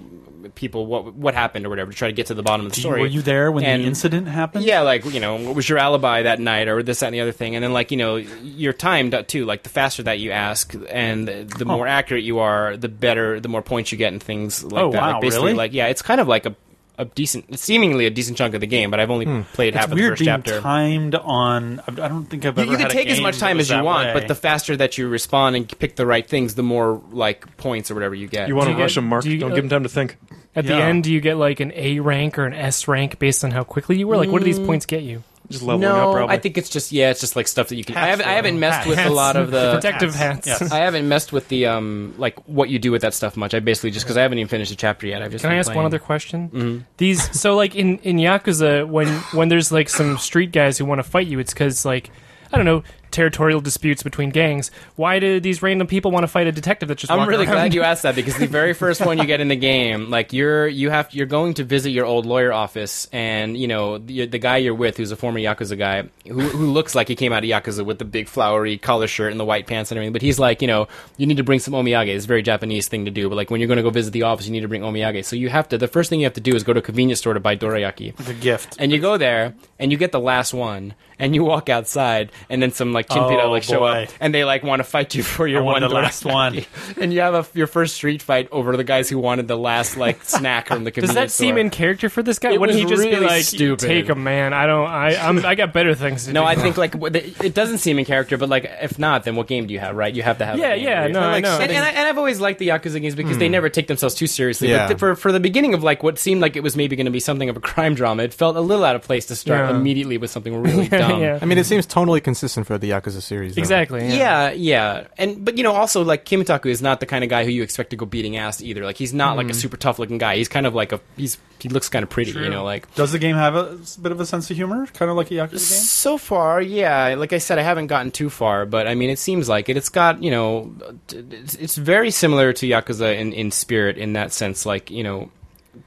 Speaker 2: people what what happened or whatever to try to get to the bottom of the
Speaker 1: Do you-
Speaker 2: story
Speaker 1: were you there when
Speaker 2: And-
Speaker 1: the incident happened
Speaker 2: yeah, like you know, what was your alibi that night, or this, that, and the other thing, and then like you know, you're timed out, too. Like the faster that you ask, and
Speaker 1: Oh.
Speaker 2: the more accurate you are, the better, the more points you get, and things like
Speaker 1: Oh,
Speaker 2: that.
Speaker 1: wow,
Speaker 2: like, basically,
Speaker 1: really?
Speaker 2: like yeah, it's kind of like a, a decent, seemingly a decent chunk of the game, but I've only played
Speaker 1: Hmm. it's
Speaker 2: half of the
Speaker 1: weird
Speaker 2: first
Speaker 1: being
Speaker 2: chapter.
Speaker 1: timed on I don't think I've
Speaker 2: You,
Speaker 1: ever
Speaker 2: you can
Speaker 1: had a
Speaker 2: take as
Speaker 1: game
Speaker 2: much
Speaker 1: that
Speaker 2: time
Speaker 1: was
Speaker 2: as you
Speaker 1: that
Speaker 2: want,
Speaker 1: way.
Speaker 2: but the faster that you respond and pick the right things, the more like points or whatever you get.
Speaker 5: Uh, You want
Speaker 4: Do
Speaker 5: to
Speaker 4: you
Speaker 5: rush
Speaker 4: get-
Speaker 5: him, Mark.
Speaker 4: do you-
Speaker 5: Don't give him time to think.
Speaker 4: At the
Speaker 1: Yeah.
Speaker 4: end, do you get like an A rank or an S rank based on how quickly you were? Like, what do these
Speaker 1: Mm.
Speaker 4: points get you?
Speaker 5: Just leveling
Speaker 2: no,
Speaker 5: up. Probably.
Speaker 2: I think it's just yeah, it's just like stuff that you can. I
Speaker 1: Hats,
Speaker 2: haven't, I
Speaker 1: though.
Speaker 2: haven't messed with a
Speaker 1: Hats.
Speaker 2: lot of the
Speaker 4: Detective hats.
Speaker 1: Yes.
Speaker 2: I haven't messed with the um like what you do with that stuff much. I basically just because I haven't even finished the chapter yet. I've just Mm-hmm.
Speaker 4: Can I
Speaker 2: been
Speaker 4: ask
Speaker 2: playing.
Speaker 4: one other question? These so like in in Yakuza when when there's like some street guys who want to fight you, it's because like I don't know territorial disputes between gangs. Why do these random people want to fight a detective that just?
Speaker 2: I'm
Speaker 4: walking
Speaker 2: really
Speaker 4: around?
Speaker 2: glad you asked that because the very first one you get in the game, like you're you have you're going to visit your old lawyer office, and you know the, the guy you're with, who's a former yakuza guy, who, who looks like he came out of yakuza with the big flowery collar shirt and the white pants and everything, but he's like, you know, you need to bring some omiyage. It's a very Japanese thing to do, but like when you're going to go visit the office, you need to bring omiyage. So you have to the first thing you have to do is go to a convenience store to buy dorayaki.
Speaker 1: the gift
Speaker 2: and you go there and you get the last one and you walk outside and then some like chinpita
Speaker 1: Oh,
Speaker 2: like show up
Speaker 1: boy.
Speaker 2: and they like want to fight you for your
Speaker 1: I
Speaker 2: one
Speaker 1: want the last
Speaker 2: dorayaki.
Speaker 1: one.
Speaker 2: and you have a, your first street fight over the guys who wanted the last like snack from the
Speaker 4: Does
Speaker 2: convenience
Speaker 4: that seem
Speaker 2: store.
Speaker 4: in character for this guy?
Speaker 2: It
Speaker 4: Wouldn't he
Speaker 2: was
Speaker 4: just be
Speaker 2: really
Speaker 4: like,
Speaker 2: stupid.
Speaker 4: "Take him, man. I don't. I I'm, I got better things to
Speaker 2: no
Speaker 4: do."
Speaker 2: i think like w- the- it doesn't seem in character but like if not then what game do you have right you have to have a
Speaker 4: Yeah,
Speaker 2: game
Speaker 4: yeah.
Speaker 2: where you-
Speaker 4: No, I
Speaker 3: like
Speaker 4: know. Hmm.
Speaker 2: and, and, I, and I've always liked the Yakuza games because they never take themselves too seriously.
Speaker 3: Yeah.
Speaker 2: But th- for, for the beginning of like what seemed like it was maybe going to be something of a crime drama, it felt a little out of place to start
Speaker 4: Yeah.
Speaker 2: immediately with something really dumb.
Speaker 4: yeah.
Speaker 3: I mean, it seems totally consistent for the Yakuza series. though.
Speaker 4: Exactly.
Speaker 2: Yeah. yeah, and but you know, also like Kimitaku is not the kind of guy who you expect to go beating ass either. Like he's not
Speaker 4: Hmm.
Speaker 2: like a super tough looking guy. He's kind of like a he's he looks kind of pretty, you know. Like
Speaker 1: does the game have a s- bit of a sense of humor kind of like a Yakuza game
Speaker 2: so far, yeah. Like I said, I haven't gotten too far, but I mean, it seems like it. It's got you know, it's, it's very similar to Yakuza in in spirit in that sense. Like you know.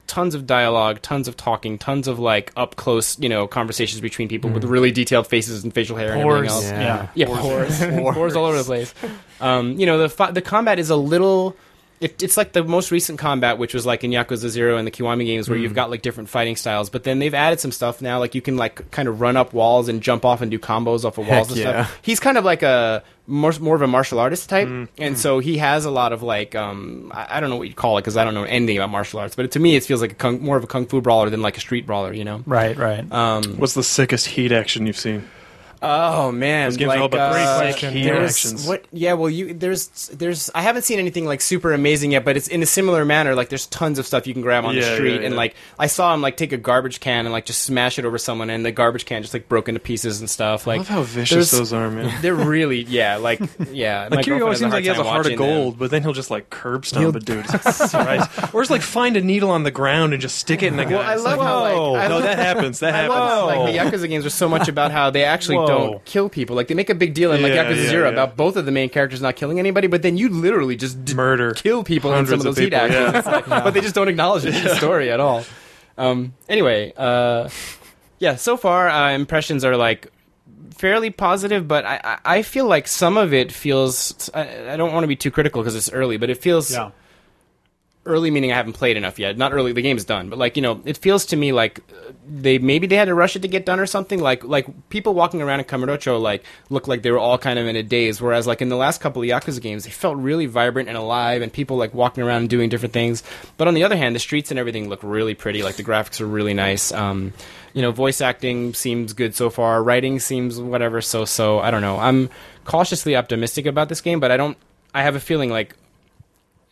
Speaker 2: Tons of dialogue, tons of talking, tons of like up close, you know, conversations between people with really detailed faces and facial hair and everything
Speaker 4: Pores.
Speaker 2: else.
Speaker 3: Yeah.
Speaker 1: yeah.
Speaker 2: Yeah, whores. Whores all over the place. Um, you know, the fi- the combat is a little. It, it's like the most recent combat, which was like in Yakuza Zero and the Kiwami games, where
Speaker 5: Mm.
Speaker 2: you've got like different fighting styles. But then they've added some stuff now, like you can like kind of run up walls and jump off and do combos off of walls and
Speaker 3: Heck yeah.
Speaker 2: stuff. He's kind of like a more, more of a martial artist type,
Speaker 5: Mm.
Speaker 2: and so he has a lot of like um, I, I don't know what you call it because I don't know anything about martial arts, but to me it feels like a kung, more of a kung fu brawler than like a street brawler, you know.
Speaker 1: right right
Speaker 2: Um,
Speaker 5: What's the sickest heat action you've seen?
Speaker 2: Oh man,
Speaker 5: Those games are
Speaker 2: like,
Speaker 5: all about
Speaker 2: uh,
Speaker 5: great
Speaker 4: question.
Speaker 2: there
Speaker 5: Yeah.
Speaker 2: was-
Speaker 5: actions.
Speaker 2: what? Yeah, well, you there's there's I haven't seen anything like super amazing yet, but it's in a similar manner. Like there's tons of stuff you can grab on
Speaker 5: Yeah,
Speaker 2: the street,
Speaker 5: yeah,
Speaker 2: and
Speaker 5: yeah.
Speaker 2: like I saw him like take a garbage can and like just smash it over someone, and the garbage can just like broke into pieces and stuff.
Speaker 5: I
Speaker 2: Like
Speaker 5: love how
Speaker 2: there's-
Speaker 5: vicious those are, man.
Speaker 2: They're really yeah, like yeah. my
Speaker 5: Like Kiryu
Speaker 2: girlfriend
Speaker 5: always
Speaker 2: has
Speaker 5: seems like he has a
Speaker 2: hard time
Speaker 5: heart of
Speaker 2: watching them.
Speaker 5: gold, but then he'll just like curb stomp a dude. It's like, Jesus Christ. Or just like find a needle on the ground and just stick it in the guy.
Speaker 2: Well, I
Speaker 5: It's
Speaker 2: love
Speaker 5: like,
Speaker 2: how
Speaker 1: whoa.
Speaker 2: like I
Speaker 5: no,
Speaker 2: love
Speaker 5: that happens. That
Speaker 2: I
Speaker 5: happens. Oh.
Speaker 2: love like the
Speaker 1: Whoa.
Speaker 2: Yakuza games are so much about how they actually
Speaker 1: Whoa.
Speaker 2: don't kill people. Like they make a big deal in like
Speaker 5: Yeah,
Speaker 2: Yakuza
Speaker 5: yeah,
Speaker 2: Zero
Speaker 5: yeah.
Speaker 2: about both of the main characters not killing anybody, but then you literally just d-
Speaker 5: Murder.
Speaker 2: kill people in some of
Speaker 5: Hundreds of
Speaker 2: those heat
Speaker 5: people,
Speaker 2: actions.
Speaker 5: yeah.
Speaker 2: It's like- But they just don't acknowledge it in the story at all. Um, anyway, uh, yeah. So far, uh, impressions are like fairly positive, but I, I I feel like some of it feels. I, I don't want to be too critical because it's early, but it feels
Speaker 1: Yeah.
Speaker 2: early meaning I haven't played enough yet. Not early, the game's done, but like you know, it feels to me like uh, they maybe they had to rush it to get done or something. Like like people walking around in Kamurocho like looked like they were all kind of in a daze, whereas like in the last couple of Yakuza games, they felt really vibrant and alive, and people like walking around and doing different things. But on the other hand, the streets and everything look really pretty. Like the graphics are really nice. Um, you know, voice acting seems good so far. Writing seems whatever so so. I don't know. I'm cautiously optimistic about this game, but I don't. I have a feeling like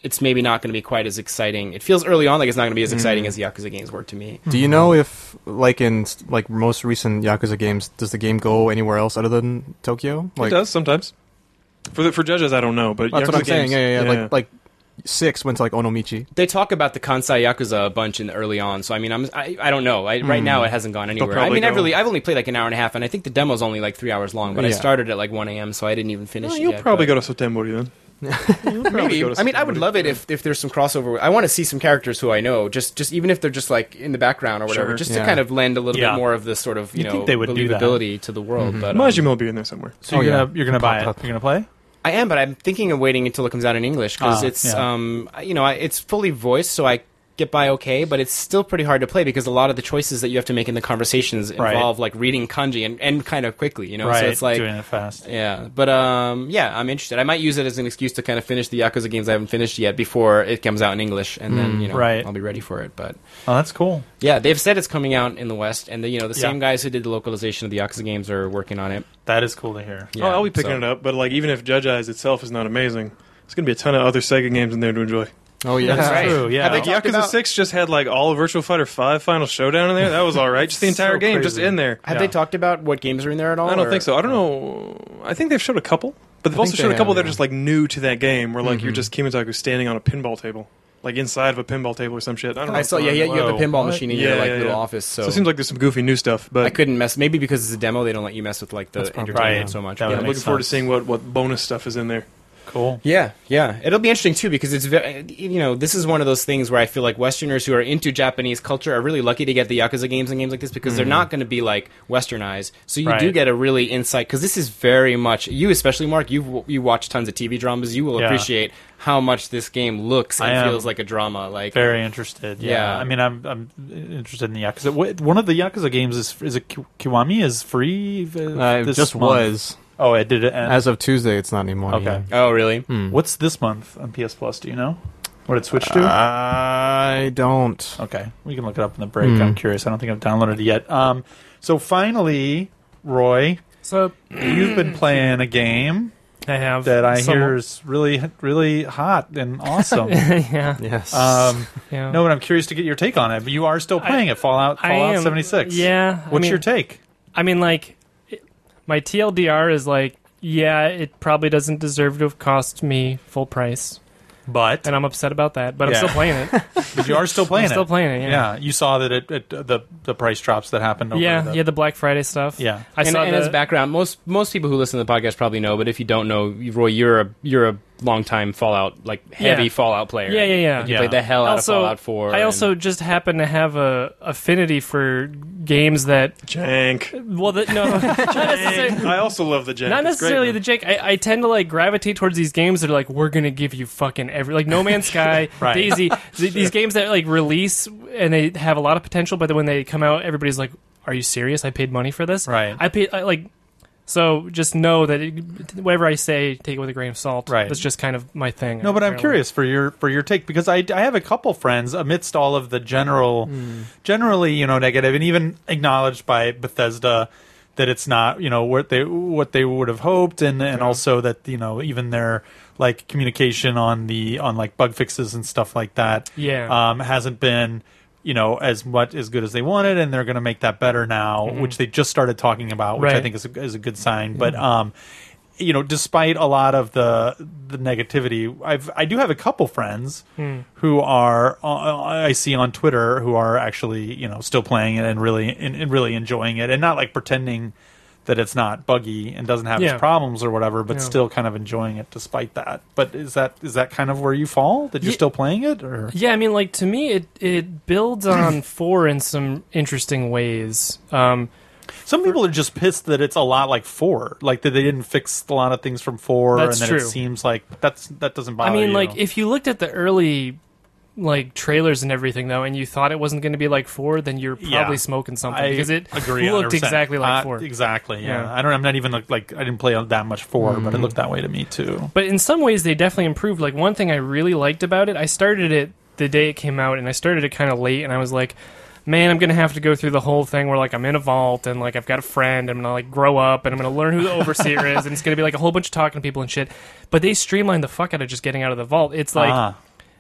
Speaker 2: it's maybe not going to be quite as exciting. It feels early on like it's not going to be as exciting
Speaker 5: Mm-hmm.
Speaker 2: as the Yakuza games were to me.
Speaker 3: Do you know if, like in like most recent Yakuza games, does the game go anywhere else other than Tokyo? Like,
Speaker 5: it does sometimes. For the, for judges, I don't know, but
Speaker 3: That's what I'm
Speaker 5: Yakuza
Speaker 3: saying.
Speaker 5: games-
Speaker 3: Yeah, yeah, yeah. Like, like six went to like Onomichi.
Speaker 2: They talk about the Kansai Yakuza a bunch in the early on, so I mean, I'm I, I don't know. I, Right now, it hasn't gone anywhere. I
Speaker 5: Mm. probably
Speaker 2: mean, I've
Speaker 5: go-
Speaker 2: really I've only played like an hour and a half, and I think the demo's only like three hours long. But I
Speaker 3: Yeah.
Speaker 2: started at like 1 a.m., so I didn't even finish.
Speaker 5: Well,
Speaker 2: it
Speaker 5: you'll
Speaker 2: yet,
Speaker 5: probably
Speaker 2: but-
Speaker 5: go to Sotemori then. You'll probably
Speaker 2: Maybe.
Speaker 5: go to
Speaker 2: I mean, I would
Speaker 5: Sotemori.
Speaker 2: love it if, if there's some crossover. with- I want to see some characters who I know, just just even if they're just like in the background or whatever,
Speaker 5: Sure.
Speaker 2: just to
Speaker 3: Yeah.
Speaker 2: kind of lend a little
Speaker 1: Yeah.
Speaker 2: bit more of this sort of you
Speaker 1: You'd
Speaker 2: know
Speaker 1: think they would do that.
Speaker 2: believability to the world.
Speaker 5: Mm-hmm.
Speaker 2: But um,
Speaker 5: Majima will be in there somewhere.
Speaker 1: So
Speaker 3: Oh,
Speaker 1: you're
Speaker 3: yeah.
Speaker 1: gonna you're gonna buy it.
Speaker 3: Pop up.
Speaker 1: You're gonna play.
Speaker 2: I am, but I'm thinking of waiting until it comes out in English because
Speaker 1: Ah,
Speaker 2: it's
Speaker 1: yeah.
Speaker 2: um you know I, it's fully voiced, so I get by okay, but it's still pretty hard to play because a lot of the choices that you have to make in the conversations
Speaker 1: Right.
Speaker 2: involve like reading kanji and, and kind of quickly, you know.
Speaker 1: right.
Speaker 2: So it's like
Speaker 1: doing it fast.
Speaker 2: yeah, but um yeah, I'm interested. I might use it as an excuse to kind of finish the Yakuza games I haven't finished yet before it comes out in English, and then you know
Speaker 1: Mm, right.
Speaker 2: I'll be ready for it. But
Speaker 1: Oh, that's cool.
Speaker 2: yeah, they've said it's coming out in the West, and the, you know the
Speaker 1: Yeah.
Speaker 2: same guys who did the localization of the Yakuza games are working on it.
Speaker 1: That is cool to hear.
Speaker 2: Yeah,
Speaker 5: oh, I'll be picking
Speaker 2: so-
Speaker 5: it up, but like even if Judge Eyes itself is not amazing, there's going to be a ton of other Sega games in there to enjoy.
Speaker 3: Oh yeah,
Speaker 1: That's
Speaker 2: right.
Speaker 1: true. Yeah.
Speaker 2: Have they
Speaker 5: Like
Speaker 2: talked
Speaker 5: Yakuza
Speaker 2: about-
Speaker 5: Six just had like all of Virtual Fighter Five Final Showdown in there. That was all right. Just the entire
Speaker 1: So
Speaker 5: game, just
Speaker 1: crazy.
Speaker 5: in there.
Speaker 2: Have
Speaker 1: Yeah.
Speaker 2: they talked about what games are in there at all?
Speaker 5: I don't
Speaker 2: or-
Speaker 5: think so. I don't know. I think they've showed a couple, but
Speaker 3: I
Speaker 5: they've
Speaker 3: think
Speaker 5: also showed
Speaker 3: they
Speaker 5: a couple
Speaker 3: have,
Speaker 5: that are
Speaker 3: yeah.
Speaker 5: just like new to that game, where like you're just Kimitaku standing on a pinball table, like inside of a pinball table or some shit. I don't know.
Speaker 2: I saw. Yeah, yeah. You have a
Speaker 1: Whoa.
Speaker 2: pinball
Speaker 1: What?
Speaker 2: machine in
Speaker 5: Yeah,
Speaker 2: your like
Speaker 5: yeah,
Speaker 2: little
Speaker 5: yeah.
Speaker 2: office, so,
Speaker 5: So, it seems like there's some goofy new stuff, but
Speaker 2: I couldn't mess. Maybe because it's a demo, they don't let you mess with like the
Speaker 3: probably-
Speaker 2: entertainment
Speaker 1: Right.
Speaker 2: so much.
Speaker 1: That
Speaker 2: Yeah,
Speaker 1: would
Speaker 5: I'm
Speaker 1: make
Speaker 5: looking
Speaker 2: look-
Speaker 5: forward to
Speaker 1: sense.
Speaker 5: seeing what what bonus stuff is in there.
Speaker 1: Cool.
Speaker 2: yeah, yeah. It'll be interesting too because it's very, you know this is one of those things where I feel like Westerners who are into Japanese culture are really lucky to get the Yakuza games and games like this because they're not going to be like Westernized. So you do
Speaker 1: Right.
Speaker 2: get a really insight because this is very much you, especially Mark. You you watch tons of TV dramas. You will
Speaker 1: Yeah.
Speaker 2: appreciate how much this game looks
Speaker 1: I am
Speaker 2: and feels like a drama. Like
Speaker 1: Very interested. Yeah.
Speaker 2: Yeah.
Speaker 1: I mean, I'm I'm interested in the Yakuza. Wh- One of the Yakuza games is is it Ki- Kiwami is free. v-
Speaker 3: Uh, it
Speaker 1: this
Speaker 3: just
Speaker 1: month?
Speaker 3: was
Speaker 1: Oh, it did it. End.
Speaker 3: as of Tuesday. It's not anymore. Hmm.
Speaker 1: Okay.
Speaker 3: yeah.
Speaker 2: oh really?
Speaker 1: What's this month on PS Plus? Do you know what it switched to?
Speaker 3: Uh, I don't.
Speaker 1: Okay, we can look it up in the break.
Speaker 3: Hmm.
Speaker 1: I'm curious. I don't think I've downloaded it yet. Um, so finally, Roy,
Speaker 4: So
Speaker 1: you've been playing a game
Speaker 4: I have
Speaker 1: that I
Speaker 4: some-
Speaker 1: hear is really, really hot and awesome.
Speaker 4: yeah,
Speaker 3: Yes.
Speaker 1: um,
Speaker 4: yeah.
Speaker 1: no, but I'm curious to get your take on it. But you are still
Speaker 4: I-
Speaker 1: playing it, Fallout,
Speaker 4: I
Speaker 1: Fallout
Speaker 4: am-
Speaker 1: 76.
Speaker 4: Yeah. I
Speaker 1: What's
Speaker 4: mean,
Speaker 1: your take?
Speaker 4: I mean, like, it- my TLDR is like, yeah, it probably doesn't deserve to have cost me full price,
Speaker 1: But
Speaker 4: and I'm upset about that. But I'm
Speaker 1: Yeah.
Speaker 4: still playing it.
Speaker 1: but you are still playing
Speaker 4: I'm still
Speaker 1: it.
Speaker 4: playing it. Yeah.
Speaker 1: yeah. you saw that it, it the the price drops that happened. Over
Speaker 4: yeah,
Speaker 1: the,
Speaker 4: yeah, the Black Friday stuff.
Speaker 1: yeah.
Speaker 4: I
Speaker 2: and,
Speaker 4: saw
Speaker 2: and
Speaker 4: the,
Speaker 2: as background, most most people who listen to the podcast probably know, but if you don't know, you- Roy, you're a you're a longtime Fallout like heavy
Speaker 4: Yeah.
Speaker 2: Fallout player.
Speaker 4: Yeah, yeah, yeah.
Speaker 2: Like, you
Speaker 1: Yeah.
Speaker 2: played the hell out
Speaker 4: Also,
Speaker 2: of Fallout Four.
Speaker 4: I
Speaker 2: and-
Speaker 4: also just happen to have a affinity for games that
Speaker 5: Jank.
Speaker 4: well, that, no, not necessarily,
Speaker 5: I also love the jank.
Speaker 4: not
Speaker 5: It's great,
Speaker 4: necessarily
Speaker 5: man.
Speaker 4: the Jake. I, I tend to like gravitate towards these games that are like we're gonna give you fucking every like No Man's Sky,
Speaker 1: Right.
Speaker 4: Daisy. th- These games that like release and they have a lot of potential, but then when they come out, everybody's like, "Are you serious? I paid money for this."
Speaker 1: Right.
Speaker 4: I paid I, like. So just know that it, whatever I say, take it with a grain of salt.
Speaker 1: Right.
Speaker 4: That's just kind of my thing.
Speaker 1: No, but I'm
Speaker 4: apparently.
Speaker 1: curious for your for your take because I, I have a couple friends amidst all of the general, generally you know negative and even acknowledged by Bethesda that it's not you know what they what they would have hoped and and also that you know even their like communication on the on like bug fixes and stuff like that
Speaker 4: Yeah.
Speaker 1: um hasn't been you know as much as good as they wanted and they're going to make that better now which they just started talking about which i
Speaker 4: Mm-hmm. Right. Mm-hmm.
Speaker 1: think is a, is a good sign but um you know despite a lot of the the negativity i've i do have a couple friends
Speaker 4: Hmm.
Speaker 1: who are uh, i see on twitter who are actually you know still playing it and really and, and really enjoying it and not like pretending that it's not buggy and doesn't have
Speaker 4: Yeah.
Speaker 1: its problems or whatever but
Speaker 4: Yeah.
Speaker 1: still kind of enjoying it despite that but is that is that kind of where you fall that you're
Speaker 4: Ye-
Speaker 1: still playing it or
Speaker 4: Yeah, I mean, like to me, it it builds on four in some interesting ways. Um,
Speaker 1: Some people are just pissed that it's a lot like four, like that they didn't fix a lot of things from four,
Speaker 4: That's
Speaker 1: and then it
Speaker 4: true.
Speaker 1: seems like that's that doesn't bother.
Speaker 4: I mean,
Speaker 1: you.
Speaker 4: like if you looked at the early like trailers and everything though, and you thought it wasn't going to be like four, then you're probably
Speaker 1: Yeah.
Speaker 4: smoking something
Speaker 1: I
Speaker 4: because it
Speaker 1: agree
Speaker 4: looked
Speaker 1: 100%.
Speaker 4: exactly like
Speaker 1: Uh,
Speaker 4: four.
Speaker 1: Exactly. Yeah.
Speaker 4: Yeah. Hmm.
Speaker 1: I don't. I'm not even like, like I didn't play that much four, but it looked that way to me too.
Speaker 4: but in some ways they definitely improved like one thing i really liked about it i started it the day it came out and i started it kind of late and i was like man i'm gonna have to go through the whole thing where like i'm in a vault and like i've got a friend and i'm gonna like grow up and i'm gonna learn who the overseer is and it's gonna be like a whole bunch of talking to people and shit but they streamlined the fuck out of just getting out of the vault it's like
Speaker 1: ah,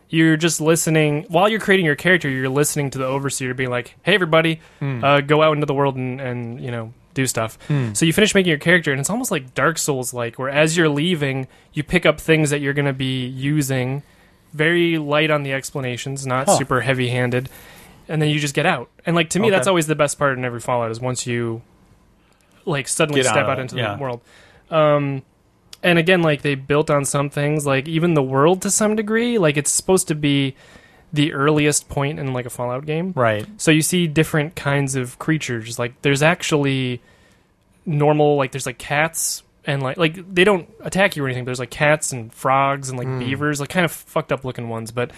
Speaker 4: you're just listening while you're creating your character you're listening to the overseer being like hey everybody uh, go out into the world and, and you know do stuff
Speaker 1: Mm.
Speaker 4: so you finish making your character and it's almost like dark souls like where as you're leaving you pick up things that you're going to be using very light on the explanations not
Speaker 1: Huh.
Speaker 4: super heavy handed and then you just get out and like to me
Speaker 1: Okay.
Speaker 4: that's always the best part in every fallout is once you like suddenly
Speaker 1: Get out
Speaker 4: step
Speaker 1: of
Speaker 4: out
Speaker 1: it,
Speaker 4: into
Speaker 1: yeah.
Speaker 4: the world um and again like they built on some things like even the world to some degree like it's supposed to be the earliest point in like a fallout game
Speaker 1: right.
Speaker 4: so you see different kinds of creatures like there's actually normal like there's like cats and like like they don't attack you or anything but there's like cats and frogs and like beavers like kind of fucked up looking ones but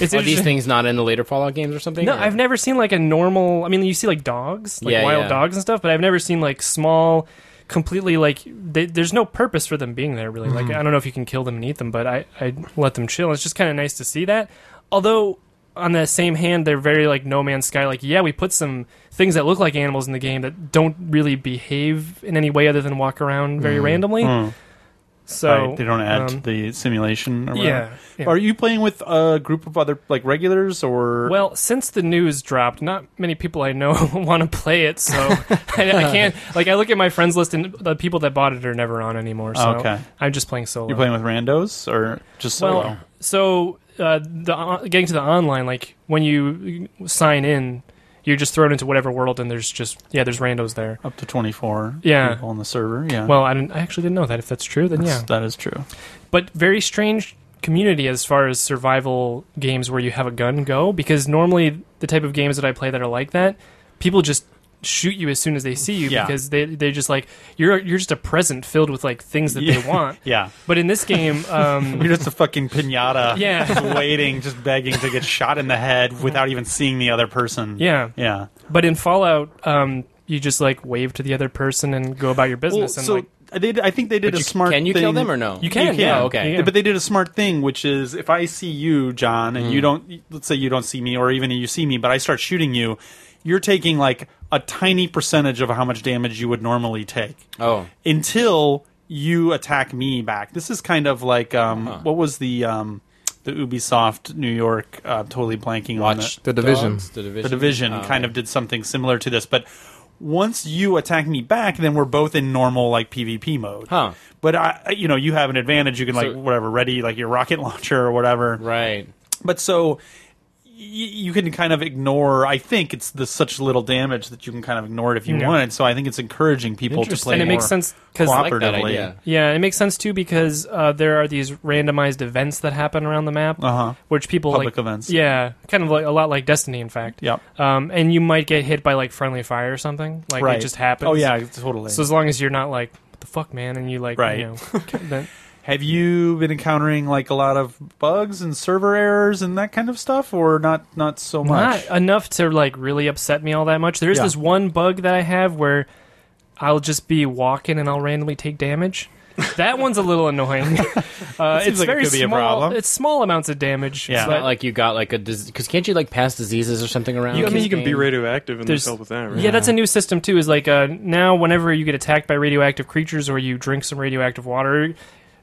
Speaker 4: it's
Speaker 2: Hmm. Are these
Speaker 4: interesting-
Speaker 2: things not in the later Fallout games or something?
Speaker 4: no,
Speaker 2: or-
Speaker 4: I've never seen like a normal. I mean, you see like dogs, like
Speaker 2: Yeah,
Speaker 4: wild
Speaker 2: yeah.
Speaker 4: dogs and stuff, but I've never seen like small, completely like they, there's no purpose for them being there really.
Speaker 2: Mm-hmm.
Speaker 4: Like I don't know if you can kill them and eat them, but I I let them chill. It's just kind of nice to see that. Although on the same hand, they're very like No Man's Sky. Like yeah, we put some things that look like animals in the game that don't really behave in any way other than walk around
Speaker 2: Mm.
Speaker 4: very randomly.
Speaker 1: Hmm.
Speaker 4: So
Speaker 1: Right. They don't add to
Speaker 4: um,
Speaker 1: the simulation. Or whatever.
Speaker 4: yeah, yeah.
Speaker 1: Are you playing with a group of other like regulars or?
Speaker 4: Well, since the news dropped, not many people I know want to play it, so I, I can't. Like, I look at my friends list, and the people that bought it are never on anymore. So
Speaker 1: Okay.
Speaker 4: I'm just playing solo.
Speaker 1: you're playing with randos or just solo?
Speaker 4: Well, so uh, the on- getting to the online, like when you sign in, you're just thrown into whatever world, and there's just yeah, there's randos there.
Speaker 1: Up to 24
Speaker 4: Yeah.
Speaker 1: people on the server. Yeah.
Speaker 4: Well, I didn't. I actually didn't know that. If that's true, then
Speaker 1: That's-
Speaker 4: yeah.
Speaker 1: that is true.
Speaker 4: but very strange community as far as survival games where you have a gun go because normally the type of games that I play that are like that, people just shoot you as soon as they see you
Speaker 1: Yeah.
Speaker 4: because they they just like you're you're just a present filled with like things that
Speaker 1: Yeah.
Speaker 4: they want.
Speaker 1: Yeah.
Speaker 4: But in this game, um,
Speaker 1: You're just a fucking pinata.
Speaker 4: yeah,
Speaker 1: waiting, just begging to get shot in the head without even seeing the other person.
Speaker 4: yeah.
Speaker 1: Yeah.
Speaker 4: But in Fallout, um, you just like wave to the other person and go about your business. and
Speaker 1: so
Speaker 4: like,
Speaker 1: they, I think they did
Speaker 2: But
Speaker 1: a
Speaker 2: you-
Speaker 1: smart
Speaker 2: Can you kill
Speaker 1: thing-
Speaker 2: them or no?
Speaker 4: You can,
Speaker 1: You can.
Speaker 4: yeah,
Speaker 2: Oh, okay.
Speaker 4: yeah.
Speaker 1: But they did a smart thing, which is if I see you, John, and
Speaker 2: Mm.
Speaker 1: you don't, let's say you don't see me, or even you see me, but I start shooting you, you're taking like a tiny percentage of how much damage you would normally take.
Speaker 2: Oh,
Speaker 1: until you attack me back. This is kind of like um,
Speaker 2: Uh-huh.
Speaker 1: what was the um, the Ubisoft New York uh, totally blanking on
Speaker 2: watch
Speaker 1: the,
Speaker 3: The Division.
Speaker 2: Dogs, the division.
Speaker 1: the division
Speaker 4: uh,
Speaker 2: Oh,
Speaker 1: kind of did something similar to this, but once you attack me back, then we're both in normal like PvP mode.
Speaker 2: Huh.
Speaker 1: But I, you know, you have an advantage. You can like
Speaker 2: So-
Speaker 1: whatever ready like your rocket launcher or whatever
Speaker 2: Right.
Speaker 1: but so y- you can kind of ignore i think it's the such little damage that you can kind of ignore it if you
Speaker 4: Yeah.
Speaker 1: wanted so i think it's encouraging people to
Speaker 2: Interesting.
Speaker 1: play
Speaker 4: and it
Speaker 1: more
Speaker 4: makes sense because
Speaker 2: I like that
Speaker 1: cooperatively.
Speaker 2: idea.
Speaker 4: yeah, it makes sense too because uh, there are these randomized events that happen around the map,
Speaker 1: uh-huh
Speaker 4: which people
Speaker 1: public
Speaker 4: like
Speaker 1: events
Speaker 4: Yeah, kind of like a lot like Destiny, in fact.
Speaker 1: yep
Speaker 4: Um, and you might get hit by like friendly fire or something. Like
Speaker 1: right
Speaker 4: it just happens.
Speaker 1: oh yeah totally
Speaker 4: So as long as you're not like what the fuck, man, and you like
Speaker 1: Right.
Speaker 4: you know, then,
Speaker 1: have you been encountering like a lot of bugs and server errors and that kind of stuff or not not so much
Speaker 4: not enough to like really upset me all that much. There is
Speaker 1: Yeah.
Speaker 4: this one bug that I have where I'll just be walking and I'll randomly take damage. that one's a little annoying. Uh,
Speaker 1: seems
Speaker 4: it's
Speaker 1: like it
Speaker 4: very
Speaker 1: could be a
Speaker 4: small.
Speaker 1: problem.
Speaker 4: It's small amounts of damage.
Speaker 1: Yeah.
Speaker 4: It's
Speaker 2: Not
Speaker 4: like-
Speaker 2: like you got like a because can't you like pass diseases or something around?
Speaker 5: You, I mean,
Speaker 2: this
Speaker 5: you can be
Speaker 2: game?
Speaker 5: radioactive and
Speaker 4: There's-
Speaker 5: help with that, right?
Speaker 4: yeah, that's a new system too. Is like uh, now whenever you get attacked by radioactive creatures or you drink some radioactive water,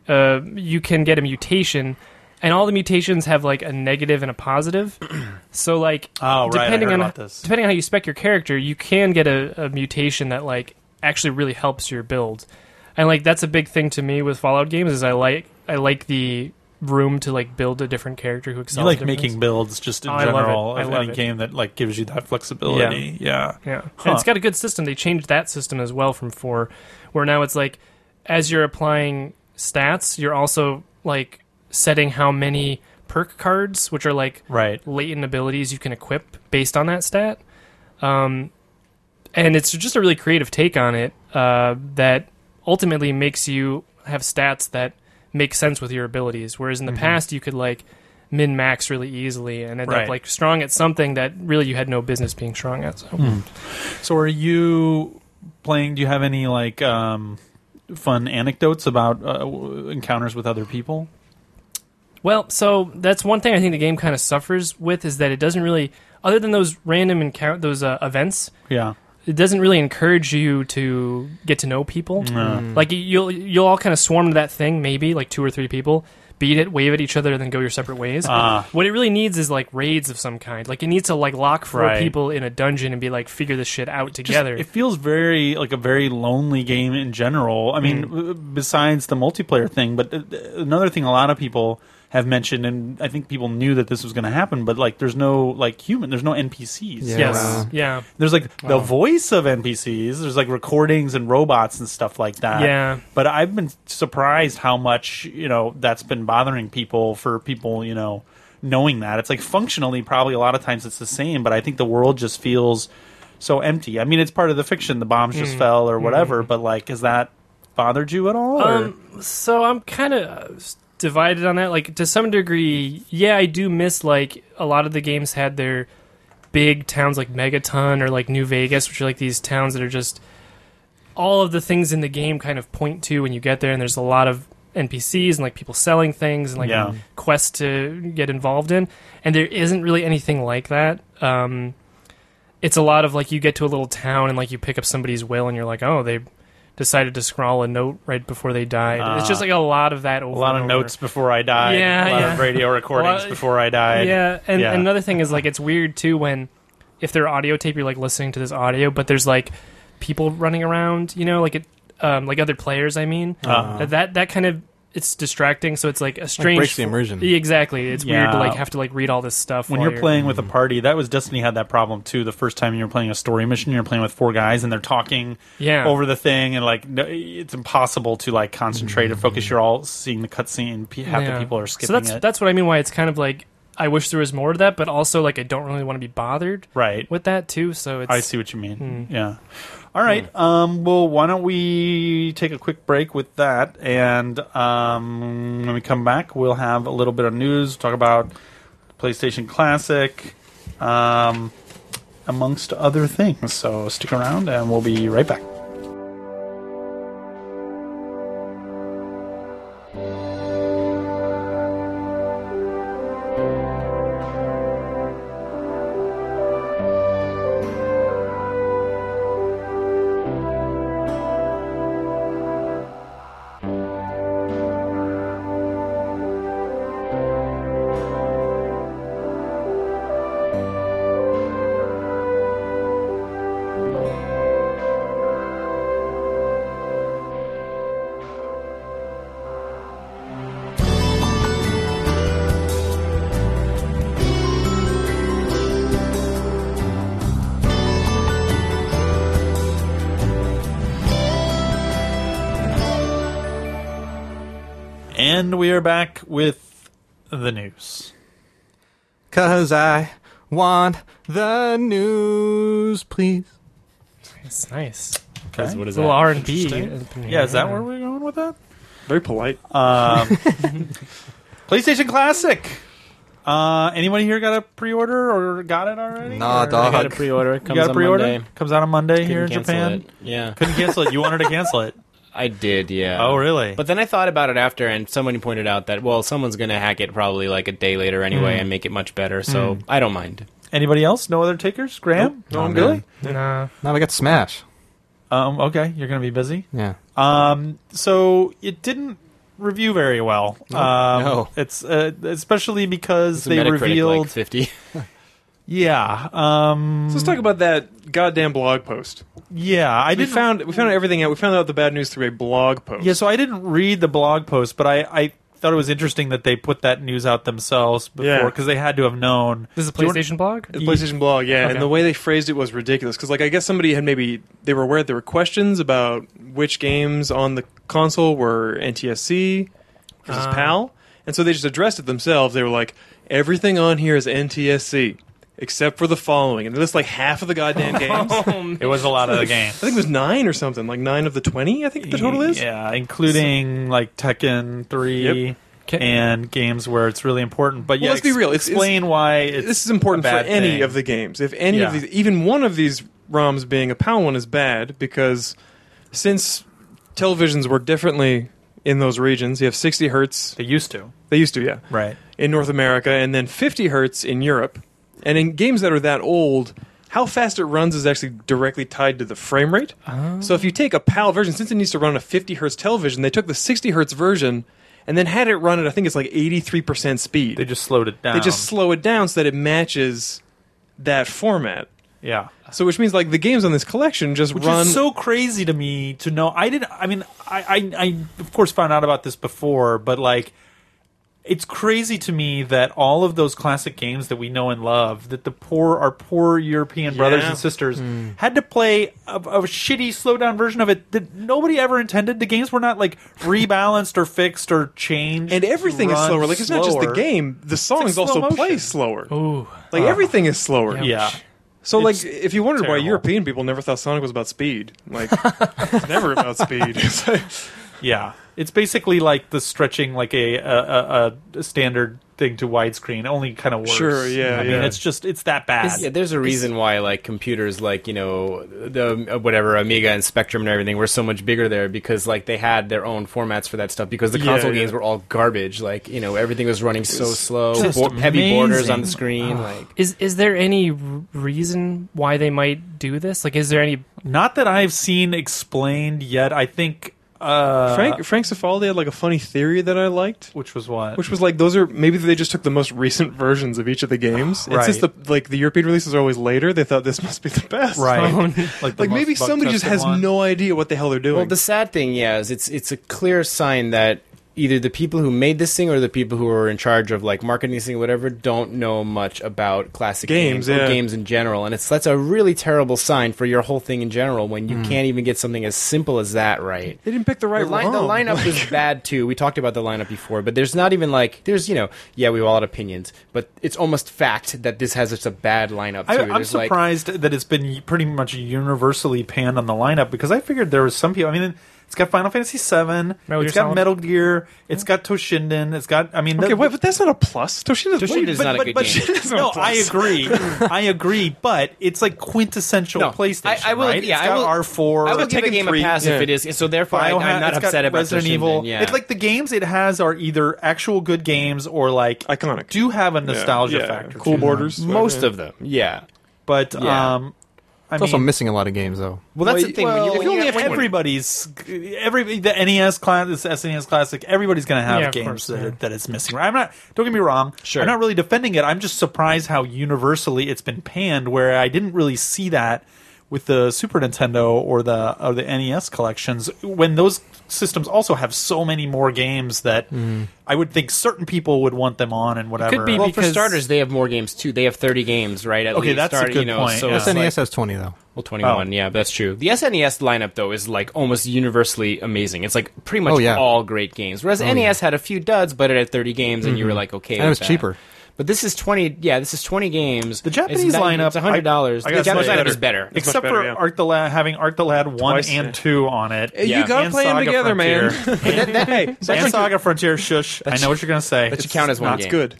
Speaker 4: uh, you can get a mutation, and all the mutations have like a negative and a positive. so like
Speaker 1: Oh, right.
Speaker 4: depending
Speaker 1: I heard
Speaker 4: on
Speaker 1: about this.
Speaker 4: depending on how you spec your character, you can get a, a mutation that like actually really helps your build. And like that's a big thing to me with Fallout games is I like I like the room to like build a different character who excels.
Speaker 1: You like
Speaker 4: at different
Speaker 1: making builds just in
Speaker 4: Oh, I love it.
Speaker 1: general
Speaker 4: I
Speaker 1: of
Speaker 4: love
Speaker 1: any
Speaker 4: it.
Speaker 1: game that like gives you that flexibility. Yeah.
Speaker 4: Yeah. And
Speaker 1: Huh.
Speaker 4: it's got a good system. They changed that system as well from four, where now it's like as you're applying stats, you're also like setting how many perk cards, which are like
Speaker 1: Right.
Speaker 4: latent abilities you can equip based on that stat. Um, and it's just a really creative take on it uh, that ultimately makes you have stats that make sense with your abilities. Whereas
Speaker 1: Mm-hmm.
Speaker 4: in the past, you could like min max really easily and end
Speaker 1: Right.
Speaker 4: up like strong at something that really you had no business being strong at. So.
Speaker 1: So are you playing? Do you have any like um, fun anecdotes about uh, w- encounters with other people?
Speaker 4: Well, so that's one thing I think the game kind of suffers with is that it doesn't really, other than those random encounter those uh, events,
Speaker 1: Yeah.
Speaker 4: it doesn't really encourage you to get to know people.
Speaker 1: Uh,
Speaker 4: Like y- you'll you'll all kind of swarm to that thing, maybe like two or three people, beat it, wave at each other, and then go your separate ways.
Speaker 1: Ah.
Speaker 4: what it really needs is like raids of some kind. Like it needs to like lock four
Speaker 1: Right.
Speaker 4: people in a dungeon and be like figure this shit out
Speaker 1: Just-
Speaker 4: together.
Speaker 1: it feels very like a very lonely game in general. I mean,
Speaker 4: Mm.
Speaker 1: w- besides the multiplayer thing, but uh, another thing a lot of people have mentioned, and I think people knew that this was going to happen, but like, there's no like human, there's no NPCs.
Speaker 3: Yeah.
Speaker 4: yes,
Speaker 3: Wow.
Speaker 4: yeah,
Speaker 1: There's like the voice of NPCs. There's like recordings and robots and stuff like that.
Speaker 4: Yeah.
Speaker 1: But I've been surprised how much you know that's been bothering people for people you know knowing that it's like functionally probably a lot of times it's the same, but I think the world just feels so empty. I mean, it's part of the fiction. The bombs
Speaker 4: Hmm.
Speaker 1: just fell or whatever, but like, has that bothered you at all? or-
Speaker 4: Um, so I'm kind of divided on that. Like to some degree, yeah, I do miss like a lot of the games had their big towns like Megaton or like New Vegas, which are like these towns that are just all of the things in the game kind of point to when you get there, and there's a lot of NPCs and like people selling things and like
Speaker 1: Yeah.
Speaker 4: quests to get involved in, and there isn't really anything like that. Um, it's a lot of like you get to a little town and like you pick up somebody's will and you're like, oh, they decided to scrawl a note right before they died. it's just like a lot of that. Over
Speaker 1: Ah. a lot of
Speaker 4: and over.
Speaker 1: notes before I died.
Speaker 4: Yeah,
Speaker 1: a lot
Speaker 4: yeah.
Speaker 1: of radio recordings
Speaker 4: Well,
Speaker 1: before I died.
Speaker 4: Yeah, and
Speaker 1: Yeah.
Speaker 4: another thing is like it's weird too when if they're audio tape, you're like listening to this audio, but there's like people running around, you know, like it, um, like other players. I mean,
Speaker 1: Uh-huh.
Speaker 4: that that kind of it's distracting. So it's like a strange
Speaker 3: breaks the immersion.
Speaker 4: Yeah, exactly, it's weird to
Speaker 1: Yeah.
Speaker 4: like have to like read all this stuff
Speaker 1: when
Speaker 4: while
Speaker 1: you're, playing with a party that was destiny had that problem too the first time you were playing a story mission you're playing with four guys and they're talking
Speaker 4: Yeah.
Speaker 1: over the thing and like no, it's impossible to like concentrate and focus you're all seeing the cutscene pe- half
Speaker 4: Mm. Yeah.
Speaker 1: the people are skipping
Speaker 4: So that's
Speaker 1: it
Speaker 4: that's what I mean. Why it's kind of like I wish there was more to that, but also like I don't really want to be bothered
Speaker 1: right
Speaker 4: with that too. So it's
Speaker 1: i see what you mean yeah all right um, well why don't we take a quick break with that and um, when we come back we'll have a little bit of news talk about playstation classic um, amongst other things so stick around and we'll be right back And we are back with the news.
Speaker 3: Cause I want the news, please.
Speaker 4: it's nice.
Speaker 1: Okay.
Speaker 2: What is
Speaker 4: It's a
Speaker 2: that?
Speaker 4: little R and B.
Speaker 1: Interesting. Yeah, is that where we're going with that?
Speaker 5: Very polite.
Speaker 1: Um, PlayStation Classic. Uh, anybody here got a pre-order or got it already?
Speaker 3: Nah,
Speaker 1: Or-
Speaker 3: dog.
Speaker 2: I got a pre-order. It
Speaker 1: Uh, You
Speaker 2: comes
Speaker 1: got a
Speaker 2: on
Speaker 1: pre-order?
Speaker 2: Monday.
Speaker 1: Comes out on Monday here in
Speaker 2: Couldn't cancel
Speaker 1: Japan.
Speaker 2: it. Yeah.
Speaker 1: Couldn't cancel it. You wanted to cancel it.
Speaker 2: I did, yeah.
Speaker 1: Oh, really?
Speaker 2: But then I thought about it after, and somebody pointed out that well, someone's going to hack it probably like a day later
Speaker 1: Mm.
Speaker 2: anyway and make it much better. So I don't mind.
Speaker 1: Anybody else? No other takers? Graham?
Speaker 5: No, I'm
Speaker 2: Really?
Speaker 5: good.
Speaker 4: Nah.
Speaker 3: Now we got Smash.
Speaker 1: Um, okay, you're going to be busy.
Speaker 3: Yeah.
Speaker 1: Um, so it didn't review very well. um,
Speaker 3: no.
Speaker 1: It's uh, especially because
Speaker 2: It's a
Speaker 1: they
Speaker 2: Metacritic, like,
Speaker 1: revealed.
Speaker 2: 50.
Speaker 1: yeah. Um,
Speaker 5: So let's talk about that goddamn blog post.
Speaker 1: yeah, I
Speaker 5: we
Speaker 1: didn't
Speaker 5: found we found everything out. We found out the bad news through a blog post.
Speaker 1: Yeah, so I didn't read the blog post, but I, I thought it was interesting that they put that news out themselves before
Speaker 5: Yeah.
Speaker 1: because they had to have known.
Speaker 4: This is a
Speaker 1: Do you want-
Speaker 4: PlayStation blog?
Speaker 5: The PlayStation blog, yeah,
Speaker 4: Okay.
Speaker 5: and the way they phrased it was ridiculous because, like, I guess somebody had maybe they were aware there were questions about which games on the console were NTSC versus
Speaker 4: Ah.
Speaker 5: PAL, and so they just addressed it themselves. They were like, "Everything on here is NTSC except for the following," and they list like half of the goddamn games. I
Speaker 1: It was a lot of the game.
Speaker 5: think it was nine or something, like nine of the twenty. I think the total is.
Speaker 1: Yeah, including like Tekken 3
Speaker 5: Yep.
Speaker 4: Okay.
Speaker 1: and games where it's really important. But
Speaker 5: Well,
Speaker 1: yeah,
Speaker 5: let's be real, it's- it's-
Speaker 1: explain why it's
Speaker 5: this is important
Speaker 1: a
Speaker 5: for
Speaker 1: bad
Speaker 5: any
Speaker 1: thing.
Speaker 5: of the games. If any of
Speaker 1: Yeah.
Speaker 5: these, even one of these ROMs being a PAL one is bad because since televisions work differently in those regions, you have 60 hertz.
Speaker 1: They used to.
Speaker 5: They used to, yeah,
Speaker 1: Right.
Speaker 5: in North America, and then 50 hertz in Europe. And in games that are that old, how fast it runs is actually directly tied to the frame rate. So if you take a PAL version, since it needs to run a 50 hertz television, they took the 60 hertz version and then had it run at I think it's like 83% speed.
Speaker 1: They just slowed it down.
Speaker 5: They just slow it down so that it matches that format.
Speaker 1: yeah.
Speaker 5: So which means like the games on this collection just
Speaker 1: Which
Speaker 5: run
Speaker 1: is so crazy to me to know. I didn't. I mean, I, I, I of course found out about this before, but like, it's crazy to me that all of those classic games that we know and love, that the poor, our poor European brothers
Speaker 5: Yeah. Hmm.
Speaker 1: and sisters, had to play a, a shitty, slowed down version of it that nobody ever intended. The games were not like rebalanced or fixed or changed,
Speaker 5: and everything is
Speaker 1: run
Speaker 5: slower. Like it's not just the
Speaker 1: slower.
Speaker 5: game; the songs
Speaker 1: slow motion.
Speaker 5: also
Speaker 1: Oh. Uh-huh.
Speaker 5: play slower.
Speaker 4: Ooh.
Speaker 5: Like everything is slower.
Speaker 1: Yeah,
Speaker 5: So like
Speaker 1: It's
Speaker 5: if you wondered why
Speaker 1: terrible.
Speaker 5: European people never thought Sonic was about speed, like it's never about speed. It's like-
Speaker 1: yeah. It's basically like the stretching, like a a, a, a standard thing to widescreen, only kind of worse.
Speaker 5: Sure, yeah,
Speaker 1: I mean,
Speaker 5: yeah.
Speaker 1: it's just it's that bad.
Speaker 2: Yeah, there's a reason why like computers like you know the uh, whatever Amiga and Spectrum and everything were so much bigger there because like they had their own formats for that stuff because the
Speaker 5: Yeah,
Speaker 2: console
Speaker 5: yeah.
Speaker 2: games were all garbage like you know everything was running so slow
Speaker 1: just
Speaker 2: bo- heavy borders on the
Speaker 1: amazing.
Speaker 2: screen like
Speaker 4: Is is there any r- reason why they might do this? Like, is there any?
Speaker 1: Not that I've seen explained yet. I think uh,
Speaker 5: Frank Frank Cifaldi had like a funny theory that I liked.
Speaker 1: which was what?
Speaker 5: Which was like those are maybe they just took the most recent versions of each of the games. And since the
Speaker 1: Right.
Speaker 5: like the European releases are always later, they thought this must be the best.
Speaker 1: right? the
Speaker 5: Like
Speaker 1: most
Speaker 5: maybe somebody just
Speaker 1: bug-tested
Speaker 5: has
Speaker 1: one.
Speaker 5: no idea what the hell they're doing.
Speaker 2: Well, the sad thing, yeah, is it's it's a clear sign that either the people who made this thing or the people who are in charge of like marketing this thing, or whatever, don't know much about classic
Speaker 5: Games,
Speaker 2: games, or
Speaker 5: yeah.
Speaker 2: games in general, and it's that's a really terrible sign for your whole thing in general when you can't even get something as simple as that right.
Speaker 5: They didn't pick the right
Speaker 2: The, line, the
Speaker 5: ROM.
Speaker 2: lineup is bad too. We talked about the lineup before, but there's not even like there's you know yeah we all had opinions, but it's almost fact that this has such a bad lineup too.
Speaker 1: I, I'm
Speaker 2: There's, like-
Speaker 1: surprised that it's been pretty much universally panned on the lineup because I figured there was some people. I mean, it's got Final Fantasy VII,
Speaker 4: Metal
Speaker 1: it's
Speaker 4: Gear
Speaker 1: got
Speaker 4: Solid.
Speaker 1: Metal Gear, it's got Toshinden, it's got. I mean,
Speaker 5: Okay,
Speaker 1: the-
Speaker 5: wait, but that's not a plus. Toshida's
Speaker 2: Toshida's
Speaker 5: but-
Speaker 2: not a
Speaker 5: but-
Speaker 2: good
Speaker 5: but
Speaker 2: game.
Speaker 5: Toshida's not
Speaker 1: no,
Speaker 5: a plus.
Speaker 1: I agree. I agree, but it's like quintessential
Speaker 2: No,
Speaker 1: PlayStation.
Speaker 2: I, I will.
Speaker 1: right?
Speaker 2: Yeah,
Speaker 1: it's got
Speaker 2: I will,
Speaker 1: R four.
Speaker 2: I will give a
Speaker 5: Tekken
Speaker 2: game a
Speaker 5: 3,
Speaker 2: pass if
Speaker 5: yeah.
Speaker 2: it is. So therefore, I,
Speaker 1: Bioha-
Speaker 2: I'm not
Speaker 1: it's got
Speaker 2: upset about
Speaker 1: Resident
Speaker 2: Toshinden,
Speaker 1: Evil.
Speaker 2: Yeah.
Speaker 1: It's like the games it has are either actual good games or like
Speaker 5: Iconic.
Speaker 1: do have a
Speaker 5: Yeah,
Speaker 1: nostalgia
Speaker 5: yeah.
Speaker 1: factor.
Speaker 5: Cool
Speaker 1: to them.
Speaker 5: borders.
Speaker 2: most
Speaker 5: whatever.
Speaker 2: of them. Yeah.
Speaker 1: but
Speaker 2: Yeah.
Speaker 1: um, I
Speaker 3: It's
Speaker 1: mean,
Speaker 3: also missing a lot of games though.
Speaker 2: Well, that's the thing. when you,
Speaker 1: if
Speaker 2: when
Speaker 1: you
Speaker 2: you
Speaker 1: only
Speaker 2: have
Speaker 1: have everybody's every the NES class, this SNES classic, everybody's going to have
Speaker 4: Yeah, of
Speaker 1: games
Speaker 4: course,
Speaker 1: that,
Speaker 4: yeah.
Speaker 1: that it's missing. I'm not. Don't get me wrong.
Speaker 2: Sure.
Speaker 1: I'm not really defending it. I'm just surprised how universally it's been panned. Where I didn't really see that with the Super Nintendo or the or the NES collections when those systems also have so many more games that I would think certain people would want them on and whatever.
Speaker 4: Mm. be
Speaker 2: well, for
Speaker 4: because-
Speaker 2: starters, they have more games too. They have 30 games, right? At
Speaker 1: Okay,
Speaker 2: least,
Speaker 1: that's a
Speaker 2: start-
Speaker 1: good
Speaker 2: you know,
Speaker 1: point,
Speaker 2: So
Speaker 1: yeah.
Speaker 2: it's like-
Speaker 3: SNES E has 20 though.
Speaker 2: well, 21.
Speaker 1: Oh.
Speaker 2: Yeah, that's true. The SNES lineup though is like almost universally amazing. It's like pretty much
Speaker 3: Oh, yeah.
Speaker 2: all great games. Whereas
Speaker 1: Oh,
Speaker 2: NES had a few duds, but it had 30 games, and
Speaker 1: Mm-hmm.
Speaker 2: you were like, okay,
Speaker 3: And it
Speaker 2: with
Speaker 3: was
Speaker 2: that.
Speaker 3: cheaper.
Speaker 2: But this is 20. Yeah, this is 20 games.
Speaker 1: The Japanese lineup,
Speaker 2: it's 100 dollars.
Speaker 1: I- I
Speaker 2: The
Speaker 1: gotta
Speaker 2: Japanese
Speaker 1: say,
Speaker 2: lineup
Speaker 1: better.
Speaker 2: is better.
Speaker 5: It's
Speaker 1: Except
Speaker 5: much better,
Speaker 1: for
Speaker 5: yeah.
Speaker 1: Art the Lad having Art the Lad one
Speaker 5: Twice,
Speaker 1: and
Speaker 5: yeah.
Speaker 1: two on it.
Speaker 5: Hey, You
Speaker 2: Yeah.
Speaker 5: gotta
Speaker 1: And
Speaker 5: play them
Speaker 1: Saga
Speaker 5: together,
Speaker 1: Frontier.
Speaker 5: man. hey,
Speaker 1: and Saga Frontier, shush. I know what you're going to say.
Speaker 2: That should count as one
Speaker 5: that's
Speaker 2: game.
Speaker 5: good.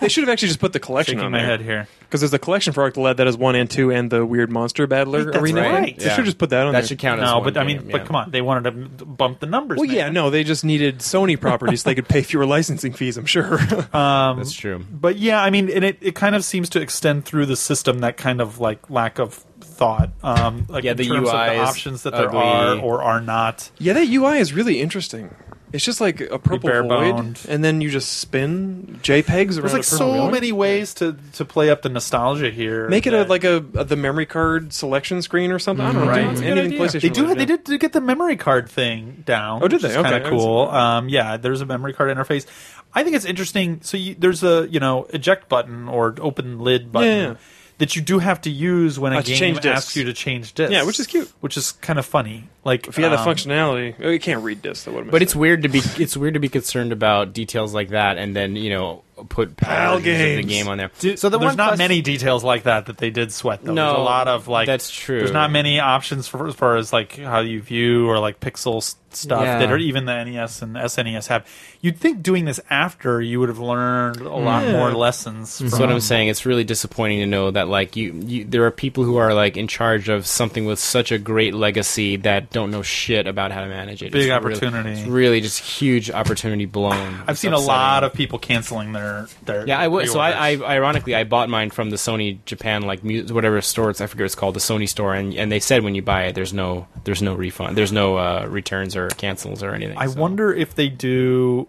Speaker 5: They should have actually just put the collection
Speaker 1: Shaking
Speaker 5: on
Speaker 1: my
Speaker 5: there.
Speaker 1: head here.
Speaker 5: Because there's the collection for Arctalad that has one and two, and the weird monster battler
Speaker 1: Wait, that's
Speaker 5: arena.
Speaker 1: right.
Speaker 5: They
Speaker 6: Yeah.
Speaker 5: should just put that on
Speaker 6: that
Speaker 5: there.
Speaker 6: should count as
Speaker 1: No,
Speaker 6: one
Speaker 1: but I mean,
Speaker 6: game, yeah.
Speaker 1: but come on, they wanted to m- bump the numbers.
Speaker 5: well,
Speaker 1: man.
Speaker 5: yeah, no, they just needed Sony properties so they could pay fewer licensing fees. I'm sure.
Speaker 2: That's true.
Speaker 1: but yeah, I mean, and it, it kind of seems to extend through the system that kind of like lack of thought, um, like
Speaker 6: Yeah,
Speaker 1: in
Speaker 6: the
Speaker 1: terms of
Speaker 6: UI
Speaker 1: the
Speaker 6: is
Speaker 1: options that there
Speaker 6: ugly.
Speaker 1: are or are not.
Speaker 5: yeah, that UI is really interesting. It's just like a purple
Speaker 1: bare
Speaker 5: void,
Speaker 1: boned.
Speaker 5: and then you just spin JPEGs around.
Speaker 1: There's
Speaker 5: a
Speaker 1: like
Speaker 5: purple
Speaker 1: so
Speaker 5: void.
Speaker 1: many ways to to play up the nostalgia here.
Speaker 5: Make it a,
Speaker 1: that-
Speaker 5: like a, a- the memory card selection screen or something. I don't know.
Speaker 1: Right.
Speaker 5: dude.
Speaker 1: That's a
Speaker 4: good
Speaker 5: Anything
Speaker 4: idea.
Speaker 5: PlayStation.
Speaker 1: They do.
Speaker 5: related,
Speaker 1: They
Speaker 5: yeah.
Speaker 1: did, did get the memory card thing down.
Speaker 5: Oh, did they? Okay,
Speaker 1: Kind
Speaker 5: I
Speaker 1: of
Speaker 5: didn't see
Speaker 1: cool. Um, yeah, there's a memory card interface. I think it's interesting. So you, there's a you know eject button or open lid button
Speaker 5: Yeah.
Speaker 1: that you do have to use when a
Speaker 5: Uh, to
Speaker 1: game
Speaker 5: change discs.
Speaker 1: asks you to change discs.
Speaker 5: Yeah, which is cute.
Speaker 1: Which is kind of funny. Like
Speaker 5: If you had the
Speaker 1: um,
Speaker 5: functionality, oh, you can't read this. That would have.
Speaker 2: But it's weird to be it's weird to be concerned about details like that, and then you know put
Speaker 5: Pal
Speaker 2: parodies of
Speaker 5: games.
Speaker 2: the game on there.
Speaker 1: So
Speaker 2: the
Speaker 1: there's
Speaker 2: one
Speaker 1: not
Speaker 2: quest-
Speaker 1: many details like that that they did sweat. Though. there's a
Speaker 2: No,
Speaker 1: lot of like
Speaker 2: that's true.
Speaker 1: There's not many options for as far as like how you view or like pixel s- stuff
Speaker 3: Yeah.
Speaker 1: that are even the NES and SNES have. You'd think doing this after you would have learned a lot more lessons.
Speaker 2: That's what I'm saying. It's really disappointing to know that like you, you, there are people who are like in charge of something with such a great legacy that don't know shit about how to manage it.
Speaker 1: Big
Speaker 2: It's
Speaker 1: opportunity.
Speaker 2: Really, it's really just huge opportunity blown.
Speaker 1: I've seen a lot of people canceling their their
Speaker 2: Yeah, I would. So I, I
Speaker 1: pre-orders.
Speaker 2: ironically I bought mine from the Sony Japan like mu- whatever store it's I forget what it's called the Sony store and and they said when you buy it there's no there's no refund there's no uh, returns or cancels or anything.
Speaker 1: I
Speaker 2: so.
Speaker 1: wonder if they do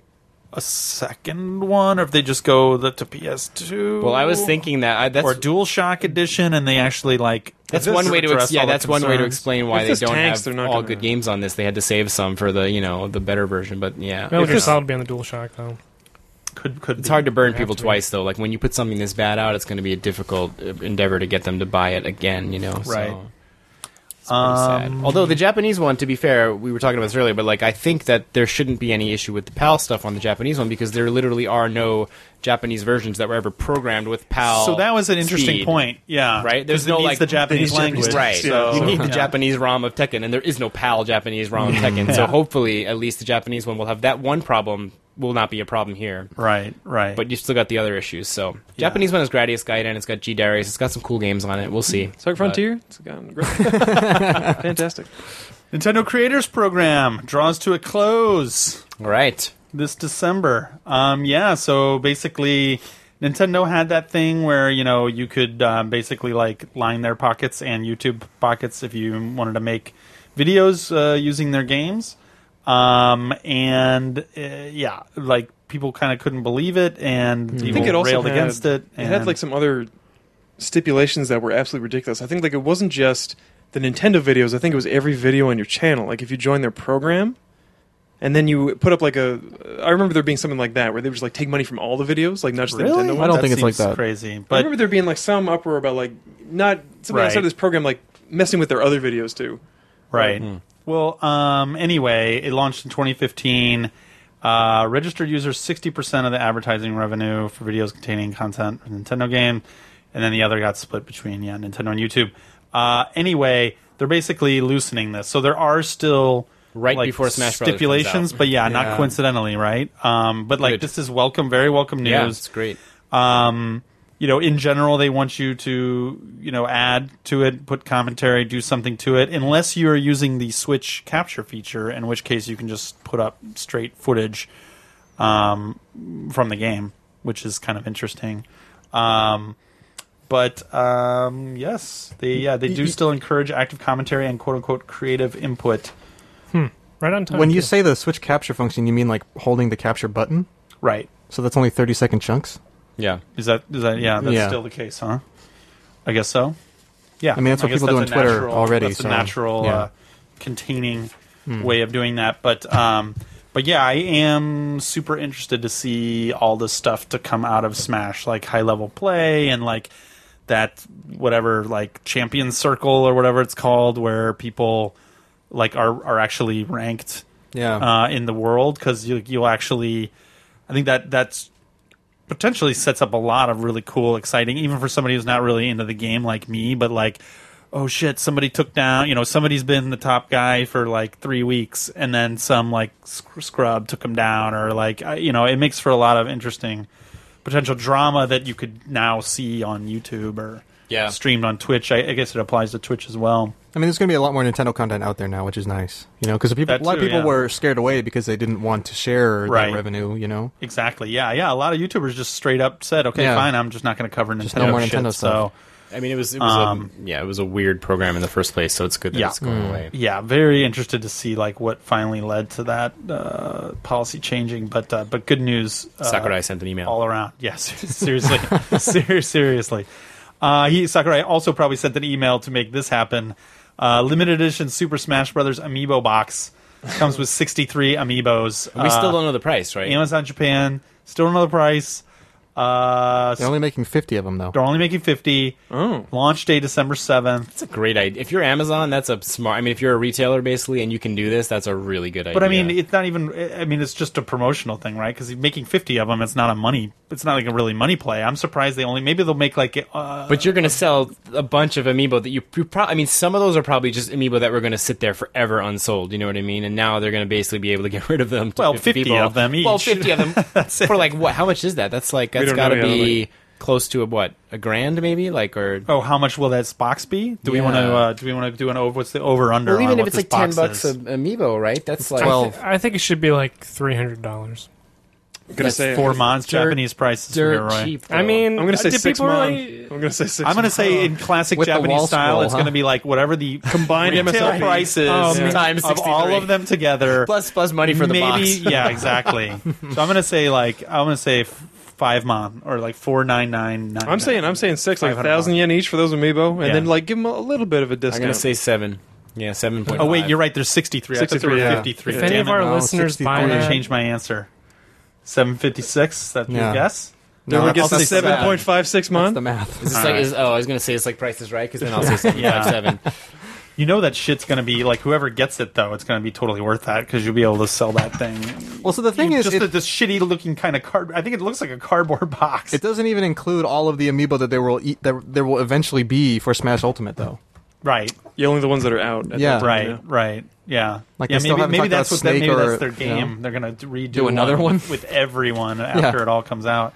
Speaker 1: a second one or if they just go the, to PS2.
Speaker 2: Well, I was thinking that I, that's
Speaker 1: or DualShock edition, and they actually like
Speaker 2: That's one way to
Speaker 1: address
Speaker 2: ex- yeah.
Speaker 1: all the
Speaker 2: That's one way to
Speaker 1: concerns.
Speaker 2: explain why
Speaker 5: If
Speaker 2: they
Speaker 5: this
Speaker 2: don't
Speaker 5: tanks, they're
Speaker 2: have
Speaker 5: not
Speaker 2: all
Speaker 5: gonna-
Speaker 2: good games on this. They had to save some for the you know the better version. But yeah,
Speaker 4: Metal Gear
Speaker 5: there's-
Speaker 4: Solid would be on the DualShock though.
Speaker 1: Could could
Speaker 2: it's
Speaker 1: be.
Speaker 2: hard to burn
Speaker 4: have
Speaker 2: people
Speaker 4: to be.
Speaker 2: twice though. Like when you put something this bad out, it's going to be a difficult uh, endeavor to get them to buy it again. You know, so.
Speaker 1: Right.
Speaker 2: it's pretty sad.
Speaker 1: Um,
Speaker 2: Although the Japanese one, to be fair, we were talking about this earlier, but like I think that there shouldn't be any issue with the PAL stuff on the Japanese one because there literally are no Japanese versions that were ever programmed with PAL.
Speaker 1: So that was an interesting
Speaker 2: speed.
Speaker 1: point. Yeah,
Speaker 2: right? There's
Speaker 1: 'Cause it
Speaker 2: no
Speaker 1: needs
Speaker 2: like
Speaker 1: the Japanese
Speaker 5: they need
Speaker 1: language,
Speaker 5: Japanese
Speaker 2: right?
Speaker 5: text, yeah.
Speaker 2: So you
Speaker 5: So-
Speaker 2: need the
Speaker 1: Yeah.
Speaker 2: Japanese ROM of Tekken, and there is no PAL Japanese ROM of Tekken. So hopefully, at least the Japanese one will have that one problem. Will not be a problem here,
Speaker 1: Right, right.
Speaker 2: but you still got the other issues. So Japanese one has Gradius Gaiden, it's got G Darius, it's got some cool games on it. We'll see.
Speaker 5: Sonic Frontier. It's gone great. Fantastic.
Speaker 1: Nintendo Creators Program draws to a close
Speaker 2: All right.
Speaker 1: this December. Um, yeah, so basically. Nintendo had that thing where you know you could um, basically like line their pockets and YouTube pockets if you wanted to make videos uh, using their games. um, and uh, yeah, like people kind of couldn't believe it,
Speaker 2: Hmm.
Speaker 1: and people
Speaker 5: I think it also
Speaker 1: railed
Speaker 5: had,
Speaker 1: against it.
Speaker 5: It
Speaker 1: And
Speaker 5: had like some other stipulations that were absolutely ridiculous. I think like it wasn't just the Nintendo videos. I think it was every video on your channel. Like if you join their program, and then you put up like a. I remember there being something like that where they would just like take money from all the videos, like not just the
Speaker 1: really,
Speaker 5: Nintendo
Speaker 3: I
Speaker 5: ones.
Speaker 3: don't think it's like
Speaker 1: seems
Speaker 3: that.
Speaker 1: Crazy,
Speaker 5: I
Speaker 1: but
Speaker 5: remember there being like some uproar about like not somebody
Speaker 1: Right.
Speaker 5: outside of this program like messing with their other videos too.
Speaker 1: right. Well, um, anyway, it launched in 2015. Uh, registered users 60% of the advertising revenue for videos containing content from Nintendo game, and then the other got split between yeah Nintendo and YouTube. Uh, anyway, they're basically loosening this, so there are still
Speaker 2: Right
Speaker 1: like,
Speaker 2: before Smash Brothers comes
Speaker 1: stipulations,
Speaker 2: out.
Speaker 1: but yeah, not
Speaker 3: Yeah.
Speaker 1: coincidentally, right? Um, but like
Speaker 2: Good.
Speaker 1: this is welcome, very welcome news
Speaker 2: Yeah, it's great.
Speaker 1: um, you know, in general, they want you to, you know, add to it, put commentary, do something to it, unless you are using the Switch capture feature, in which case you can just put up straight footage um, from the game, which is kind of interesting. Um, but um, yes, they yeah they do still encourage active commentary and quote unquote creative input.
Speaker 4: Right on time.
Speaker 3: When you
Speaker 4: too.
Speaker 3: say the switch capture function, you mean like holding the capture button?
Speaker 1: Right?
Speaker 3: So that's only 30 second chunks?
Speaker 2: Yeah.
Speaker 1: Is that is that yeah? That's
Speaker 3: Yeah.
Speaker 1: still the case, huh? I guess so. Yeah, I
Speaker 3: mean, that's what
Speaker 1: guess
Speaker 3: people do
Speaker 1: that's
Speaker 3: on
Speaker 1: a
Speaker 3: Twitter
Speaker 1: natural-
Speaker 3: already,
Speaker 1: That's a
Speaker 3: so,
Speaker 1: natural
Speaker 3: yeah. Hmm.
Speaker 1: uh, containing way of doing that. But um, but yeah, I am super interested to see all this stuff to come out of Smash, like high level play and like that whatever like champion circle or whatever it's called, where people like are are actually ranked
Speaker 3: Yeah.
Speaker 1: uh, in the world because you, you'll actually i think that that's potentially sets up a lot of really cool exciting even for somebody who's not really into the game like me but like oh shit, somebody took down, you know, somebody's been the top guy for like three weeks, and then some like sc- scrub took him down, or like, I, you know, it makes for a lot of interesting potential drama that you could now see on YouTube or
Speaker 2: Yeah.
Speaker 1: streamed on Twitch. I, I guess it applies to Twitch as well.
Speaker 3: I mean, there's going to be a lot more Nintendo content out there now, which is nice. You know, because a
Speaker 1: That
Speaker 3: lot of
Speaker 1: too,
Speaker 3: people
Speaker 1: yeah.
Speaker 3: were scared away because they didn't want to share
Speaker 1: Right.
Speaker 3: that revenue. You know,
Speaker 1: Exactly. Yeah. Yeah. A lot of YouTubers just straight up said, okay,
Speaker 3: Yeah.
Speaker 1: fine, I'm just not going to cover Nintendo,
Speaker 3: Just no more
Speaker 1: shit,
Speaker 3: Nintendo stuff.
Speaker 1: So.
Speaker 2: I mean, it was it was
Speaker 1: Um,
Speaker 2: a, yeah, it was a weird program in the first place, so it's good that
Speaker 1: Yeah.
Speaker 2: it's
Speaker 5: Mm.
Speaker 2: going away.
Speaker 1: yeah, very interested to see like what finally led to that uh, policy changing. But uh, but good news, uh,
Speaker 2: Sakurai sent an email.
Speaker 1: all around. Yes, seriously, Ser- seriously. Uh, he Sakurai also probably sent an email to make this happen. Uh, limited edition Super Smash Brothers Amiibo box comes with 63 amiibos.
Speaker 2: we still
Speaker 1: Uh,
Speaker 2: don't know the price, right?
Speaker 1: Amazon Japan still don't know the price. Uh,
Speaker 3: they're only making 50 of them though.
Speaker 1: they're only making 50.
Speaker 5: Oh.
Speaker 1: Launch day December 7th.
Speaker 2: It's a great idea. If you're Amazon, that's a smart. I mean, if you're a retailer basically and you can do this, that's a really good idea.
Speaker 1: But I mean, it's not even. I mean, it's just a promotional thing, right? Because making fifty of them, it's not a money. It's not like a really money play. I'm surprised they only. Maybe they'll make like. Uh,
Speaker 2: but you're gonna sell a bunch of amiibo that you, you pro- I mean, some of those are probably just amiibo that were gonna sit there forever unsold. You know what I mean? And now they're gonna basically be able to get rid of them. To
Speaker 1: Well, 50
Speaker 2: people.
Speaker 1: of them each.
Speaker 2: Well, fifty of them for like what? How much is that? That's like that's
Speaker 5: don't
Speaker 2: got to
Speaker 5: know yet,
Speaker 2: be close to a what? A grand maybe? Like or
Speaker 1: oh, how much will that box be? Do we want to?
Speaker 2: Yeah.
Speaker 1: Uh, do we want to do an over? What's the over under?
Speaker 2: well,
Speaker 1: on
Speaker 2: even if
Speaker 1: what
Speaker 2: it's
Speaker 1: this
Speaker 2: like ten
Speaker 1: box
Speaker 2: bucks
Speaker 1: is?
Speaker 2: an amiibo, right? That's like
Speaker 3: Twelve.
Speaker 4: I think it should be like three hundred dollars.
Speaker 5: I'm gonna
Speaker 2: That's
Speaker 5: say
Speaker 1: four months
Speaker 2: Dirt-
Speaker 1: Japanese prices.
Speaker 2: dirt
Speaker 1: here, Roy.
Speaker 2: cheap.
Speaker 4: I mean,
Speaker 5: I'm gonna say
Speaker 4: Uh, did
Speaker 5: six
Speaker 4: people
Speaker 5: mon.
Speaker 4: really-
Speaker 5: I'm gonna say six.
Speaker 1: I'm gonna
Speaker 5: mon.
Speaker 1: say in classic
Speaker 3: With the
Speaker 1: Japanese
Speaker 3: wall
Speaker 1: style,
Speaker 3: scroll,
Speaker 1: it's
Speaker 3: huh?
Speaker 1: gonna be like whatever the
Speaker 5: Combined
Speaker 1: retail
Speaker 5: MSRP.
Speaker 1: prices
Speaker 4: Oh,
Speaker 1: yeah.
Speaker 2: times
Speaker 1: of all
Speaker 2: 63.
Speaker 1: of them together
Speaker 2: plus plus money for the
Speaker 1: maybe,
Speaker 2: box.
Speaker 1: yeah, exactly. so I'm gonna say like I'm gonna say f- five mon or like four nine nine nine.
Speaker 5: I'm saying I'm saying six, like
Speaker 1: 500
Speaker 5: thousand yen each for those amiibo, and
Speaker 1: Yeah.
Speaker 5: then like give them a little bit of a
Speaker 2: I'm
Speaker 5: discount.
Speaker 2: gonna say seven. Yeah, seven point.
Speaker 1: Oh wait, you're right. There's 63. I thought there
Speaker 5: 63,
Speaker 1: were
Speaker 5: yeah.
Speaker 1: 53.
Speaker 4: If any
Speaker 1: Damn
Speaker 4: of
Speaker 1: it.
Speaker 4: our
Speaker 3: no,
Speaker 4: listeners buy
Speaker 1: I'm gonna
Speaker 3: Yeah.
Speaker 4: that,
Speaker 1: change my answer. 756. That your
Speaker 3: Yeah.
Speaker 1: guess?
Speaker 5: then we
Speaker 3: that's-
Speaker 5: get
Speaker 1: I'll
Speaker 5: to
Speaker 1: say seven.
Speaker 5: seven point five six
Speaker 3: That's
Speaker 5: mon.
Speaker 3: the math.
Speaker 2: Is this
Speaker 1: All
Speaker 2: like,
Speaker 1: right.
Speaker 2: is, oh, I was gonna say it's like Price is Right because then I'll say seven
Speaker 1: Yeah.
Speaker 2: five seven.
Speaker 1: You know that shit's gonna be like whoever gets it though. It's gonna be totally worth that because you'll be able to sell that thing.
Speaker 3: Well, so the thing is,
Speaker 1: just
Speaker 3: it,
Speaker 1: that this shitty looking kind of card. I think it looks like a cardboard box.
Speaker 3: it doesn't even include all of the amiibo that there will eat, that there will eventually be for Smash Ultimate though.
Speaker 1: right.
Speaker 5: Yeah, only the ones that are out. at
Speaker 3: Yeah.
Speaker 5: that point,
Speaker 1: Right,
Speaker 5: yeah.
Speaker 1: right, yeah.
Speaker 3: Like,
Speaker 1: yeah,
Speaker 3: they still
Speaker 1: maybe
Speaker 3: haven't
Speaker 1: maybe
Speaker 3: talked about
Speaker 1: that's what that,
Speaker 3: Snake
Speaker 1: maybe
Speaker 3: or,
Speaker 1: that's their
Speaker 3: you know,
Speaker 1: game. They're gonna d- redo
Speaker 3: do another one?
Speaker 1: with everyone after it all comes out.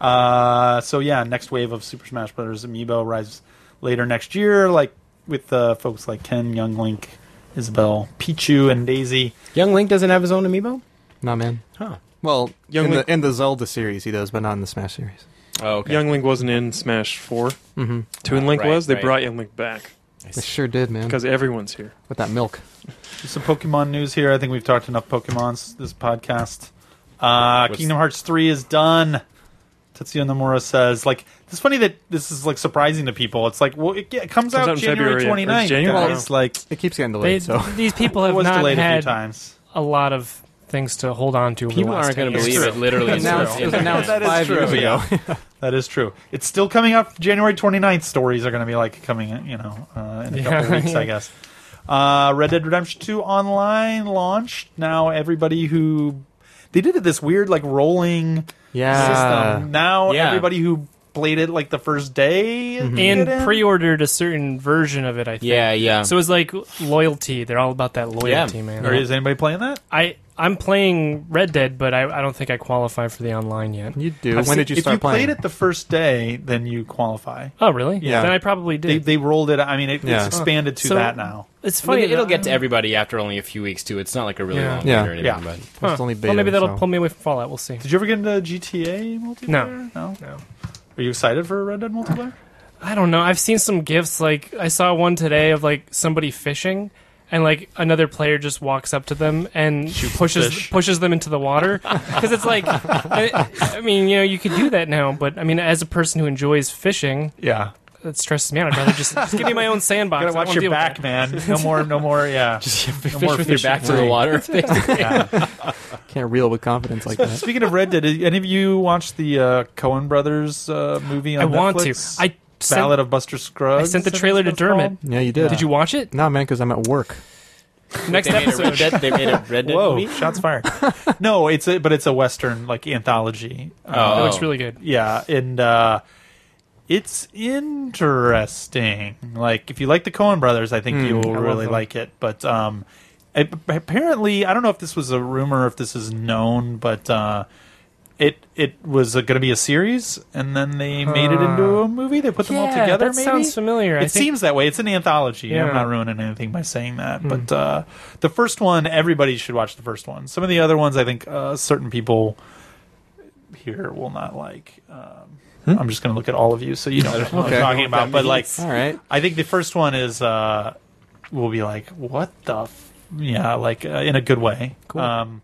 Speaker 1: Uh, so yeah, next wave of Super Smash Brothers Amiibo arrives later next year, like with uh, folks like Ken, Young Link, Isabelle, Pichu, and Daisy.
Speaker 2: Young Link doesn't have his own amiibo.
Speaker 3: Nah, man.
Speaker 2: Huh.
Speaker 3: Well,
Speaker 5: Young
Speaker 3: in,
Speaker 5: Link-
Speaker 3: the, in the Zelda series he does, but not in the Smash series.
Speaker 2: Oh, okay.
Speaker 5: Young Link wasn't in Smash Four.
Speaker 3: Mm-hmm.
Speaker 5: Toon Link
Speaker 2: Right,
Speaker 5: was. They
Speaker 2: right.
Speaker 5: brought Young Link back
Speaker 3: They sure did, man.
Speaker 5: because everyone's here.
Speaker 3: With that milk.
Speaker 1: Some Pokemon news here. I think we've talked enough Pokemon's this podcast. Uh,
Speaker 2: What's-
Speaker 1: Kingdom Hearts 3 is done. Tetsuya Nomura says, like, it's funny that this is, like, surprising to people. It's like, well, it, yeah, it comes,
Speaker 5: Comes
Speaker 1: out,
Speaker 5: out in
Speaker 1: January
Speaker 5: February, yeah. Or
Speaker 1: 29th.
Speaker 5: January.
Speaker 1: guys. Like,
Speaker 3: It keeps getting
Speaker 4: they,
Speaker 3: delayed, so
Speaker 4: these people
Speaker 1: it
Speaker 4: have
Speaker 1: was
Speaker 4: not
Speaker 1: delayed a few
Speaker 4: had
Speaker 1: times.
Speaker 4: a lot of things to hold on to. over the
Speaker 2: People
Speaker 4: last
Speaker 2: aren't
Speaker 4: 10
Speaker 2: gonna
Speaker 4: years.
Speaker 2: believe it. Literally, it's
Speaker 3: now
Speaker 2: true.
Speaker 3: it's, now it's
Speaker 1: That is
Speaker 3: five
Speaker 1: true,
Speaker 3: years ago.
Speaker 1: yeah. That is true. It's still coming out January 29th. Stories are going to be, like, coming, you know, uh, in a couple
Speaker 4: Yeah,
Speaker 1: weeks, I
Speaker 4: yeah.
Speaker 1: guess. Uh, Red Dead Redemption 2 online launched. Now, everybody who. They did it this weird, like, rolling.
Speaker 4: Uh,
Speaker 3: Yeah.
Speaker 1: system. Now
Speaker 2: Yeah.
Speaker 1: everybody who played it like the first day
Speaker 4: Mm-hmm. and
Speaker 1: did it?
Speaker 4: pre-ordered a certain version of it. I think.
Speaker 2: Yeah, yeah.
Speaker 4: So it's like loyalty. They're all about that loyalty,
Speaker 2: Yeah.
Speaker 4: man.
Speaker 1: Or is anybody playing that?
Speaker 4: I I'm playing Red Dead, but I, I don't think I qualify for the online yet.
Speaker 3: You do.
Speaker 1: I've
Speaker 3: when
Speaker 1: seen-
Speaker 3: did you
Speaker 1: if
Speaker 3: start
Speaker 1: you
Speaker 3: playing?
Speaker 1: played it the first day, then you qualify.
Speaker 4: Oh, really?
Speaker 1: Yeah.
Speaker 4: Then I probably
Speaker 1: They,
Speaker 4: did.
Speaker 1: they rolled it. I mean, it,
Speaker 3: Yeah.
Speaker 1: it's expanded to
Speaker 4: So-
Speaker 1: that now.
Speaker 4: it's
Speaker 2: I mean,
Speaker 4: funny.
Speaker 2: it'll
Speaker 4: though.
Speaker 2: get to everybody after only a few weeks too. It's not like a really
Speaker 4: Yeah.
Speaker 2: long
Speaker 3: Yeah.
Speaker 2: wait or anything.
Speaker 1: Yeah.
Speaker 2: But
Speaker 4: Huh.
Speaker 3: It's only beta,
Speaker 4: well, maybe that'll
Speaker 3: so-
Speaker 4: pull me away from Fallout. We'll see.
Speaker 1: Did you ever get into GTA multiplayer? No.
Speaker 4: No.
Speaker 1: Are you excited for Red Dead multiplayer?
Speaker 4: I don't know. I've seen some gifs. Like I saw one today of like somebody fishing, and like another player just walks up to them and pushes
Speaker 1: fish.
Speaker 4: pushes them into the water. Because it's like, I, I mean, you know, you could do that now, but I mean, as a person who enjoys fishing,
Speaker 1: Yeah.
Speaker 4: that stresses me out. I'd rather just, just give me my own sandbox.
Speaker 1: Gotta
Speaker 4: I don't
Speaker 1: watch
Speaker 4: wanna
Speaker 1: your
Speaker 4: deal with
Speaker 1: back, man. No more, no more, yeah. no
Speaker 2: fish
Speaker 1: more
Speaker 2: with your
Speaker 1: fishing.
Speaker 2: back to the water.
Speaker 1: Yeah.
Speaker 3: Can't reel with confidence like that.
Speaker 1: Speaking of Red Dead, did any of you watch the uh, Cohen brothers uh, movie
Speaker 4: that.
Speaker 1: on
Speaker 4: I want to.
Speaker 1: Netflix?
Speaker 4: I
Speaker 1: Ballad
Speaker 4: sent,
Speaker 1: of Buster Scruggs.
Speaker 4: I sent the
Speaker 1: is that what
Speaker 4: trailer to
Speaker 1: it's called?
Speaker 4: Dermot.
Speaker 3: Yeah, you did.
Speaker 4: Did you watch it?
Speaker 3: No, man, because I'm at work.
Speaker 4: Next
Speaker 2: they made a Red
Speaker 4: episode.
Speaker 2: Dead. They made a Red Dead
Speaker 1: Whoa!
Speaker 2: movie.
Speaker 1: Shots fired. no, it's a but it's a western like anthology. Uh,
Speaker 4: That
Speaker 2: Oh.
Speaker 4: looks really good.
Speaker 1: yeah, and uh, it's interesting. Like if you like the Coen Brothers, I think you will
Speaker 4: love
Speaker 1: really
Speaker 4: them.
Speaker 1: like it. But um, it, apparently, I don't know if this was a rumor, if this is known, but uh, it it was going to be a series, and then they made it into a movie. They put them all
Speaker 4: Yeah,
Speaker 1: together.
Speaker 4: that
Speaker 1: maybe
Speaker 4: sounds familiar. I
Speaker 1: It
Speaker 4: think-
Speaker 1: seems that way. It's an anthology.
Speaker 4: Yeah. Hmm.
Speaker 1: I'm not ruining anything by saying that. But uh, the first one, everybody should watch the first one. Some of the other ones, I think uh, certain people here will not like. Um, I'm just going to look at all of you, so you know what
Speaker 3: Hmm? Okay.
Speaker 1: I'm talking about. But like,
Speaker 3: All right.
Speaker 1: I think the first one is uh, will be like, what the, f-? yeah, like uh, in a good way.
Speaker 3: Cool.
Speaker 1: Um,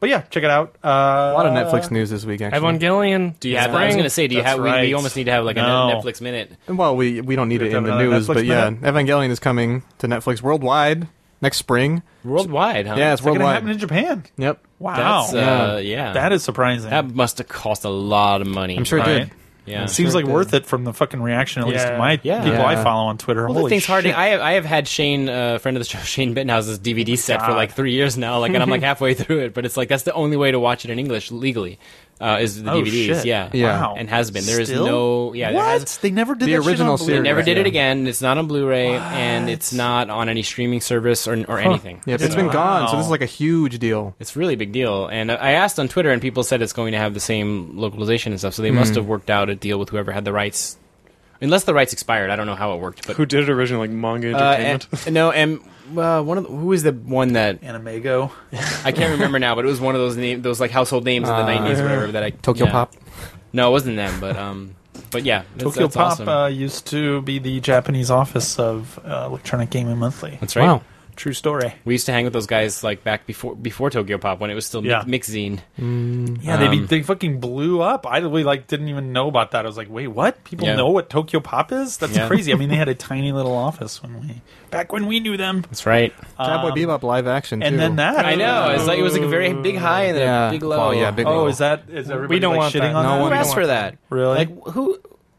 Speaker 1: but yeah, check it out. Uh, a
Speaker 3: A lot of Netflix news this week, actually.
Speaker 4: Evangelion.
Speaker 2: Do you have? I was
Speaker 4: Spring.
Speaker 2: going to say, do you
Speaker 1: That's
Speaker 2: have? We,
Speaker 1: right.
Speaker 2: we almost need to have like a Net-
Speaker 1: No.
Speaker 2: Netflix minute.
Speaker 3: Well, we we don't need
Speaker 1: We
Speaker 3: it
Speaker 1: have
Speaker 3: in the
Speaker 1: another
Speaker 3: news,
Speaker 1: Netflix
Speaker 3: but yeah,
Speaker 1: minute?
Speaker 3: Evangelion is coming to Netflix worldwide next spring.
Speaker 2: Worldwide, huh?
Speaker 3: yeah, it's
Speaker 1: going to
Speaker 3: worldwide.
Speaker 1: happen in Japan.
Speaker 3: yep.
Speaker 1: Wow,
Speaker 2: That's, uh, yeah.
Speaker 1: that is surprising.
Speaker 2: That must have cost a lot of money.
Speaker 3: I'm sure it
Speaker 1: Right.
Speaker 3: did.
Speaker 2: Yeah.
Speaker 1: It seems
Speaker 3: Sure
Speaker 1: like
Speaker 3: did.
Speaker 1: worth it from the fucking reaction, at least
Speaker 4: Yeah.
Speaker 1: my
Speaker 2: Yeah.
Speaker 1: people
Speaker 3: Yeah.
Speaker 1: I follow on Twitter.
Speaker 2: Well, the
Speaker 1: Holy
Speaker 2: thing's
Speaker 1: shit.
Speaker 2: hard. to- I have I have had Shane, uh, friend of the show, Shane Bittenhouse's DVD set for
Speaker 1: God.
Speaker 2: like three years now. Like, and I'm like halfway through it, but it's like that's the only way to watch it in English legally. Uh, is the
Speaker 1: Oh,
Speaker 2: DVDs?
Speaker 1: shit.
Speaker 2: Yeah,
Speaker 3: Yeah.
Speaker 1: Wow.
Speaker 2: and has been. There is
Speaker 1: Still?
Speaker 2: no. Yeah, there
Speaker 1: what?
Speaker 2: has-
Speaker 1: they never did
Speaker 3: The
Speaker 1: that shit on
Speaker 3: original
Speaker 1: Blu-ray.
Speaker 2: They never did it
Speaker 3: Yeah.
Speaker 2: again. It's not on Blu-ray, and it's
Speaker 1: What?
Speaker 2: not on any streaming service or, or anything.
Speaker 3: Yep, it's been
Speaker 1: Wow.
Speaker 3: gone, so this is like a huge deal.
Speaker 2: It's really a big deal. And I asked on Twitter, and people said it's going to have the same localization and stuff. So they must have worked out a deal with whoever had the rights, unless the rights expired. I don't know how it worked, but
Speaker 5: Who did it originally? Like manga
Speaker 2: Uh,
Speaker 5: entertainment.
Speaker 2: and- no, and uh, one of the, who is the one that
Speaker 1: Animego.
Speaker 2: I can't remember now, but it was one of those name, those like household names in the nineties, whatever. That I
Speaker 3: Tokyo
Speaker 2: yeah.
Speaker 3: Pop.
Speaker 2: No, it wasn't them, but um, but yeah, that's-
Speaker 1: Tokyo
Speaker 2: that's
Speaker 1: Pop
Speaker 2: awesome.
Speaker 1: uh, used to be the Japanese office of uh, Electronic Gaming Monthly.
Speaker 2: that's right.
Speaker 3: Wow.
Speaker 1: True story.
Speaker 2: We used to hang with those guys like back before before Tokyo Pop when it was still
Speaker 1: Yeah.
Speaker 2: mi- Mixzine.
Speaker 1: Yeah, they be,
Speaker 2: Um,
Speaker 1: they fucking blew up. I really like didn't even know about that. I was like, wait, what? People
Speaker 2: Yeah.
Speaker 1: know what Tokyo Pop is? That's
Speaker 2: Yeah.
Speaker 1: crazy. I mean, they had a tiny little office when we back when we knew them.
Speaker 2: That's right.
Speaker 3: Cowboy
Speaker 1: Um,
Speaker 3: Bebop live action.
Speaker 1: and
Speaker 3: too.
Speaker 1: then that.
Speaker 2: I know. It's like it was like a very big high and then
Speaker 3: Yeah.
Speaker 2: a big low.
Speaker 3: Well, yeah, big
Speaker 1: Oh,
Speaker 3: low.
Speaker 1: is that is everybody
Speaker 4: don't
Speaker 1: like
Speaker 4: want
Speaker 1: shitting
Speaker 4: that.
Speaker 1: on
Speaker 3: No
Speaker 1: that?
Speaker 2: Who
Speaker 3: one-
Speaker 2: asked for that?
Speaker 1: Really?
Speaker 2: Like who?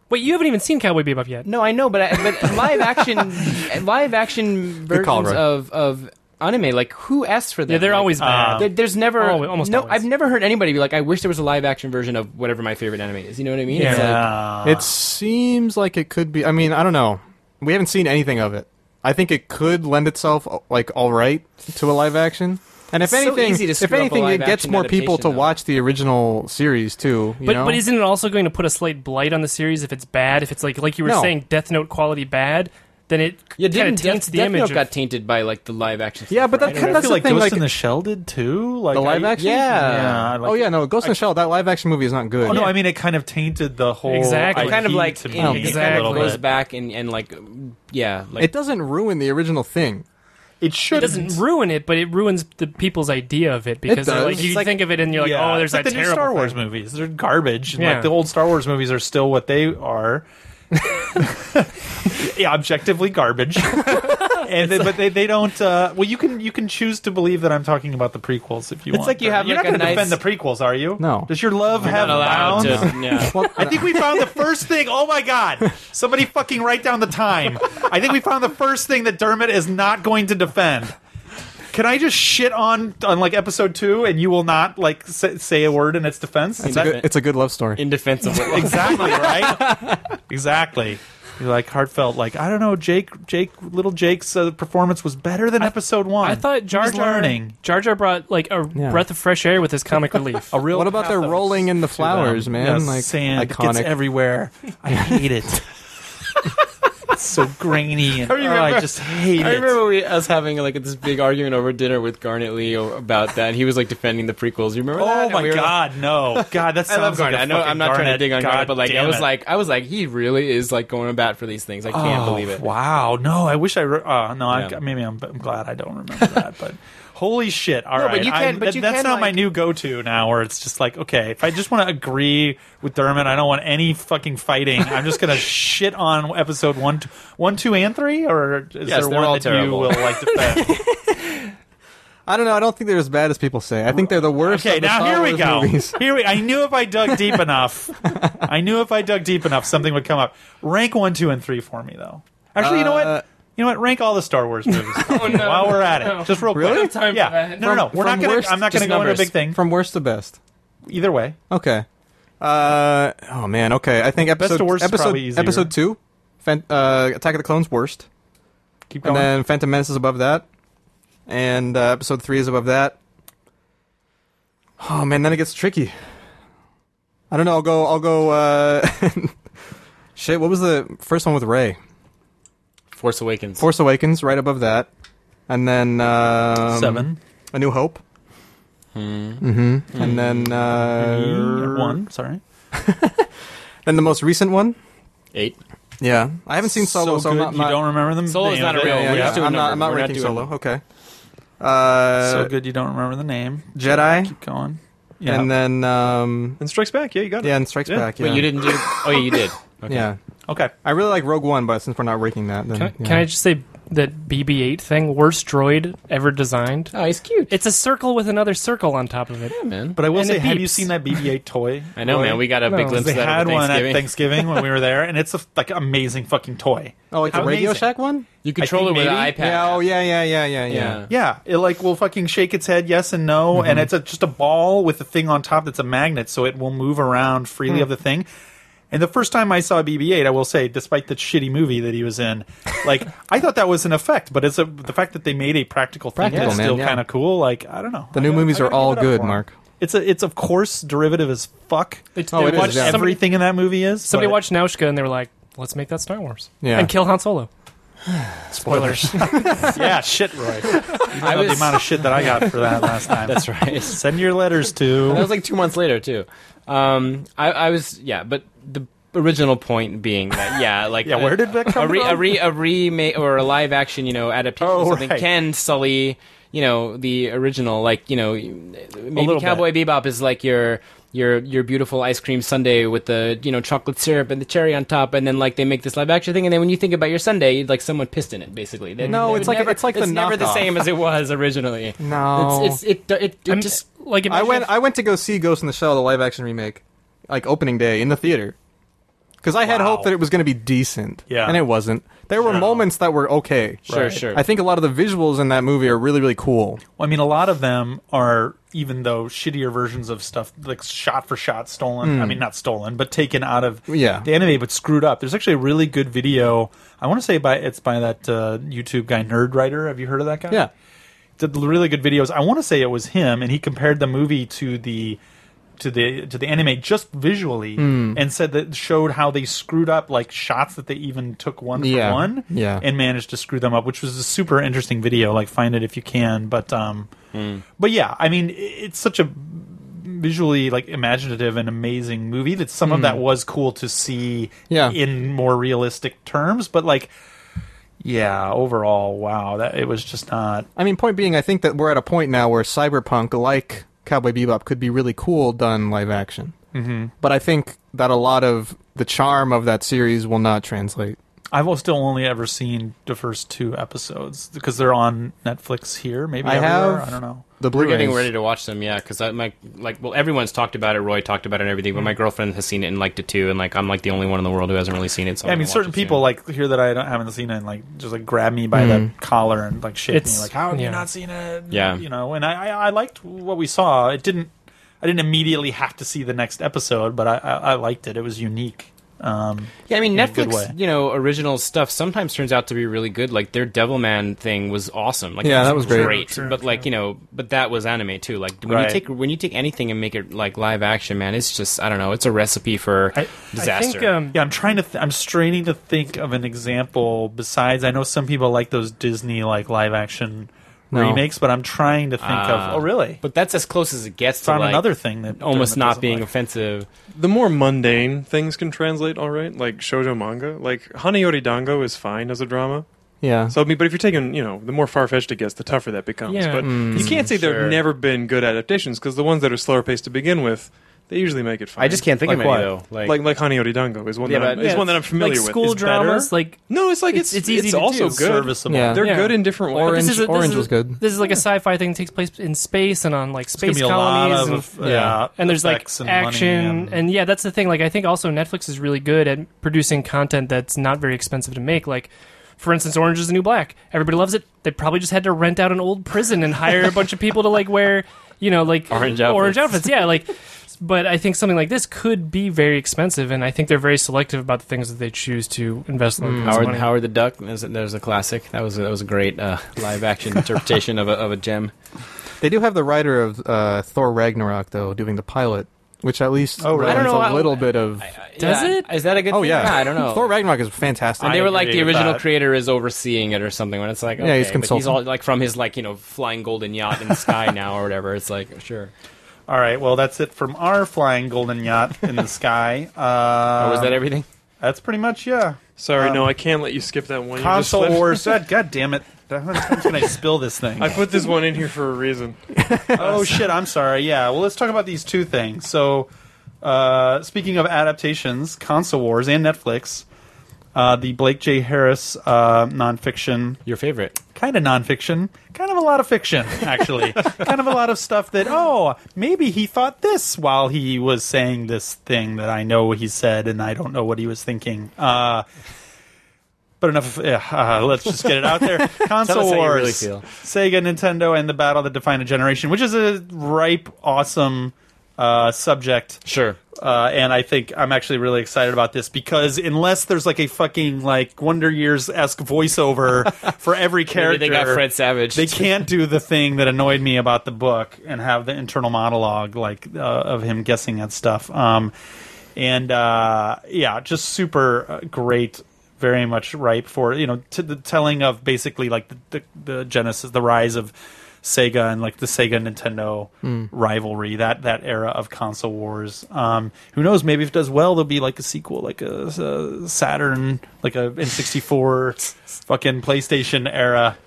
Speaker 4: Wait, you haven't even seen Cowboy Bebop yet.
Speaker 2: No, I know, but I, but live action, live action versions
Speaker 3: call, Roy.
Speaker 2: of of anime. Like who asked for that?
Speaker 4: Yeah, they're always bad.
Speaker 1: Um,
Speaker 2: There, there's never
Speaker 4: Always- almost
Speaker 2: no.
Speaker 4: always.
Speaker 2: I've never heard anybody be like, "I wish there was a live action version of whatever my favorite anime is." You know what I mean? It's like-
Speaker 1: yeah.
Speaker 3: It seems like it could be. I mean, I don't know. We haven't seen anything of it. I think it could lend itself uh, like all right to a live action. And if
Speaker 2: So
Speaker 3: anything,
Speaker 2: easy to
Speaker 3: if
Speaker 2: screw up a
Speaker 3: anything, it
Speaker 2: live
Speaker 3: gets
Speaker 2: action
Speaker 3: more people to
Speaker 2: adaptation, though.
Speaker 3: watch the original series too. You
Speaker 4: But,
Speaker 3: know?
Speaker 4: but isn't it also going to put a slight blight on the series if it's bad? If it's like like you were
Speaker 3: No.
Speaker 4: saying, Death Note quality bad, then it
Speaker 2: yeah,
Speaker 4: kind
Speaker 2: didn't
Speaker 4: of taints
Speaker 2: Death,
Speaker 4: the
Speaker 2: Death
Speaker 4: image.
Speaker 2: Note
Speaker 4: of-
Speaker 2: got tainted by like the live action?
Speaker 3: Yeah,
Speaker 2: stuff,
Speaker 3: but
Speaker 2: right?
Speaker 3: that-
Speaker 1: I feel
Speaker 3: that's the
Speaker 1: like
Speaker 3: thing,
Speaker 1: Ghost
Speaker 3: like-
Speaker 1: in the Shell did too. Like
Speaker 3: The live
Speaker 1: I-
Speaker 3: action?
Speaker 2: Yeah.
Speaker 1: yeah. I like
Speaker 3: oh yeah, no, Ghost in the Shell. That live action movie is not good.
Speaker 1: Oh no, I mean it kind of tainted the whole
Speaker 4: Exactly.
Speaker 1: IP
Speaker 2: kind of like
Speaker 1: to me
Speaker 2: it
Speaker 1: a
Speaker 2: kind of
Speaker 4: Exactly.
Speaker 1: little
Speaker 2: goes
Speaker 1: bit.
Speaker 2: back and and like yeah, like
Speaker 3: it doesn't ruin the original thing.
Speaker 1: It
Speaker 4: It
Speaker 1: should
Speaker 4: doesn't ruin it, but it ruins the people's idea of it because they're
Speaker 3: does.
Speaker 4: like, you
Speaker 3: It's
Speaker 2: like-
Speaker 4: think of it and you're like, oh, there's
Speaker 1: like
Speaker 4: that
Speaker 1: the new
Speaker 4: terrible
Speaker 1: Star Wars
Speaker 4: thing.
Speaker 1: movies. They're garbage. And
Speaker 4: Yeah.
Speaker 1: Like the old Star Wars movies are still what they are. yeah, objectively garbage. and they, but they, they don't. Uh, well, you can you can choose to believe that I'm talking about the prequels if you
Speaker 2: It's
Speaker 1: want.
Speaker 2: like you have,
Speaker 1: You're
Speaker 2: like,
Speaker 1: not
Speaker 2: a
Speaker 1: gonna defend
Speaker 2: nice-
Speaker 1: the prequels, are you?
Speaker 3: No.
Speaker 1: Does your love have
Speaker 2: not allowed
Speaker 1: bounds?
Speaker 2: to. Yeah.
Speaker 3: Well,
Speaker 1: I think we found the first thing. Oh my god! Somebody fucking write down the time. I think we found the first thing that Dermot is not going to defend. Can I just shit on on like episode two, and you will not like say, say a word in its defense?
Speaker 3: it's, a good, it's a good love story.
Speaker 2: Indefensible.
Speaker 1: exactly right. exactly. You're like heartfelt. Like I don't know, Jake. Jake, little Jake's uh, performance was better than episode one.
Speaker 4: I thought Jar
Speaker 1: He's
Speaker 4: Jar
Speaker 1: learning.
Speaker 4: Jar Jar brought like a
Speaker 3: Yeah.
Speaker 4: breath of fresh air with his comic relief.
Speaker 1: A real
Speaker 3: What about their
Speaker 1: pathos
Speaker 3: rolling in the
Speaker 1: to them.
Speaker 3: flowers, man?
Speaker 1: Yeah,
Speaker 3: Like,
Speaker 1: sand
Speaker 3: iconic.
Speaker 1: gets everywhere. I hate it. It's so grainy. And, oh, I,
Speaker 2: remember-
Speaker 1: I just hate
Speaker 2: I
Speaker 1: it.
Speaker 2: remember we, us having like this big argument over dinner with Garnet Lee o- about that, and he was like defending the prequels. You remember? that?
Speaker 1: Oh
Speaker 2: And
Speaker 1: my
Speaker 2: we were like-
Speaker 1: god, no, God, that
Speaker 2: I
Speaker 1: sounds
Speaker 2: love
Speaker 1: like
Speaker 2: Garnet.
Speaker 1: a
Speaker 2: I know
Speaker 1: fucking
Speaker 2: I'm not trying to dig on
Speaker 1: God
Speaker 2: Garnet, but like I
Speaker 1: damn
Speaker 2: was
Speaker 1: it.
Speaker 2: like I was like he really is like going to bat for these things. I can't
Speaker 1: Oh,
Speaker 2: believe it.
Speaker 1: Wow, no, I wish I. Re- uh, no,
Speaker 2: Yeah.
Speaker 1: I, maybe I'm, I'm glad I don't remember that, but. Holy shit! All right,
Speaker 2: but you
Speaker 1: I'm-
Speaker 2: can- but
Speaker 1: that-
Speaker 2: you
Speaker 1: that's
Speaker 2: can,
Speaker 1: not my
Speaker 2: like-
Speaker 1: new go-to now. Where it's just like, okay, if I just want to agree with Dermot, I don't want any fucking fighting. I'm just gonna shit on episode one, t- one, two, and three. Or is
Speaker 2: Yes,
Speaker 1: there
Speaker 2: they're
Speaker 1: one
Speaker 2: all
Speaker 1: that you
Speaker 2: terrible.
Speaker 1: will like defend?
Speaker 3: I don't know. I don't think they're as bad as people say. I think they're the worst.
Speaker 1: Okay,
Speaker 3: of the
Speaker 1: now
Speaker 3: Star
Speaker 1: here we
Speaker 3: Wars
Speaker 1: go.
Speaker 3: movies.
Speaker 1: Here we. I knew if I dug deep enough, I knew if I dug deep enough, something would come up. Rank one, two, and three for me, though. Actually, you know
Speaker 3: Uh, Oh,
Speaker 1: what? You know what? Rank all the Star Wars movies for me
Speaker 4: no.
Speaker 1: while we're at it.
Speaker 4: No.
Speaker 1: Just real quick.
Speaker 3: Really?
Speaker 4: No time for
Speaker 1: yeah.
Speaker 4: that.
Speaker 1: No, no, no. We're
Speaker 3: From
Speaker 1: not gonna.
Speaker 3: worst-
Speaker 1: I'm not gonna
Speaker 2: just
Speaker 1: go into a
Speaker 2: numbers.
Speaker 1: big thing.
Speaker 3: From worst to best.
Speaker 1: Either way,
Speaker 3: Okay. Uh, oh man, okay. I think episode
Speaker 1: to worst is
Speaker 3: episode
Speaker 1: probably easier.
Speaker 3: episode two, Fan- uh, Attack of the Clones worst,
Speaker 1: Keep
Speaker 3: and
Speaker 1: going.
Speaker 3: then Phantom Menace is above that, and uh, episode three is above that. Oh man, then it gets tricky. I don't know. I'll go. I'll go. Uh, shit. What was the first one with Ray?
Speaker 2: Force Awakens.
Speaker 3: Force Awakens, right above that, and then um,
Speaker 1: Seven.
Speaker 3: A New Hope. hmm And then uh,
Speaker 1: Mm-hmm. one. Sorry.
Speaker 3: Then the most recent one.
Speaker 2: Eight.
Speaker 3: Yeah, I haven't seen Solo, so,
Speaker 1: good,
Speaker 3: I'm not,
Speaker 1: you
Speaker 3: not-
Speaker 1: don't remember them.
Speaker 2: Solo's
Speaker 1: name
Speaker 2: not a
Speaker 1: of it.
Speaker 2: real
Speaker 3: Yeah, yeah,
Speaker 2: We're
Speaker 3: yeah.
Speaker 2: just doing
Speaker 3: I'm not.
Speaker 2: number.
Speaker 3: I'm not
Speaker 2: We're not
Speaker 3: ranking
Speaker 2: doing
Speaker 3: Solo.
Speaker 2: number.
Speaker 3: Okay. Uh,
Speaker 1: so good you don't remember the name.
Speaker 3: Jedi,
Speaker 1: Keep going. Yeah.
Speaker 3: and then um,
Speaker 5: And Strikes Back, yeah, you got it.
Speaker 3: yeah, and Strikes
Speaker 5: Yeah.
Speaker 3: Back. Yeah.
Speaker 2: Wait, you didn't do. Oh, yeah, you did. Okay.
Speaker 3: Yeah,
Speaker 1: okay.
Speaker 3: I really like Rogue One, but since we're not ranking that, then
Speaker 4: Can, I
Speaker 3: yeah.
Speaker 4: can I just say that BB-8 thing, worst droid ever designed?
Speaker 2: Oh, he's cute.
Speaker 4: It's a circle with another circle on top of it.
Speaker 2: Yeah, man.
Speaker 1: But I will
Speaker 4: And
Speaker 1: say,
Speaker 4: it
Speaker 1: have you
Speaker 4: beeps.
Speaker 1: seen that BB-8 toy?
Speaker 2: I know, man. We got a big
Speaker 4: No.
Speaker 2: glimpse
Speaker 1: they
Speaker 2: of that
Speaker 1: had
Speaker 2: over
Speaker 1: one
Speaker 2: Thanksgiving.
Speaker 1: at Thanksgiving when we were there, and it's a like amazing fucking toy.
Speaker 3: Oh, like the
Speaker 1: How
Speaker 3: Radio
Speaker 1: amazing.
Speaker 3: Shack one.
Speaker 2: You control it
Speaker 1: think
Speaker 2: with an
Speaker 1: maybe-
Speaker 2: iPad.
Speaker 3: Yeah. Oh, yeah, yeah, yeah, yeah, yeah.
Speaker 2: Yeah.
Speaker 1: Yeah, it like will fucking shake its head yes and no,
Speaker 3: Mm-hmm.
Speaker 1: and it's a, just a ball with a thing on top that's a magnet, so it will move around
Speaker 3: Mm.
Speaker 1: freely of the thing. And the first time I saw BB-8, I will say, despite the shitty movie that he was in, like I thought that was an effect, but it's a, the fact that they made a practical thing
Speaker 3: Practical,
Speaker 1: that's
Speaker 3: man,
Speaker 1: still
Speaker 3: yeah.
Speaker 1: kind of cool. Like I don't know,
Speaker 3: The new movies are all good, Mark.
Speaker 1: It's a, it's of course derivative as fuck.
Speaker 3: Oh, it is,
Speaker 4: watched
Speaker 3: yeah.
Speaker 4: somebody,
Speaker 1: Everything in that movie is
Speaker 4: somebody
Speaker 1: but-
Speaker 4: watched Naushka and they were like, let's make that Star Wars.
Speaker 3: Yeah.
Speaker 4: And kill Han Solo. Spoilers.
Speaker 1: Yeah, shit, Roy. I
Speaker 2: was-
Speaker 1: the amount of shit that I got for that last time.
Speaker 2: That's right.
Speaker 1: Send your letters
Speaker 2: that
Speaker 1: to.
Speaker 2: was like two months later too. Um, I, I was yeah, but the original point being that yeah, like
Speaker 1: Yeah, where did that come
Speaker 2: a, re,
Speaker 1: from?
Speaker 2: a re a remake or a live action you know adaptation
Speaker 1: Oh,
Speaker 2: of something
Speaker 1: right.
Speaker 2: can sully you know the original like you know maybe
Speaker 1: little
Speaker 2: Cowboy Bebop is like your your your beautiful ice cream sundae with the you know chocolate syrup and the cherry on top and then like they make this live action thing and then when you think about your sundae like someone pissed in it basically They-
Speaker 3: No,
Speaker 2: they
Speaker 3: it's
Speaker 2: would
Speaker 3: like-
Speaker 2: never-
Speaker 3: it's like the
Speaker 2: never the
Speaker 3: knockoff.
Speaker 2: same as it was originally
Speaker 1: Oh.
Speaker 3: No.
Speaker 2: it's, it's it it, it
Speaker 4: I'm
Speaker 2: just
Speaker 4: just like,
Speaker 3: I
Speaker 4: imagine
Speaker 3: went. I went to go see Ghost in the Shell, the live action remake, like opening day in the theater, because I had
Speaker 1: Wow.
Speaker 3: hope that it was going to be decent.
Speaker 1: Yeah.
Speaker 3: and it wasn't. There were
Speaker 1: No.
Speaker 3: moments that were okay.
Speaker 2: sure
Speaker 1: Right.
Speaker 2: sure
Speaker 3: I think a lot of the visuals in that movie are really, really cool.
Speaker 1: Well, I mean, a lot of them are even though shittier versions of stuff like shot for shot stolen. I
Speaker 2: Hmm.
Speaker 1: mean, not stolen, but taken out of
Speaker 3: Yeah.
Speaker 1: the anime, but screwed up. There's actually a really good video. I want to say by it's by that uh, YouTube guy Nerd Writer. Have you heard of that guy?
Speaker 3: Yeah.
Speaker 1: did really good videos. I want to say it was him, and he compared the movie to the to the to the anime just visually,
Speaker 2: Hmm.
Speaker 1: and said that showed how they screwed up like shots that they even took one
Speaker 3: Yeah.
Speaker 1: for one,
Speaker 3: Yeah.
Speaker 1: and managed to screw them up, which was a super interesting video. Like find it if you can, but um,
Speaker 3: Hmm.
Speaker 1: but yeah, I mean i- it's such a visually like imaginative and amazing movie that some of that was cool to see
Speaker 3: Hmm. Yeah.
Speaker 1: in more realistic terms, but like. Yeah, overall, wow, that it was just not
Speaker 3: I mean, point being, I think that we're at a point now where cyberpunk, like Cowboy Bebop, could be really cool done live action. Mm-hmm. But I think that a lot of the charm of that series will not translate.
Speaker 1: I've al- still only ever seen the first two episodes because they're on Netflix here. Maybe
Speaker 3: I
Speaker 1: everywhere.
Speaker 3: have-
Speaker 1: I don't know.
Speaker 3: The
Speaker 2: We're
Speaker 3: Blu-rays.
Speaker 2: getting ready to watch them, yeah, because my like well, everyone's talked about it. Roy talked about it and everything, but my
Speaker 1: Mm.
Speaker 2: girlfriend has seen it and liked it too, and like I'm like the only one in the world who hasn't really seen it. So
Speaker 1: I
Speaker 2: I'm
Speaker 1: mean,
Speaker 2: gonna
Speaker 1: certain
Speaker 2: watch it soon.
Speaker 1: people like here that I don't, haven't seen it, and like just like grab me by the collar and like shake
Speaker 4: It's-
Speaker 1: me, like how have
Speaker 4: yeah.
Speaker 1: you not seen it?
Speaker 2: Yeah.
Speaker 1: you know. And I, I I liked what we saw. It didn't. I didn't immediately have to see the next episode, but I I, I liked it. It was unique. Um,
Speaker 2: Yeah, I mean
Speaker 1: in a good
Speaker 2: Netflix,
Speaker 1: way.
Speaker 2: you know, original stuff sometimes turns out to be really good. Like their Devilman thing was awesome. Like
Speaker 3: Yeah,
Speaker 2: it
Speaker 3: that was great.
Speaker 4: True,
Speaker 2: but like
Speaker 4: true.
Speaker 2: you know, but that was anime too. Like when
Speaker 1: Right.
Speaker 2: you take when you take anything and make it like live action, man, it's just I don't know, it's a recipe for
Speaker 1: I- I
Speaker 4: I
Speaker 2: disaster.
Speaker 4: think, um,
Speaker 1: Yeah, I'm trying to. Th- I'm straining to think of an example. Besides, I know some people like those Disney like live action
Speaker 3: No.
Speaker 1: remakes, but I'm trying to think
Speaker 2: Ah.
Speaker 1: of. Oh, really?
Speaker 2: but that's as close as it gets
Speaker 1: It's
Speaker 2: to
Speaker 1: on
Speaker 2: like,
Speaker 1: another thing that
Speaker 2: almost
Speaker 1: Dermot
Speaker 2: not
Speaker 1: doesn't
Speaker 2: being
Speaker 1: like.
Speaker 2: offensive.
Speaker 5: The more mundane things can translate all right, like shoujo manga. Like Hanayori Dango is fine as a drama.
Speaker 3: Yeah.
Speaker 5: So I mean, but if you're taking, you know, the more far fetched it gets, the tougher that becomes.
Speaker 4: Yeah.
Speaker 5: But
Speaker 3: Hmm. Mm-hmm.
Speaker 5: you can't say
Speaker 2: Sure.
Speaker 5: there've never been good adaptations because the ones that are slower paced to begin with, they usually make it fine.
Speaker 2: I just can't think
Speaker 1: Like
Speaker 2: of any
Speaker 1: what?
Speaker 2: though. Like,
Speaker 5: like like Hanayori Dango is one
Speaker 2: Yeah,
Speaker 5: that I'm,
Speaker 2: but-
Speaker 5: is
Speaker 2: yeah,
Speaker 5: one that I'm familiar
Speaker 4: like
Speaker 5: with.
Speaker 4: school
Speaker 5: It's better.
Speaker 4: dramas, like
Speaker 5: No, it's like it's
Speaker 4: it's
Speaker 5: it's,
Speaker 4: easy to
Speaker 5: also
Speaker 4: do.
Speaker 5: good.
Speaker 1: serviceable.
Speaker 3: Yeah.
Speaker 5: They're
Speaker 4: Yeah.
Speaker 5: good in different ways.
Speaker 4: But
Speaker 3: Orange-
Speaker 4: this is a- this
Speaker 3: Orange
Speaker 4: is a-
Speaker 3: was good.
Speaker 4: This is like a sci-fi thing that takes place in space and on like
Speaker 1: It's gonna
Speaker 4: space
Speaker 1: be a lot
Speaker 4: colonies, and,
Speaker 1: of,
Speaker 3: and- yeah.
Speaker 1: yeah,
Speaker 4: and there's like
Speaker 1: effects and money
Speaker 4: action and,
Speaker 1: and-
Speaker 4: yeah, that's the thing. Like I think also Netflix is really good at producing content that's not very expensive to make. Like for instance, Orange is the New Black. Everybody loves it. They probably just had to rent out an old prison and hire a bunch of people to like wear you know like
Speaker 2: Orange
Speaker 4: orange
Speaker 2: outfits.
Speaker 4: outfits. Yeah, like but I think something like this could be very expensive, and I think they're very selective about the things that they choose to invest their
Speaker 2: Mm, Howard,
Speaker 4: money.
Speaker 2: Howard the Duck. There's a, there's a classic. That was a, that was a great uh, live action interpretation of a of a gem.
Speaker 3: They do have the writer of uh, Thor Ragnarok though doing the pilot, which at least
Speaker 1: Oh, really?
Speaker 3: runs
Speaker 2: I don't know, I-
Speaker 3: a little bit of.
Speaker 4: Does
Speaker 2: Yeah,
Speaker 4: it?
Speaker 2: Is that a good?
Speaker 3: oh
Speaker 2: thing?
Speaker 3: yeah.
Speaker 2: I don't know.
Speaker 3: Thor Ragnarok is fantastic.
Speaker 2: and they
Speaker 1: I
Speaker 2: were like
Speaker 1: agree
Speaker 2: the
Speaker 1: with
Speaker 2: original
Speaker 1: that.
Speaker 2: creator is overseeing it or something. When it's like, okay,
Speaker 3: Yeah, he's
Speaker 2: but he's
Speaker 3: consultant.
Speaker 2: all like from his like you know flying golden yacht in the sky now or whatever. It's like sure.
Speaker 1: All right, well, that's it from our flying golden yacht in the sky. Uh,
Speaker 2: or was that everything?
Speaker 1: That's pretty much yeah.
Speaker 5: Sorry,
Speaker 1: Um,
Speaker 5: no, I can't let you skip that one. You just
Speaker 1: Console
Speaker 5: slipped.
Speaker 1: or set. God damn it! How many times can I spill this thing?
Speaker 5: I put this one in here for a reason.
Speaker 1: oh shit! I'm sorry. Yeah. Well, let's talk about these two things. So, uh, speaking of adaptations, console wars and Netflix, uh, the Blake J. Harris uh, nonfiction
Speaker 2: Your favorite?
Speaker 1: kind of nonfiction, kind of a lot of fiction, actually. kind of a lot of stuff that, oh, maybe he thought this while he was saying this thing that I know he said and I don't know what he was thinking. Uh, but enough. Of, yeah, uh, let's just get it out there.
Speaker 2: Tell us
Speaker 1: Console
Speaker 2: how you
Speaker 1: wars,
Speaker 2: really feel.
Speaker 1: Sega, Nintendo, and the battle that defined a generation, which is a ripe, awesome uh, subject
Speaker 2: Sure.
Speaker 1: uh, and I think I'm actually really excited about this because unless there's like a fucking like Wonder Years esque voiceover for every character,
Speaker 2: Maybe they got Fred Savage.
Speaker 1: they can't do the thing that annoyed me about the book and have the internal monologue like uh, of him guessing at stuff. Um, and uh, yeah, just super uh, great. Very much ripe for you know to the telling of basically like the, the, the genesis, the rise of Sega and like the Sega Nintendo rivalry that that era of console wars. Um, who knows? Maybe if it does well, there'll be like a sequel, like a, a Saturn, like a N64, fucking PlayStation era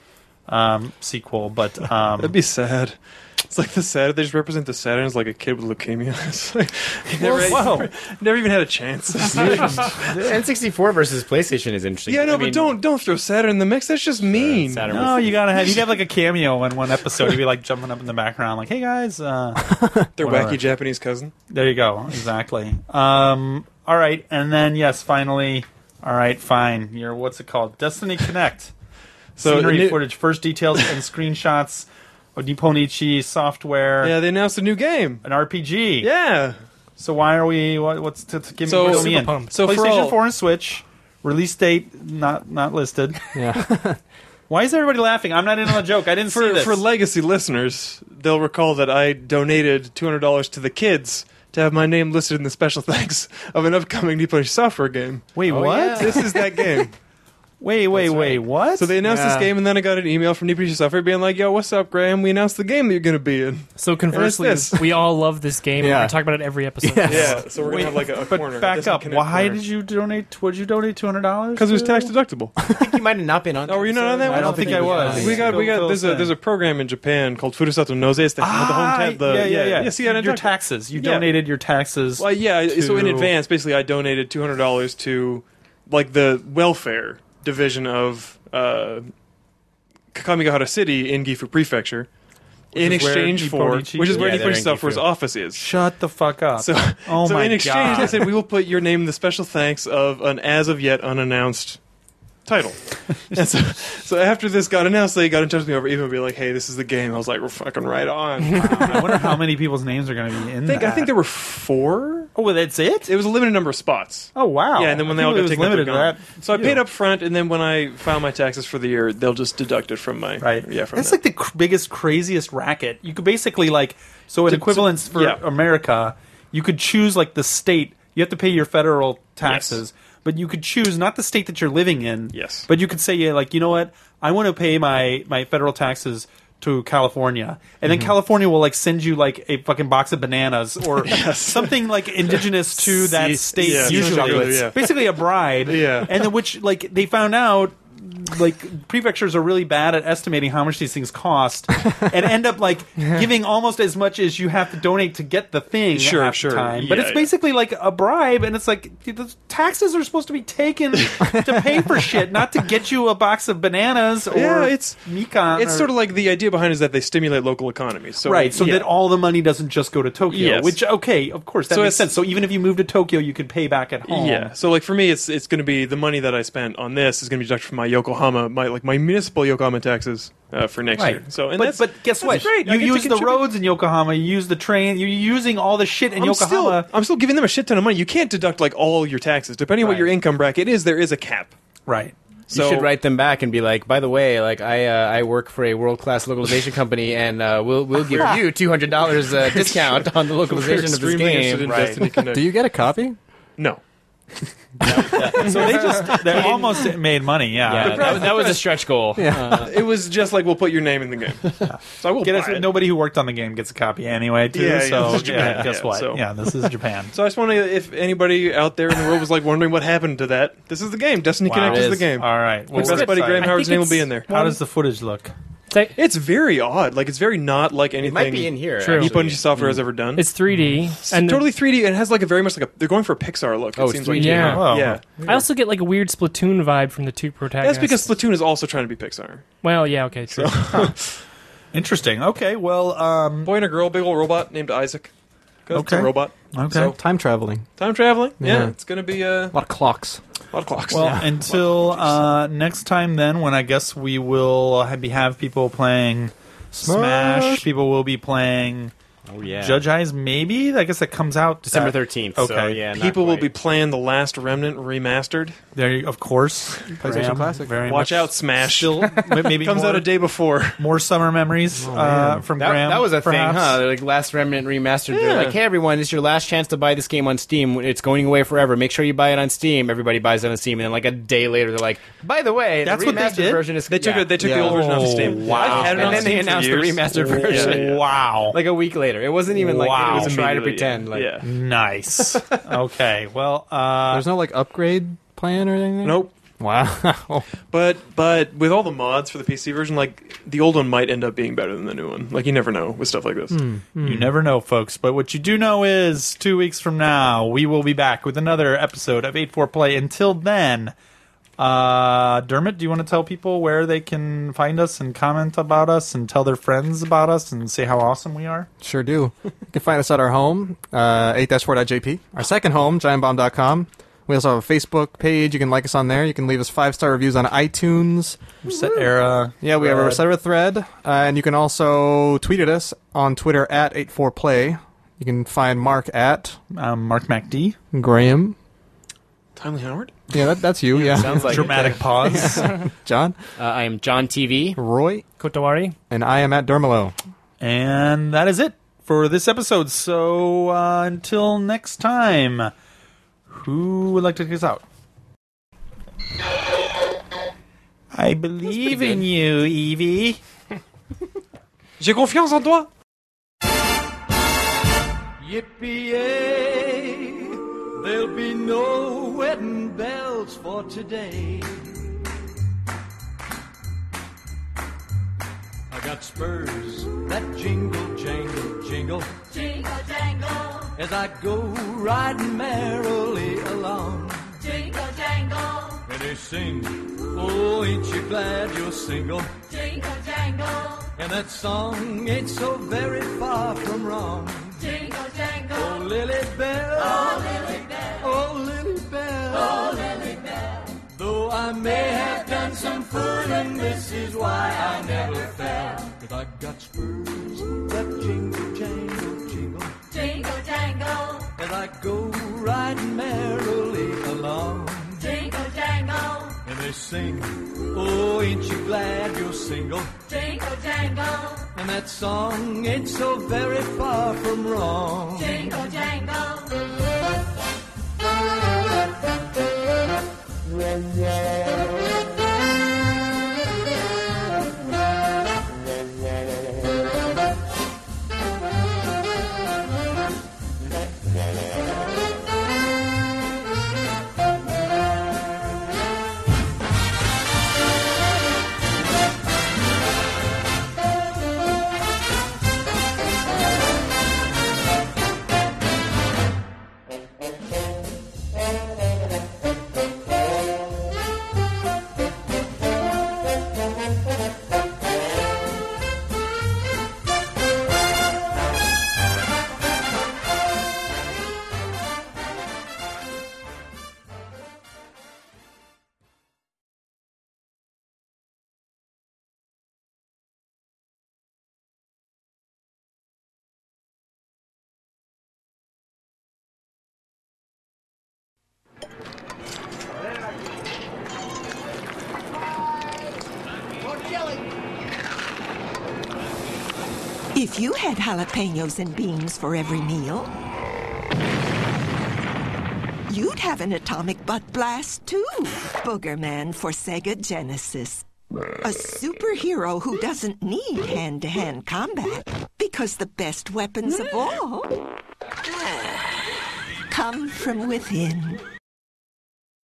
Speaker 1: um, sequel, but um,
Speaker 5: That'd be sad. It's like the sad. They just represent the Saturn as like a kid with leukemia. It's like, he never,
Speaker 1: Whoa.
Speaker 5: never even had a chance.
Speaker 2: N64 versus PlayStation is interesting.
Speaker 5: yeah, no,
Speaker 2: I mean, uh,
Speaker 5: but don't don't throw Saturn in the mix. That's just mean.
Speaker 2: Saturn
Speaker 1: no, you gotta have you have like a cameo in one episode. You'd be like jumping up in the background, like, "Hey guys, uh,
Speaker 5: Their
Speaker 1: Whatever.
Speaker 5: wacky Japanese cousin.
Speaker 1: there you go." Exactly. Um, all right, and then yes, finally, all right, fine. Your what's it called? Destiny Connect.
Speaker 5: So
Speaker 1: Scenery
Speaker 5: the new-
Speaker 1: footage, first details and screenshots. of Nipponichi software,
Speaker 5: Yeah, they announced a new game.
Speaker 1: an RPG.
Speaker 5: Yeah,
Speaker 1: So why are we? What, what's to, to give
Speaker 5: So-
Speaker 1: me? fill
Speaker 5: Super
Speaker 1: me in.
Speaker 4: pumped.
Speaker 5: So for
Speaker 1: PlayStation
Speaker 5: all-
Speaker 1: Four and Switch release date not not listed.
Speaker 3: yeah.
Speaker 1: Why is everybody laughing? I'm not in on the joke. I didn't see
Speaker 5: for
Speaker 1: this.
Speaker 5: for legacy listeners, they'll recall that I donated two hundred dollars to the kids to have my name listed in the special thanks of an upcoming Nipponish software game.
Speaker 1: Wait, what?
Speaker 5: This is that game.
Speaker 1: Wait, wait, wait, what?
Speaker 5: So they announced
Speaker 3: Yeah.
Speaker 5: this game, and then I got an email from Nipponish software being like, "Yo, what's up, Graham? We announced the game that you're going to be in."
Speaker 4: So conversely,
Speaker 5: this.
Speaker 4: we all love this game.
Speaker 3: Yeah.
Speaker 4: and We talk about it every episode.
Speaker 5: Yeah, so we're
Speaker 1: Wait,
Speaker 5: gonna have like a, a
Speaker 1: but
Speaker 5: corner.
Speaker 1: back up. Why did you donate? Would you donate two hundred dollars?
Speaker 5: Because it was tax deductible.
Speaker 2: I think you might have not been on.
Speaker 5: Oh, were you not on that
Speaker 1: I
Speaker 5: one?
Speaker 1: don't, think, I was.
Speaker 5: We got we got there's a there's a program in Japan called Furusato Noze. It's the,
Speaker 1: ah,
Speaker 5: the hometown. The,
Speaker 1: yeah, yeah, yeah.
Speaker 5: yeah. See, I didn't
Speaker 1: your
Speaker 5: talk-
Speaker 1: taxes. You
Speaker 5: Yeah.
Speaker 1: donated your taxes.
Speaker 5: Well, yeah. So in
Speaker 1: to-
Speaker 5: advance, basically, I donated two hundred dollars to like the welfare division of uh, Kakamigahara City in Gifu Prefecture, in
Speaker 1: is where
Speaker 5: exchange for
Speaker 1: Nipponichi
Speaker 5: which is
Speaker 1: is?
Speaker 5: where
Speaker 2: Yeah, they're
Speaker 5: Nipponichi
Speaker 2: in
Speaker 5: Software's
Speaker 2: Gifu.
Speaker 5: office is.
Speaker 1: Shut the fuck up.
Speaker 5: So,
Speaker 1: oh
Speaker 5: so
Speaker 1: my
Speaker 5: in exchange,
Speaker 1: god.
Speaker 5: they said we will put your name in the special thanks of an as of yet unannounced title. and so, so after this got announced, they got in touch with me over email, and be like, "Hey, this is the game." I was like, "We're fucking right on."
Speaker 1: I wonder how many people's names are going to be in
Speaker 5: I think
Speaker 1: that.
Speaker 5: I think there were four.
Speaker 1: Oh, well, that's it.
Speaker 5: It was a limited number of spots.
Speaker 1: Oh wow.
Speaker 5: Yeah, and then when
Speaker 1: I
Speaker 5: they all
Speaker 1: think it
Speaker 5: got taken
Speaker 1: was
Speaker 5: up,
Speaker 1: limited
Speaker 5: they're
Speaker 1: to
Speaker 5: gone.
Speaker 1: that.
Speaker 5: So I
Speaker 1: few.
Speaker 5: paid up front, and then when I file my taxes for the year, they'll just deduct it from my
Speaker 1: Right.
Speaker 5: Yeah, from
Speaker 1: That's
Speaker 5: that.
Speaker 1: like the cr- biggest, craziest racket. You could basically like so an
Speaker 5: To-
Speaker 1: equivalence for
Speaker 5: yeah.
Speaker 1: America. You could choose like the state. You have to pay your federal taxes, but you could choose not the state that you're living in.
Speaker 5: Yes.
Speaker 1: But you could say, yeah, like you know what? I want to pay my my federal taxes to California, and
Speaker 5: Mm-hmm.
Speaker 1: then California will like send you like a fucking box of bananas or something like indigenous to that state.
Speaker 5: yeah,
Speaker 1: usually,
Speaker 5: chocolates. Yeah.
Speaker 1: basically a bride.
Speaker 5: Yeah.
Speaker 1: And then which like they found out like prefectures are really bad at estimating how much these things cost and end up like giving almost as much as you have to donate to get the thing
Speaker 5: Sure,
Speaker 1: half the
Speaker 5: sure.
Speaker 1: time. But
Speaker 5: Yeah,
Speaker 1: it's
Speaker 5: yeah.
Speaker 1: basically like a bribe and it's like dude, the taxes are supposed to be taken to pay for shit, not to get you a box of bananas or
Speaker 5: Yeah, it's-
Speaker 1: Mikan
Speaker 5: it's
Speaker 1: or-
Speaker 5: sort of like the idea behind it is that they stimulate local economies. So
Speaker 1: Right, so
Speaker 5: yeah.
Speaker 1: that all the money doesn't just go to Tokyo,
Speaker 5: Yes.
Speaker 1: which okay, of course that
Speaker 5: So
Speaker 1: makes
Speaker 5: it's-
Speaker 1: sense. So even if you move to Tokyo, you could pay back at home.
Speaker 5: Yeah. So like for me, it's it's going to be the money that I spent on this is going to be deducted from my Yokohama Yokohama, my like my municipal Yokohama taxes uh, for next
Speaker 1: Right.
Speaker 5: year. So, and
Speaker 1: but
Speaker 5: that's,
Speaker 1: but guess
Speaker 5: that's
Speaker 1: what?
Speaker 5: Great. I
Speaker 1: You
Speaker 5: get to
Speaker 1: use the
Speaker 5: contribute.
Speaker 1: roads in Yokohama. You use the train. You're using all the shit in
Speaker 5: I'm
Speaker 1: Yokohama.
Speaker 5: still, I'm still giving them a shit ton of money. You can't deduct like all your taxes, depending on what
Speaker 1: Right.
Speaker 5: your income bracket is. There is a cap.
Speaker 1: right.
Speaker 5: So
Speaker 6: you should write them back and be like, by the way, like I uh, I work for a world class localization company, and uh, we'll we'll give you two hundred dollars uh, discount on the
Speaker 5: We're
Speaker 6: localization of this
Speaker 5: extremely interested
Speaker 6: game.
Speaker 5: in
Speaker 1: Right.
Speaker 5: Destiny Connect.
Speaker 3: Do you get a copy?
Speaker 5: No.
Speaker 1: So they just they almost made money. Yeah.
Speaker 2: Yeah, that, that was a stretch goal.
Speaker 5: it was just like we'll put your name in the game. So I will
Speaker 1: Get us,
Speaker 5: buy it.
Speaker 1: nobody who worked on the game gets a copy anyway. Too,
Speaker 5: Yeah, yeah,
Speaker 1: so
Speaker 5: this is Japan.
Speaker 1: yeah, guess
Speaker 5: Yeah,
Speaker 1: what?
Speaker 5: so-
Speaker 1: Yeah, this is Japan.
Speaker 5: So I just want to, if anybody out there in the world was like wondering what happened to that, this is the game. Destiny
Speaker 1: Wow.
Speaker 5: Connect
Speaker 1: It
Speaker 5: is the
Speaker 6: is.
Speaker 5: game.
Speaker 1: All right. Well,
Speaker 5: My
Speaker 1: we're
Speaker 5: best buddy
Speaker 1: excited.
Speaker 5: Graham Howard's
Speaker 4: think
Speaker 5: name will be
Speaker 4: it's
Speaker 5: in there.
Speaker 1: How does the footage look?
Speaker 4: It's,
Speaker 5: It's very odd. Like it's very not like anything.
Speaker 6: It might be in here.
Speaker 4: True.
Speaker 5: Deep
Speaker 6: actually.
Speaker 5: Bungie software has ever done.
Speaker 4: it's 3D.
Speaker 5: It's
Speaker 4: and
Speaker 5: totally 3D and it has like a very much like a. They're going for a Pixar look.
Speaker 6: Oh,
Speaker 5: it
Speaker 6: it's
Speaker 5: seems
Speaker 6: 3D,
Speaker 5: like
Speaker 4: Yeah.
Speaker 1: huh?
Speaker 5: yeah.
Speaker 4: I also get like a weird Splatoon vibe from the two protagonists.
Speaker 5: That's because Splatoon is also trying to be Pixar.
Speaker 4: Well, yeah, okay, true.
Speaker 1: Interesting. Okay. Well. Um,
Speaker 5: Boy and a girl, big old robot named Isaac. 'Cause it's a
Speaker 1: Okay.
Speaker 5: robot.
Speaker 1: okay.
Speaker 5: So-
Speaker 3: Time traveling.
Speaker 5: Time traveling. Yeah,
Speaker 3: Yeah.
Speaker 5: it's gonna be uh,
Speaker 3: A lot of clocks.
Speaker 5: a lot of clocks.
Speaker 1: Well, until uh, next time, then, when I guess we will ha- be have people playing Smash. People will be playing
Speaker 2: Oh yeah.
Speaker 1: Judge Eyes, maybe. I guess that comes out
Speaker 2: December
Speaker 1: that-
Speaker 2: thirteenth. So,
Speaker 1: okay.
Speaker 2: yeah, not
Speaker 5: People will
Speaker 2: quite.
Speaker 5: be playing The Last Remnant remastered.
Speaker 1: There, you, of course. PlayStation
Speaker 3: Classic.
Speaker 1: Very
Speaker 5: Watch
Speaker 1: much
Speaker 5: out, Smash.
Speaker 1: Still, m- maybe
Speaker 5: comes
Speaker 1: more,
Speaker 5: out a day Oh, before.
Speaker 1: more summer memories uh, from
Speaker 6: That,
Speaker 1: Graham.
Speaker 6: that was a
Speaker 1: perhaps.
Speaker 6: thing, huh? They're Like Last Remnant remastered.
Speaker 5: Yeah.
Speaker 6: They're like, hey everyone, it's your last chance to buy this game on Steam. It's going away forever. Make sure you buy it on Steam. Everybody buys it on Steam, and then like a day later, they're like, by the way,
Speaker 1: That's
Speaker 6: the
Speaker 1: what
Speaker 6: remastered
Speaker 1: they did?
Speaker 6: version is
Speaker 5: They took
Speaker 6: yeah.
Speaker 5: it. They took the
Speaker 3: Yeah.
Speaker 5: old version off
Speaker 1: Oh,
Speaker 5: Steam.
Speaker 1: wow.
Speaker 5: I've had it
Speaker 6: and
Speaker 5: on
Speaker 6: then
Speaker 5: Steam
Speaker 6: they
Speaker 5: for
Speaker 6: announced the
Speaker 5: years.
Speaker 6: remastered version
Speaker 5: yeah.
Speaker 1: Wow.
Speaker 6: like a week later. It wasn't even like
Speaker 1: Wow.
Speaker 6: it was
Speaker 1: It was
Speaker 6: try to
Speaker 5: immediately,
Speaker 6: pretend. Like mm.
Speaker 5: yeah.
Speaker 1: nice. okay. Well, uh,
Speaker 3: There's no like upgrade plan or anything.
Speaker 5: Nope.
Speaker 3: Wow.
Speaker 5: But but with all the mods for the PC version, like the old one might end up being better than the new one. Like you never know with stuff like this.
Speaker 6: Hmm.
Speaker 1: You never know, folks. But what you do know is two weeks from now, we will be back with another episode of 8 4 Play. Until then, uh, Dermot, do you want to tell people where they can find us and comment about us and tell their friends about us and say how awesome we are?
Speaker 3: Sure do. You can find us at our home, uh, 8-4.jp. Our second home, giantbomb.com. We also have a Facebook page. You can like us on there. You can leave us five-star reviews on iTunes.
Speaker 1: Reset Era.
Speaker 3: Yeah, we have a
Speaker 1: Thread.
Speaker 3: Reserva thread. Uh, and you can also tweet at us on Twitter at 84play. You can find Mark at
Speaker 1: Um, Mark MacD.
Speaker 3: Graham.
Speaker 5: Timely Howard.
Speaker 3: Yeah, that, that's you. Yeah.
Speaker 6: sounds like
Speaker 1: Dramatic pause.
Speaker 3: John.
Speaker 2: Uh, I am John TV.
Speaker 3: Roy.
Speaker 4: Kotowari.
Speaker 3: And I am at Dermalo.
Speaker 1: And that is it for this episode. So uh, until next time, who would like to take us out? I believe in you, Evie.
Speaker 5: J'ai confiance en toi.
Speaker 7: Yippee! There'll be no wedding bells for today. I got spurs that jingle, jangle, jingle
Speaker 8: Jingle jangle,
Speaker 7: as I go riding merrily along.
Speaker 8: jingle jangle,
Speaker 7: And they sing, Oh, ain't you glad you're single?
Speaker 8: jingle jangle,
Speaker 7: And that song ain't so very far from wrong.
Speaker 8: jingle jangle,
Speaker 7: Oh, Lily Bell. Oh, Lily Bell. Oh, Lily Bell. Though I may have done some fooling, this is why I never fell. Cause I got spurs that jingle, jangle, jingle.
Speaker 8: jingle jangle,
Speaker 7: And I go riding merrily along.
Speaker 8: jingle jangle,
Speaker 7: And they sing, Oh, ain't you glad you're single?
Speaker 8: jingle jangle,
Speaker 7: And that song ain't so very far from wrong.
Speaker 8: jingle jangle.
Speaker 9: If you had jalapenos and beans for every meal, you'd have an atomic butt blast too. Boogerman for Sega Genesis. A superhero who doesn't need hand to hand combat because the best weapons of all come from within.